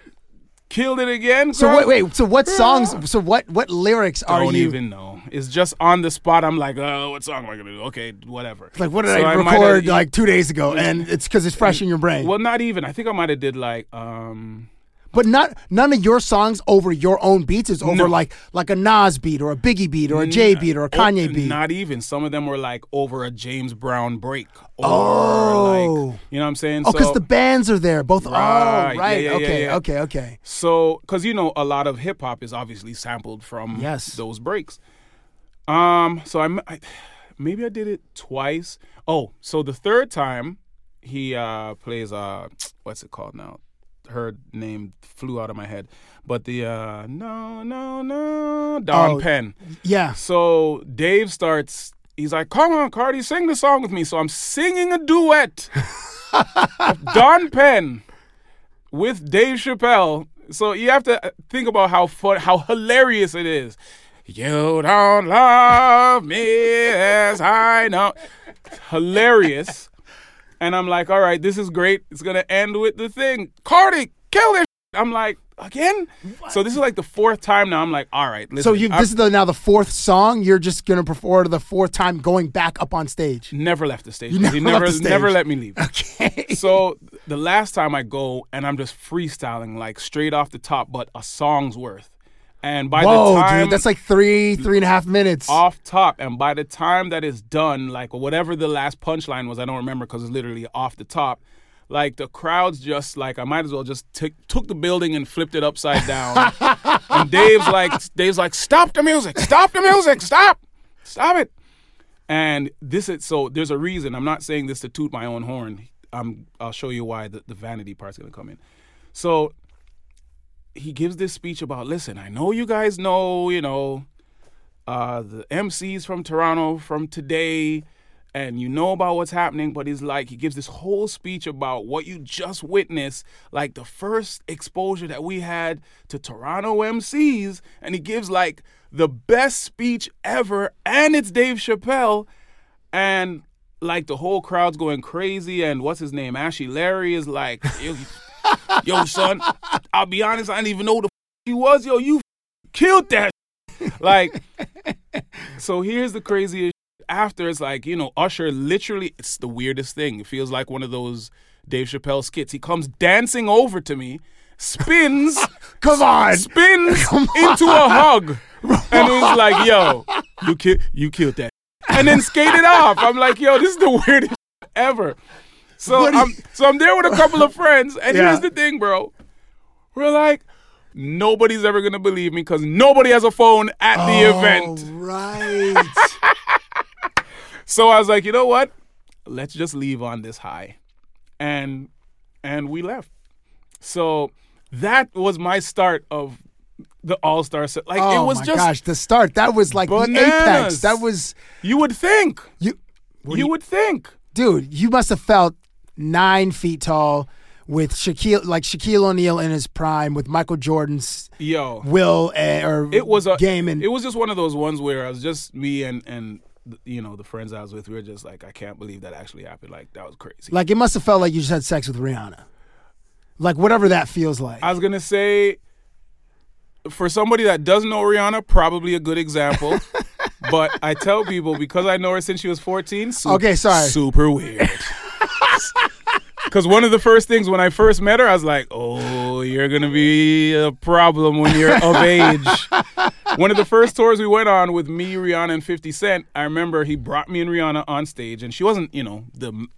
Speaker 10: Killed it again.
Speaker 3: So
Speaker 10: girl."
Speaker 3: wait, wait. So what songs? So what? What lyrics are
Speaker 10: don't
Speaker 3: you?
Speaker 10: even know. It's just on the spot. I'm like, oh, what song am I gonna do? Okay, whatever.
Speaker 3: Like what did
Speaker 10: So
Speaker 3: I
Speaker 10: might have- e-,
Speaker 3: record like two days ago? And it's because it's fresh in your brain.
Speaker 10: Well, not even. I think I might have did like, um,
Speaker 3: But not none of your songs over your own beats is over like like a Nas beat or a Biggie beat or a Jay beat or a
Speaker 10: oh,
Speaker 3: Kanye beat.
Speaker 10: Not even. Some of them were like over a James Brown break. Or
Speaker 3: Oh.
Speaker 10: like, you know what I'm saying?
Speaker 3: Oh, because
Speaker 10: So-
Speaker 3: the bands are there. Both.
Speaker 10: Right,
Speaker 3: Oh,
Speaker 10: yeah,
Speaker 3: right.
Speaker 10: yeah, yeah,
Speaker 3: okay.
Speaker 10: yeah.
Speaker 3: Okay. Okay.
Speaker 10: So, because you know, a lot of hip hop is obviously sampled from
Speaker 3: Yes.
Speaker 10: those breaks. Um, so I'm, I, maybe I did it twice. Oh, so the third time he uh plays uh, what's it called now? Her name flew out of my head, but the uh no no no Don
Speaker 3: Oh,
Speaker 10: Penn.
Speaker 3: Yeah.
Speaker 10: So Dave starts. He's like, "Come on, Cardi, sing the song with me." So I'm singing a duet. of Don Penn with Dave Chappelle. So you have to think about how fun, how hilarious it is. You don't love me as I know. Hilarious. And I'm like, all right, this is great. It's gonna end with the thing. Cardi, kill this. I'm like, again. So this is like the fourth time now. I'm like, all right. Listen,
Speaker 3: so you
Speaker 10: I'm-
Speaker 3: this is the, now the fourth song you're just gonna perform or the fourth time going back up on stage.
Speaker 10: Never left the stage.
Speaker 3: You
Speaker 10: he
Speaker 3: never left
Speaker 10: never
Speaker 3: the stage.
Speaker 10: never let me leave. Okay. So the last time I go and I'm just freestyling like straight off the top, but a song's worth. And by
Speaker 3: Whoa,
Speaker 10: the time
Speaker 3: dude, that's like three three and a half minutes.
Speaker 10: off top, and by the time that is done, like whatever the last punchline was, I don't remember because it's literally off the top. Like the crowd's just like I might as well just took took the building and flipped it upside down. and Dave's like Dave's like stop the music, stop the music, stop, stop it. And this is so there's a reason. I'm not saying this to toot my own horn. I'm I'll show you why the, the vanity part's gonna come in. So he gives this speech about listen, I know you guys know, you know, uh, the MCs from Toronto from today, and you know about what's happening, but he's like, he gives this whole speech about what you just witnessed, like the first exposure that we had to Toronto MCs, and he gives like the best speech ever, and it's Dave Chappelle, and like the whole crowd's going crazy, and what's his name? Ashy Larry is like, yo, yo, son, I'll be honest, I didn't even know who the f- he was, yo, you f- killed that. like so here's the craziest shit. after it's like you know usher literally it's the weirdest thing it feels like one of those dave chappelle skits he comes dancing over to me spins
Speaker 3: come on
Speaker 10: spins into a hug and he's like yo you ki- you killed that shit. and then skated off i'm like yo this is the weirdest shit ever so
Speaker 3: What do you-
Speaker 10: i'm so i'm there with a couple of friends and
Speaker 3: Yeah.
Speaker 10: here's the thing bro we're like nobody's ever gonna believe me because nobody has a phone at the
Speaker 3: Oh,
Speaker 10: event
Speaker 3: Right.
Speaker 10: so I was like, you know what? Let's just leave on this high. And and we left. So that was my start of the All Star set. Like
Speaker 3: oh
Speaker 10: it was
Speaker 3: my
Speaker 10: just
Speaker 3: gosh, the start that was like the apex.
Speaker 10: bananas.
Speaker 3: That was
Speaker 10: you would think
Speaker 3: you
Speaker 10: you would think,
Speaker 3: dude. You must have felt nine feet tall with Shaquille, like Shaquille O'Neal in his prime, with Michael Jordan's
Speaker 10: yo.
Speaker 3: will eh, or
Speaker 10: it was a
Speaker 3: game and
Speaker 10: it was just one of those ones where I was just me and and you know the friends I was with. We were just like, I can't believe that actually happened. Like that was crazy.
Speaker 3: like it must have felt like you just had sex with Rihanna, like whatever that feels like.
Speaker 10: I was gonna say, for somebody that doesn't know Rihanna, probably a good example. but I tell people because I know her since she was 14. su-
Speaker 3: Okay, sorry.
Speaker 10: Super weird. Because one of the first things when I first met her, I was like, "Oh, you're gonna be a problem when you're of age." one of the first tours we went on with me, Rihanna, and 50 Cent. I remember he brought me and Rihanna on stage, and she wasn't, you know, the m-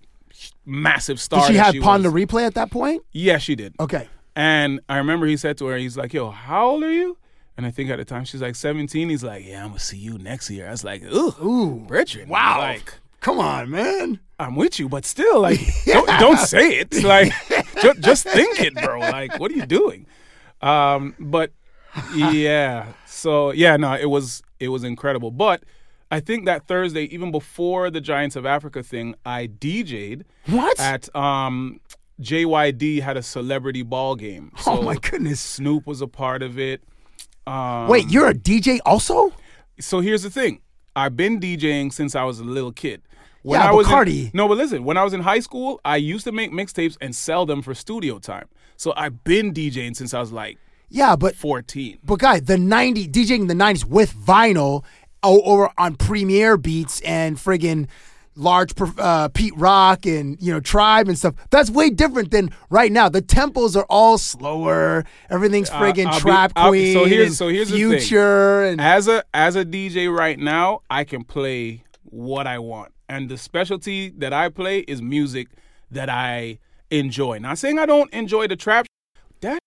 Speaker 10: massive star.
Speaker 3: Did she
Speaker 10: that
Speaker 3: have
Speaker 10: she
Speaker 3: Pond
Speaker 10: was.
Speaker 3: the replay at that point?
Speaker 10: Yeah, she did.
Speaker 3: Okay.
Speaker 10: And I remember he said to her, he's like, yo, how old are you? And I think at the time she's like 17. He's like, yeah, I'm going to see you next year. I was like, ooh,
Speaker 3: ooh
Speaker 10: Richard. Wow. Like,
Speaker 3: come on, man.
Speaker 10: I'm with you, but still, like, don't, don't say it. Like, just, just think it, bro. Like, what are you doing? Um, but yeah, so yeah, no, it was it was incredible. But I think that Thursday, even before the Giants of Africa thing, I DJ'd.
Speaker 3: What
Speaker 10: at um. JYD had a celebrity ball game.
Speaker 3: Oh, my goodness!
Speaker 10: Snoop was a part of it. Um,
Speaker 3: Wait, you're a DJ also?
Speaker 10: so here's the thing. I've been DJing since I was a little kid.
Speaker 3: Yeah,
Speaker 10: I
Speaker 3: but
Speaker 10: was in-
Speaker 3: Cardi-
Speaker 10: no, but listen, when I was in high school, I used to make mixtapes and sell them for studio time. So I've been DJing since I was like
Speaker 3: Yeah, but
Speaker 10: 14.
Speaker 3: But guy, the ninety DJing in the nineties with vinyl o- over on Premiere beats and friggin' large per- uh, Pete Rock and you know Tribe and stuff. That's way different than right now. The tempos are all slower. Everything's
Speaker 10: Uh,
Speaker 3: friggin'
Speaker 10: I'll be-
Speaker 3: trap
Speaker 10: I'll be-
Speaker 3: queen.
Speaker 10: so
Speaker 3: and
Speaker 10: here's so here's the thing.
Speaker 3: future and
Speaker 10: as a as a DJ right now, I can play what I want, and the specialty that I play is music that I enjoy. Not saying I don't enjoy the trap. sh- That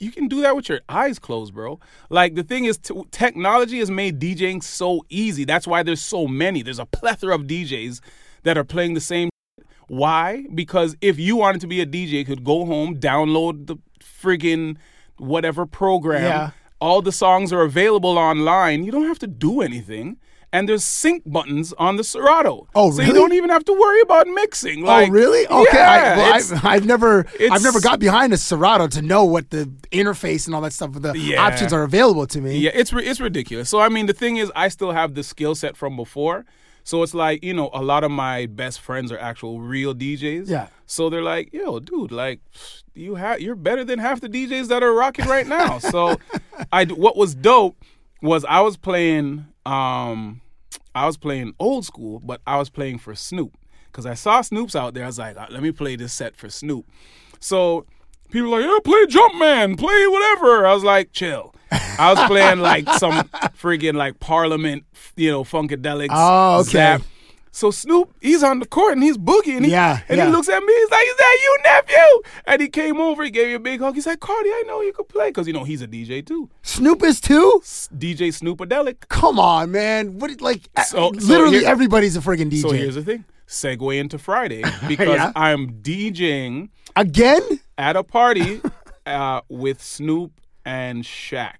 Speaker 10: you can do that with your eyes closed, bro. Like the thing is, t- technology has made DJing so easy. That's why there's so many. There's a plethora of DJs that are playing the same. sh- Why? Because if you wanted to be a DJ, you could go home, download the friggin' whatever program.
Speaker 3: Yeah.
Speaker 10: All the songs are available online. You don't have to do anything. And there's sync buttons on the Serato.
Speaker 3: Oh,
Speaker 10: so
Speaker 3: really?
Speaker 10: you don't even have to worry about mixing. Like,
Speaker 3: oh really? Okay,
Speaker 10: yeah,
Speaker 3: I, well,
Speaker 10: it's-
Speaker 3: I've, I've never I've
Speaker 10: it's-
Speaker 3: never got behind a Serato to know what the interface and all that stuff, the
Speaker 10: Yeah.
Speaker 3: options are available to me.
Speaker 10: Yeah, it's ri- it's ridiculous. So I mean, the thing is, I still have the skill set from before. So it's like you know, a lot of my best friends are actual real DJs.
Speaker 3: Yeah.
Speaker 10: So they're like, yo, dude, like you have you're better than half the DJs that are rocking right now. so I d- what was dope was I was playing um I was playing old school, but I was playing for Snoop because I saw Snoop's out there. I was like, "Ah, let me play this set for Snoop. So people were like, yeah, play Jumpman, play whatever. I was like, chill. I was playing like some friggin' like Parliament, you know, Funkadelics.
Speaker 3: Oh, okay.
Speaker 10: Zap. So Snoop, he's on the court and he's boogieing. and he,
Speaker 3: Yeah,
Speaker 10: and
Speaker 3: yeah.
Speaker 10: he looks at me. He's like, "Is that you, nephew?" And he came over. He gave me a big hug. He's like, "Cardi, I know you could play because you know he's a DJ too.
Speaker 3: Snoop is too.
Speaker 10: DJ Snoopadelic."
Speaker 3: Come on, man. What like
Speaker 10: So- so
Speaker 3: literally
Speaker 10: here-
Speaker 3: everybody's a friggin' DJ.
Speaker 10: So here's the thing. Segue into Friday because
Speaker 3: Yeah.
Speaker 10: I'm DJing
Speaker 3: Again?
Speaker 10: at a party uh, with Snoop and Shaq.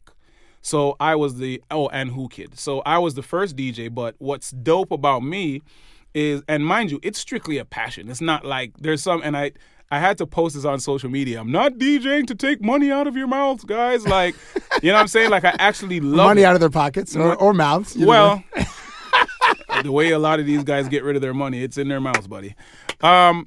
Speaker 10: So I was the oh and Who Kid. So I was the first DJ. But what's dope about me is, and mind you, it's strictly a passion. It's not like there's some and I. I had to post this on social media. I'm not DJing to take money out of your mouths, guys. Like, you know what I'm saying? Like, I actually love
Speaker 3: Money
Speaker 10: it.
Speaker 3: out of their pockets or, or mouths. either
Speaker 10: Well,
Speaker 3: way.
Speaker 10: the way a lot of these guys get rid of their money, it's in their mouths, buddy. Um,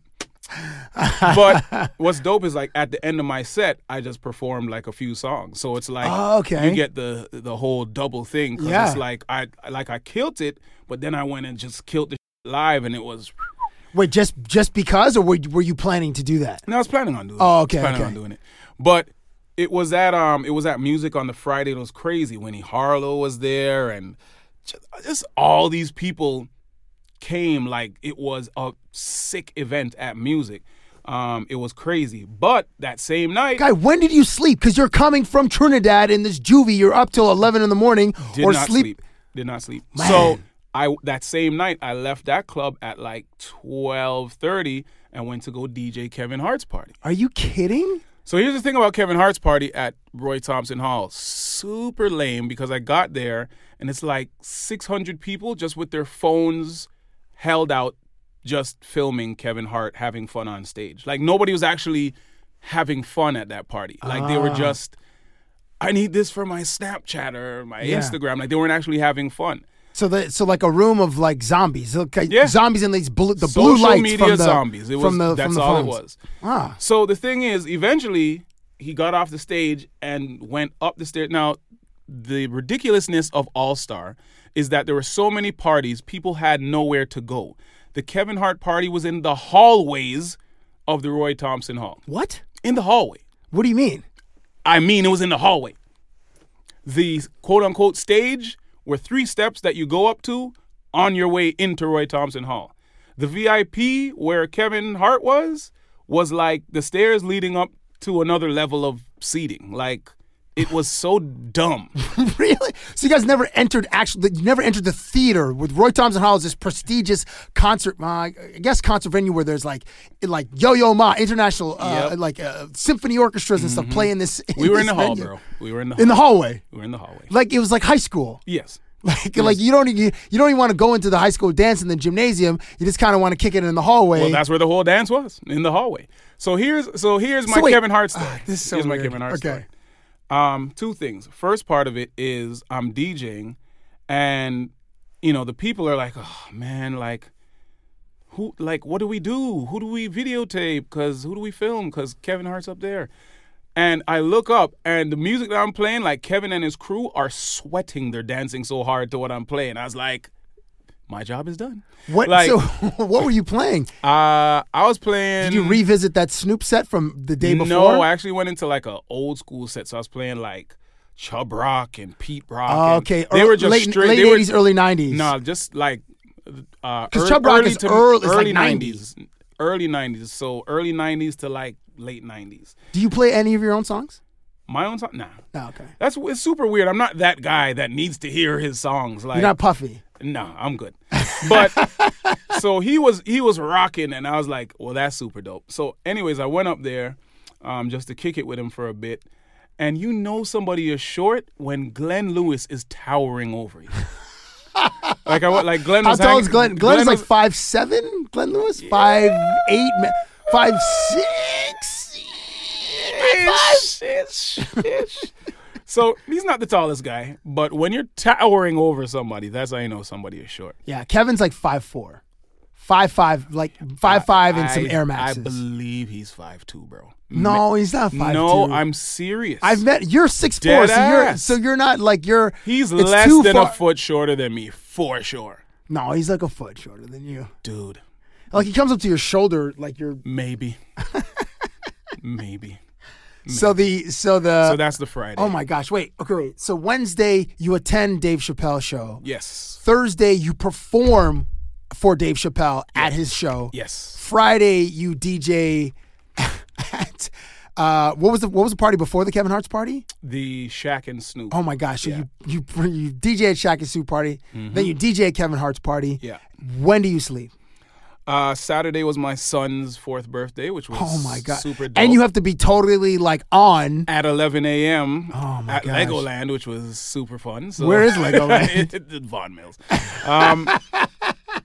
Speaker 10: but what's dope is like at the end of my set, I just performed like a few songs, so it's like
Speaker 3: Oh, okay.
Speaker 10: you get the the whole double thing because
Speaker 3: Yeah.
Speaker 10: it's like I like I killed it, but then I went and just killed the live, and it was
Speaker 3: wait, just just because, or were, were you planning to do that?
Speaker 10: no, I was planning on doing.
Speaker 3: Oh,
Speaker 10: it.
Speaker 3: okay,
Speaker 10: I was planning
Speaker 3: okay.
Speaker 10: on doing it. But it was at um, it was at music on the Friday. It was crazy. Winnie Harlow was there, and just, just all these people came. Like it was a sick event at music. Um, it was crazy. But that same night,
Speaker 3: Guy, when did you sleep? Because you're coming from Trinidad in this juvie. You're up till eleven in the morning,
Speaker 10: did
Speaker 3: or
Speaker 10: not
Speaker 3: sleep.
Speaker 10: sleep. Did not sleep. So I that same night I left that club at like twelve thirty and went to go DJ Kevin Hart's party.
Speaker 3: Are you kidding?
Speaker 10: So here's the thing about Kevin Hart's party at Roy Thompson Hall. Super lame because I got there and it's like 600 people just with their phones held out, just filming Kevin Hart having fun on stage. Like nobody was actually having fun at that party. Like they were
Speaker 4: Ah.
Speaker 10: just, I need this for my Snapchat or my
Speaker 3: Yeah.
Speaker 10: Instagram. Like they weren't actually having fun.
Speaker 3: So the so like a room of like zombies. Okay, zombies and these blue, the blue
Speaker 10: Social
Speaker 3: lights
Speaker 10: media
Speaker 3: from the
Speaker 10: zombies. It was,
Speaker 3: from the
Speaker 10: that's
Speaker 3: from the
Speaker 10: all it
Speaker 3: phones.
Speaker 10: was.
Speaker 3: Ah.
Speaker 10: So the thing is, eventually he got off the stage and went up the stairs. Now, the ridiculousness of All Star is that there were so many parties, people had nowhere to go. The Kevin Hart party was in the hallways of the Roy Thompson Hall.
Speaker 3: What?
Speaker 10: In the hallway.
Speaker 3: What do you mean?
Speaker 10: I mean, it was in the hallway. The quote unquote stage were three steps that you go up to on your way into Roy Thompson Hall. The VIP where Kevin Hart was was like the stairs leading up to another level of seating. Like It was so dumb.
Speaker 3: really? So you guys never entered actually? You never entered the theater with Roy Thompson Hall is this prestigious concert, uh, I guess concert venue where there's like like Yo Yo Ma international uh,
Speaker 10: Yep. Mm-hmm.
Speaker 3: like uh, symphony orchestras and stuff playing this.
Speaker 10: We were in the
Speaker 3: this
Speaker 10: hall,
Speaker 3: venue.
Speaker 10: bro. We were in the
Speaker 3: In the hallway.
Speaker 10: We were in the hallway.
Speaker 3: Like it was like high school.
Speaker 10: Yes.
Speaker 3: Like, like you don't e, you, you don't even want to go into the high school dance in the gymnasium. You just kind of want to kick it in the hallway.
Speaker 10: Well, that's where the whole dance was in the hallway. So here's so here's my
Speaker 3: So wait. Ah,
Speaker 10: Kevin Hart story.
Speaker 3: this is so
Speaker 10: here's my
Speaker 3: weird.
Speaker 10: Kevin Hart
Speaker 3: Okay.
Speaker 10: story. Um, two things. First part of it is I'm DJing, and you know the people are like, oh man, like who, like what do we do? Who do we videotape? Cause who do we film? Cause Kevin Hart's up there. And I look up, and the music that I'm playing, like Kevin and his crew are sweating. They're dancing so hard to what I'm playing. I was like, my job is done.
Speaker 3: what
Speaker 10: Like,
Speaker 3: so what were you playing?
Speaker 10: uh, I was playing.
Speaker 3: Did you revisit that Snoop set from the day before?
Speaker 10: No, I actually went into like an old school set, so I was playing like Chub Rock and Pete Rock.
Speaker 3: Oh,
Speaker 10: and
Speaker 3: okay.
Speaker 10: they
Speaker 3: Ear-
Speaker 10: were just
Speaker 3: late-
Speaker 10: straight.
Speaker 3: late
Speaker 10: they were-
Speaker 3: 80s, early 90s.
Speaker 10: No, just like uh, because
Speaker 3: Because Chub Rock is early- it's like 90s.
Speaker 10: early nineties. So early nineties to like late nineties.
Speaker 3: Do you play any of your own songs?
Speaker 10: My own song, nah.
Speaker 3: No, okay.
Speaker 10: That's it's super weird. I'm not that guy that needs to hear his songs. Like
Speaker 3: You're not puffy.
Speaker 10: no, I'm good. But so he was he was rocking, and I was like, well, that's super dope. So, anyways, I went up there um, just to kick it with him for a bit, and you know somebody is short when Glenn Lewis is towering over you. like I wa- like Glenn
Speaker 3: How
Speaker 10: was
Speaker 3: tall
Speaker 10: hanging-
Speaker 3: is Glenn? Glenn, is like
Speaker 10: was-
Speaker 3: five seven. Glenn Lewis five eight ma- five six.
Speaker 10: Ish, ish, ish. So he's not the tallest guy, but when you're towering over somebody, that's how you know somebody is short.
Speaker 3: Yeah, Kevin's like five four, five five, like five five and some
Speaker 10: I-
Speaker 3: Air Maxes.
Speaker 10: I believe he's five two, bro.
Speaker 3: no, he's not five.
Speaker 10: no,
Speaker 3: two.
Speaker 10: I'm serious.
Speaker 3: I've met you're six four,
Speaker 10: Dead
Speaker 3: so you're
Speaker 10: ass.
Speaker 3: so you're not like you're.
Speaker 10: He's
Speaker 3: it's
Speaker 10: less
Speaker 3: too
Speaker 10: than
Speaker 3: far.
Speaker 10: a foot shorter than me, for sure.
Speaker 3: No, he's like a foot shorter than you,
Speaker 10: dude.
Speaker 3: Like he comes up to your shoulder, like you're
Speaker 10: maybe. Maybe.
Speaker 3: So the so the
Speaker 10: So that's the Friday.
Speaker 3: Oh my gosh! Wait, okay. Wait. So Wednesday you attend Dave Chappelle show.
Speaker 10: Yes.
Speaker 3: Thursday you perform for Dave Chappelle at his show.
Speaker 10: Yes.
Speaker 3: Friday you DJ at uh, what was the what was the party before the Kevin Hart's party?
Speaker 10: The Shaq and Snoop.
Speaker 3: Oh my gosh! So you you you DJ at Shaq and Sue party, then you DJ at Kevin Hart's party.
Speaker 10: Mm-hmm. Yeah.
Speaker 3: When do you sleep?
Speaker 10: Uh, Saturday was my son's fourth birthday, which was
Speaker 3: Oh my god!
Speaker 10: super dope.
Speaker 3: and you have to be totally like on.
Speaker 10: at 11 a.m. at
Speaker 3: Oh gosh.
Speaker 10: Legoland, which was super fun. So
Speaker 3: Where is Legoland?
Speaker 10: It- it- it- Von Mills. Um,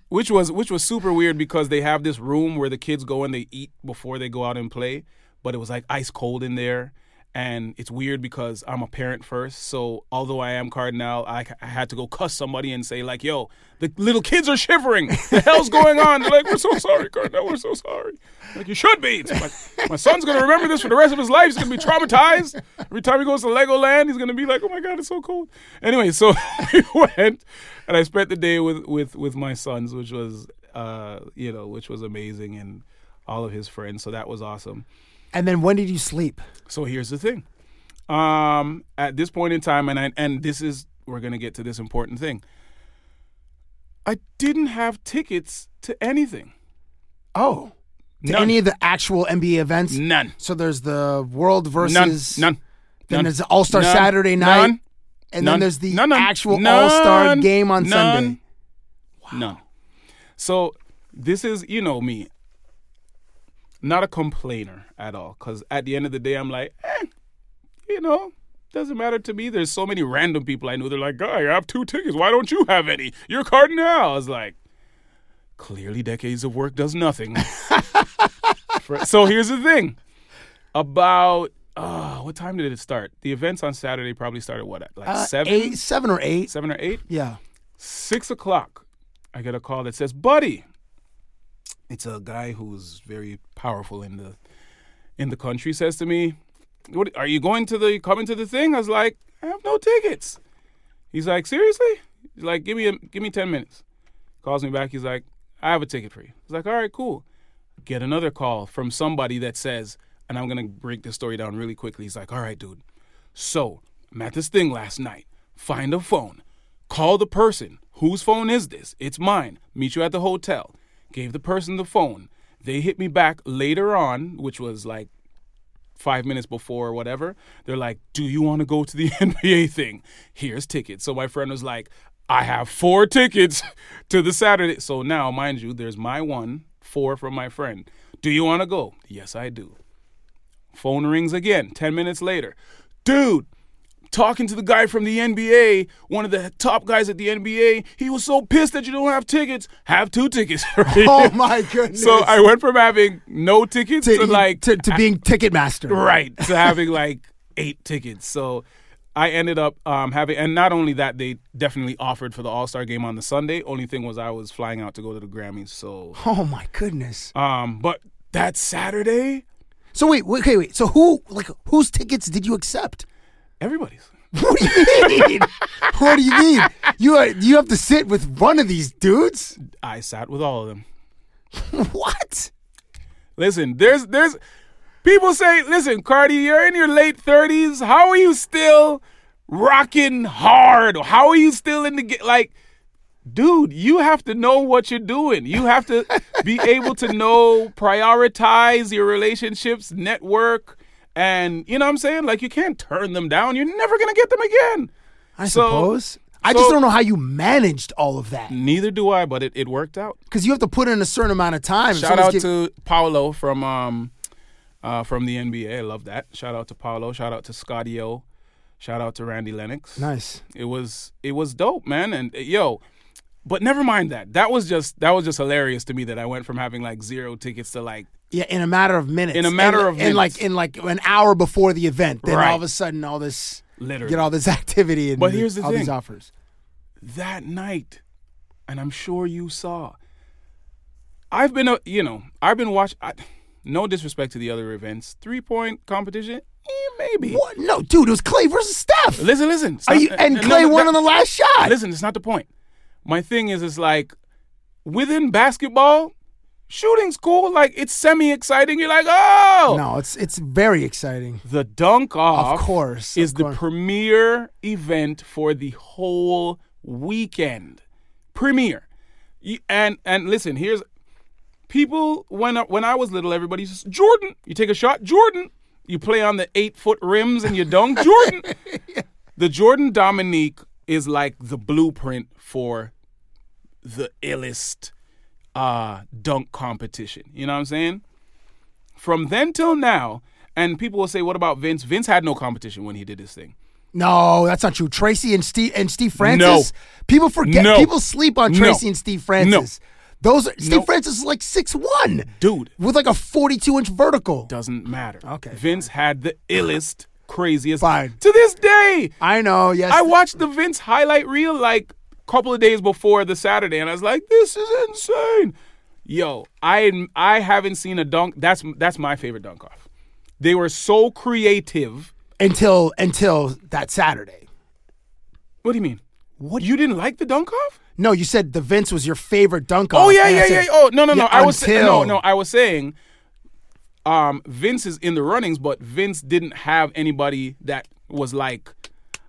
Speaker 10: which was which was super weird because they have this room where the kids go and they eat before they go out and play, but it was like ice cold in there. And it's weird because I'm a parent first, so although I am Cardinal, I, I had to go cuss somebody and say like, "Yo, the little kids are shivering. The hell's going on?" They're like, "We're so sorry, Cardinal. We're so sorry." Like you should be. It's like, my son's gonna remember this for the rest of his life. He's gonna be traumatized. Every time he goes to Legoland, he's gonna be like, "Oh my god, it's so cold." Anyway, so we went, and I spent the day with with with my sons, which was uh you know which was amazing, and all of his friends. So that was awesome.
Speaker 3: And then when did you sleep?
Speaker 10: So here's the thing. Um, at this point in time, and I, and this is we're gonna get to this important thing. I didn't have tickets to anything.
Speaker 3: Oh. To
Speaker 10: None.
Speaker 3: any of the actual NBA events?
Speaker 10: None.
Speaker 3: So there's the World
Speaker 10: None.
Speaker 3: versus
Speaker 10: None.
Speaker 3: Then
Speaker 10: None.
Speaker 3: there's the All Star
Speaker 10: None.
Speaker 3: Saturday night.
Speaker 10: None.
Speaker 3: And then
Speaker 10: None.
Speaker 3: there's the
Speaker 10: None, none.
Speaker 3: actual
Speaker 10: None.
Speaker 3: All Star game on
Speaker 10: None.
Speaker 3: Sunday.
Speaker 10: None. So this is, you know me, not a complainer at all. Because at the end of the day, I'm like, eh, you know, doesn't matter to me. There's so many random people I knew. They're like, guy, I have two tickets. Why don't you have any? You're Cardinal. I was like, clearly decades of work does nothing. For- so here's the thing. About uh, what time did it start? The events on Saturday probably started what at like
Speaker 3: Uh,
Speaker 10: seven,
Speaker 3: eight- seven or eight.
Speaker 10: seven or eight.
Speaker 3: Yeah.
Speaker 10: Six o'clock, I get a call that says, "Buddy." It's a guy who's very powerful in the in the country. Says to me, "What are you going to the coming to the thing?" I was like, "I have no tickets." He's like, "Seriously?" He's like, "Give me a, give me ten minutes." Calls me back. He's like, "I have a ticket for you." I was like, "All right, cool." Get another call from somebody that says, and I'm gonna break this story down really quickly. He's like, "All right, dude. So I'm at this thing last night. Find a phone." Call the person. Whose phone is this? It's mine. Meet you at the hotel. Gave the person the phone. They hit me back later on, which was like five minutes before or whatever, they're like, Do you want to go to the NBA thing? Here's tickets. So my friend was like, I have four tickets to the Saturday. So now, mind you, there's my one, four from my friend. Do you want to go? Yes, I do. Phone rings again 10 minutes later. Dude, talking to the guy from the NBA, one of the top guys at the NBA. He was so pissed that you don't have tickets. Have two tickets.
Speaker 3: Oh, my goodness.
Speaker 10: So I went from having no tickets to, like
Speaker 3: to, to being Ticketmaster.
Speaker 10: right to having like eight tickets. So I ended up um, having, and not only that, they definitely offered for the All Star game on the Sunday. Only thing was I was flying out to go to the Grammys. So
Speaker 3: Oh my goodness.
Speaker 10: um, but that Saturday,
Speaker 3: So wait, wait, okay, wait. So who like whose tickets did you accept?
Speaker 10: Everybody's.
Speaker 3: What do you mean? what do you mean? You are, you have to sit with one of these dudes?
Speaker 10: I sat with all of them.
Speaker 3: what?
Speaker 10: Listen, there's there's people say, listen, Cardi, you're in your late thirties. How are you still rocking hard? How are you still in the ga-" like? Dude, you have to know what you're doing. You have to be able to know, prioritize your relationships, network, and you know what I'm saying? Like you can't turn them down. You're never gonna get them again.
Speaker 3: I suppose. I just don't know how you managed all of that.
Speaker 10: Neither do I, but it, it worked out.
Speaker 3: Because you have to put in a certain amount of time. If
Speaker 10: Shout
Speaker 3: someone's
Speaker 10: out
Speaker 3: give-
Speaker 10: to Paolo from um uh from the NBA. I love that. Shout out to Paolo. Shout out to Scotty O. Shout out to Randy Lennox.
Speaker 3: Nice.
Speaker 10: It was it was dope, man. And uh, yo, but never mind that. That was just that was just hilarious to me that I went from having like zero tickets to like
Speaker 3: Yeah, in a matter of minutes.
Speaker 10: In a matter
Speaker 3: And-
Speaker 10: of
Speaker 3: and
Speaker 10: minutes.
Speaker 3: like in like an hour before the event, then
Speaker 10: Right.
Speaker 3: all of a sudden all this
Speaker 10: Literally.
Speaker 3: get all this activity and
Speaker 10: But here's the
Speaker 3: all these
Speaker 10: thing.
Speaker 3: offers.
Speaker 10: that night, and I'm sure you saw. I've been a you know I've been watching. No disrespect to the other events, three point competition, eh, maybe.
Speaker 3: What? No, dude, it was Clay versus Steph.
Speaker 10: Listen, listen.
Speaker 3: Are you- and Clay won on the last shot.
Speaker 10: Listen, it's not the point. My thing is, it's like within basketball, shooting's cool. Like it's semi exciting. You're like, oh,
Speaker 3: No, it's it's very exciting.
Speaker 10: the dunk off,
Speaker 3: Of course,
Speaker 10: is
Speaker 3: of
Speaker 10: the
Speaker 3: course.
Speaker 10: premier event for the whole weekend. Premier, You- and and listen, here's people when I- when I was little, everybody says Jordan. You take a shot, Jordan. You play on the eight foot rims and you dunk, Jordan. The Jordan Dominique is like the blueprint for the illest uh, dunk competition. You know what I'm saying? From then till now, and people will say, "What about Vince? Vince had no competition when he did this thing."
Speaker 3: No, that's not true. Tracy and Steve and Steve Francis.
Speaker 10: No.
Speaker 3: People forget.
Speaker 10: No.
Speaker 3: People sleep on
Speaker 10: No.
Speaker 3: Tracy and Steve Francis. Those are, Steve Francis is like six one,
Speaker 10: dude,
Speaker 3: with like a forty two inch vertical.
Speaker 10: Doesn't matter.
Speaker 3: Okay.
Speaker 10: Vince had the illest, craziest.
Speaker 3: Fine.
Speaker 10: To this day,
Speaker 3: I know. Yes,
Speaker 10: I watched the Vince highlight reel like a couple of days before the Saturday, and I was like, "This is insane." Yo, I I haven't seen a dunk. That's that's my favorite dunk off. They were so creative.
Speaker 3: until until that Saturday.
Speaker 10: What do you mean? What you didn't like the dunk off?
Speaker 3: No, you said the Vince was your favorite dunk.
Speaker 10: Oh
Speaker 3: off,
Speaker 10: yeah,
Speaker 3: and I
Speaker 10: yeah,
Speaker 3: said-
Speaker 10: yeah. Oh no, no, no.
Speaker 3: Yeah,
Speaker 10: I was sa-
Speaker 3: until
Speaker 10: no, no. I was saying, um, Vince is in the runnings, but Vince didn't have anybody that was like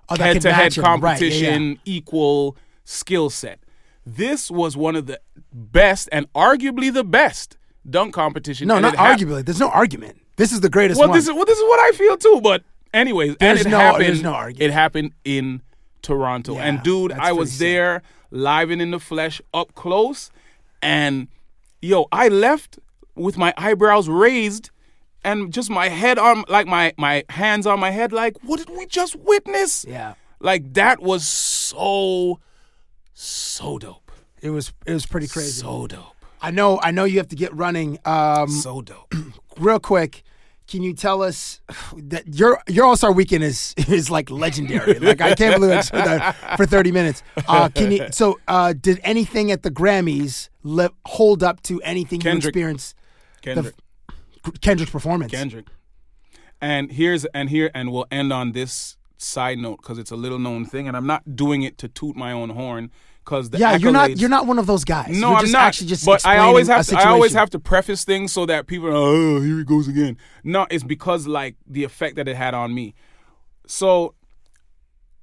Speaker 3: Oh, that
Speaker 10: head
Speaker 3: could
Speaker 10: to head
Speaker 3: match him. Right, yeah,
Speaker 10: competition,
Speaker 3: yeah.
Speaker 10: equal skill set. This was one of the best and arguably the best dunk competition.
Speaker 3: no,
Speaker 10: and
Speaker 3: not
Speaker 10: it hap-
Speaker 3: arguably. There's no argument. This is the greatest
Speaker 10: well,
Speaker 3: one.
Speaker 10: this is well, this is what I feel too. But anyways,
Speaker 3: There's
Speaker 10: and it
Speaker 3: no-
Speaker 10: happened.
Speaker 3: there's no argument.
Speaker 10: It happened in Toronto, and dude,
Speaker 3: that's
Speaker 10: I was
Speaker 3: pretty
Speaker 10: there live and in the flesh, up close, and yo, I left with my eyebrows raised and just my head on, like my my hands on my head, like what did we just witness?
Speaker 3: yeah,
Speaker 10: Like that was so so dope,
Speaker 3: it was it was pretty crazy.
Speaker 10: so dope,
Speaker 3: I know. I know you have to get running. Um,
Speaker 10: so dope.
Speaker 3: real quick, can you tell us that your your All Star Weekend is is like legendary? like I can't believe it's for, the, for thirty minutes. Uh, can you? So uh, did anything at the Grammys le- hold up to anything you
Speaker 10: Kendrick.
Speaker 3: experienced? the
Speaker 10: Kendrick.
Speaker 3: f- Kendrick's performance.
Speaker 10: Kendrick. And here's and here and we'll end on this side note because it's a little known thing, and I'm not doing it to toot my own horn because the
Speaker 3: yeah, you're not
Speaker 10: accolades-
Speaker 3: you're not one of those guys.
Speaker 10: No,
Speaker 3: You're
Speaker 10: I'm
Speaker 3: just
Speaker 10: not.
Speaker 3: Actually, just
Speaker 10: but I always
Speaker 3: explaining
Speaker 10: have
Speaker 3: a
Speaker 10: to, I always
Speaker 3: situation.
Speaker 10: have to preface things so that people are oh here he goes again. No, it's because like the effect that it had on me. So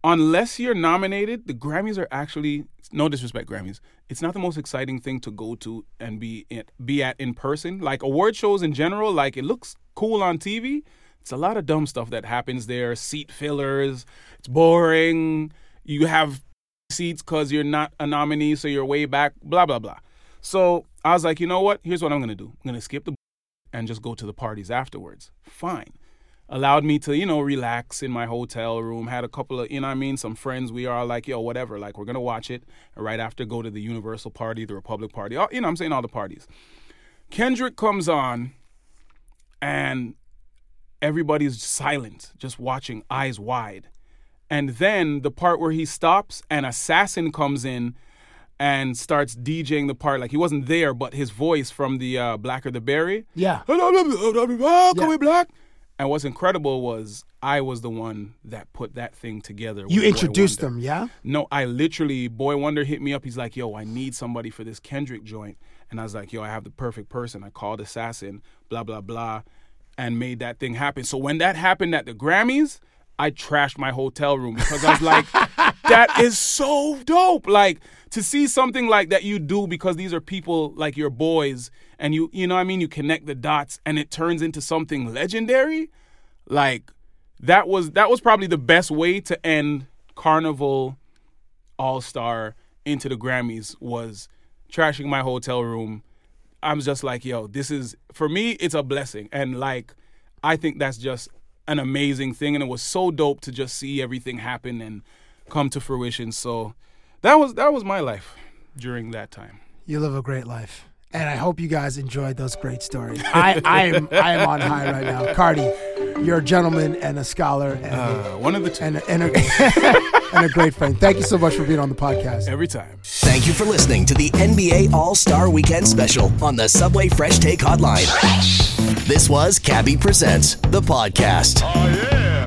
Speaker 10: unless you're nominated, the Grammys are actually no disrespect Grammys. It's not the most exciting thing to go to and be in, be at in person. Like award shows in general, like it looks cool on TV. It's a lot of dumb stuff that happens there. Seat fillers. It's boring. You have seats because you're not a nominee, so you're way back. Blah blah blah. So I was like, you know what? Here's what I'm gonna do. I'm gonna skip the and just go to the parties afterwards. Fine. Allowed me to, you know, relax in my hotel room. Had a couple of, you know what I mean, some friends. We are like, yo, whatever. Like, we're going to watch it. And right after, go to the Universal party, the Republic party. All, you know, I'm saying all the parties. Kendrick comes on and everybody's silent, just watching, eyes wide. And then the part where he stops and Assassin comes in and starts DJing the part. Like, he wasn't there, but his voice from the uh, Blacker the Berry.
Speaker 3: Yeah.
Speaker 10: Oh, can we black? And what's incredible was I was the one that put that thing together. with
Speaker 3: You
Speaker 10: Boy
Speaker 3: introduced
Speaker 10: Wonder.
Speaker 3: them, yeah?
Speaker 10: No, I literally, Boy Wonder hit me up. He's like, yo, I need somebody for this Kendrick joint. And I was like, yo, I have the perfect person. I called Assassin, blah, blah, blah, and made that thing happen. So when that happened at the Grammys, I trashed my hotel room because I was like, that is so dope. Like to see something like that you do because these are people like your boys and you, you know what I mean? You connect the dots and it turns into something legendary. Like that was that was probably the best way to end Carnival All Star into the Grammys was trashing my hotel room. I'm just like, yo, this is for me, it's a blessing. And like, I think that's just an amazing thing. And it was so dope to just see everything happen and come to fruition. So that was that was my life during that time.
Speaker 3: You live a great life. And I hope you guys enjoyed those great stories. I, I am I am on high right now. Cardi, you're a gentleman and a scholar and
Speaker 10: Uh, one of the two.
Speaker 3: and a, and, a, and a great friend. Thank you so much for being on the podcast.
Speaker 10: Every time.
Speaker 16: Thank you for listening to the NBA All Star Weekend Special on the Subway Fresh Take Hotline. This was Cabby Presents, the podcast.
Speaker 17: Yeah.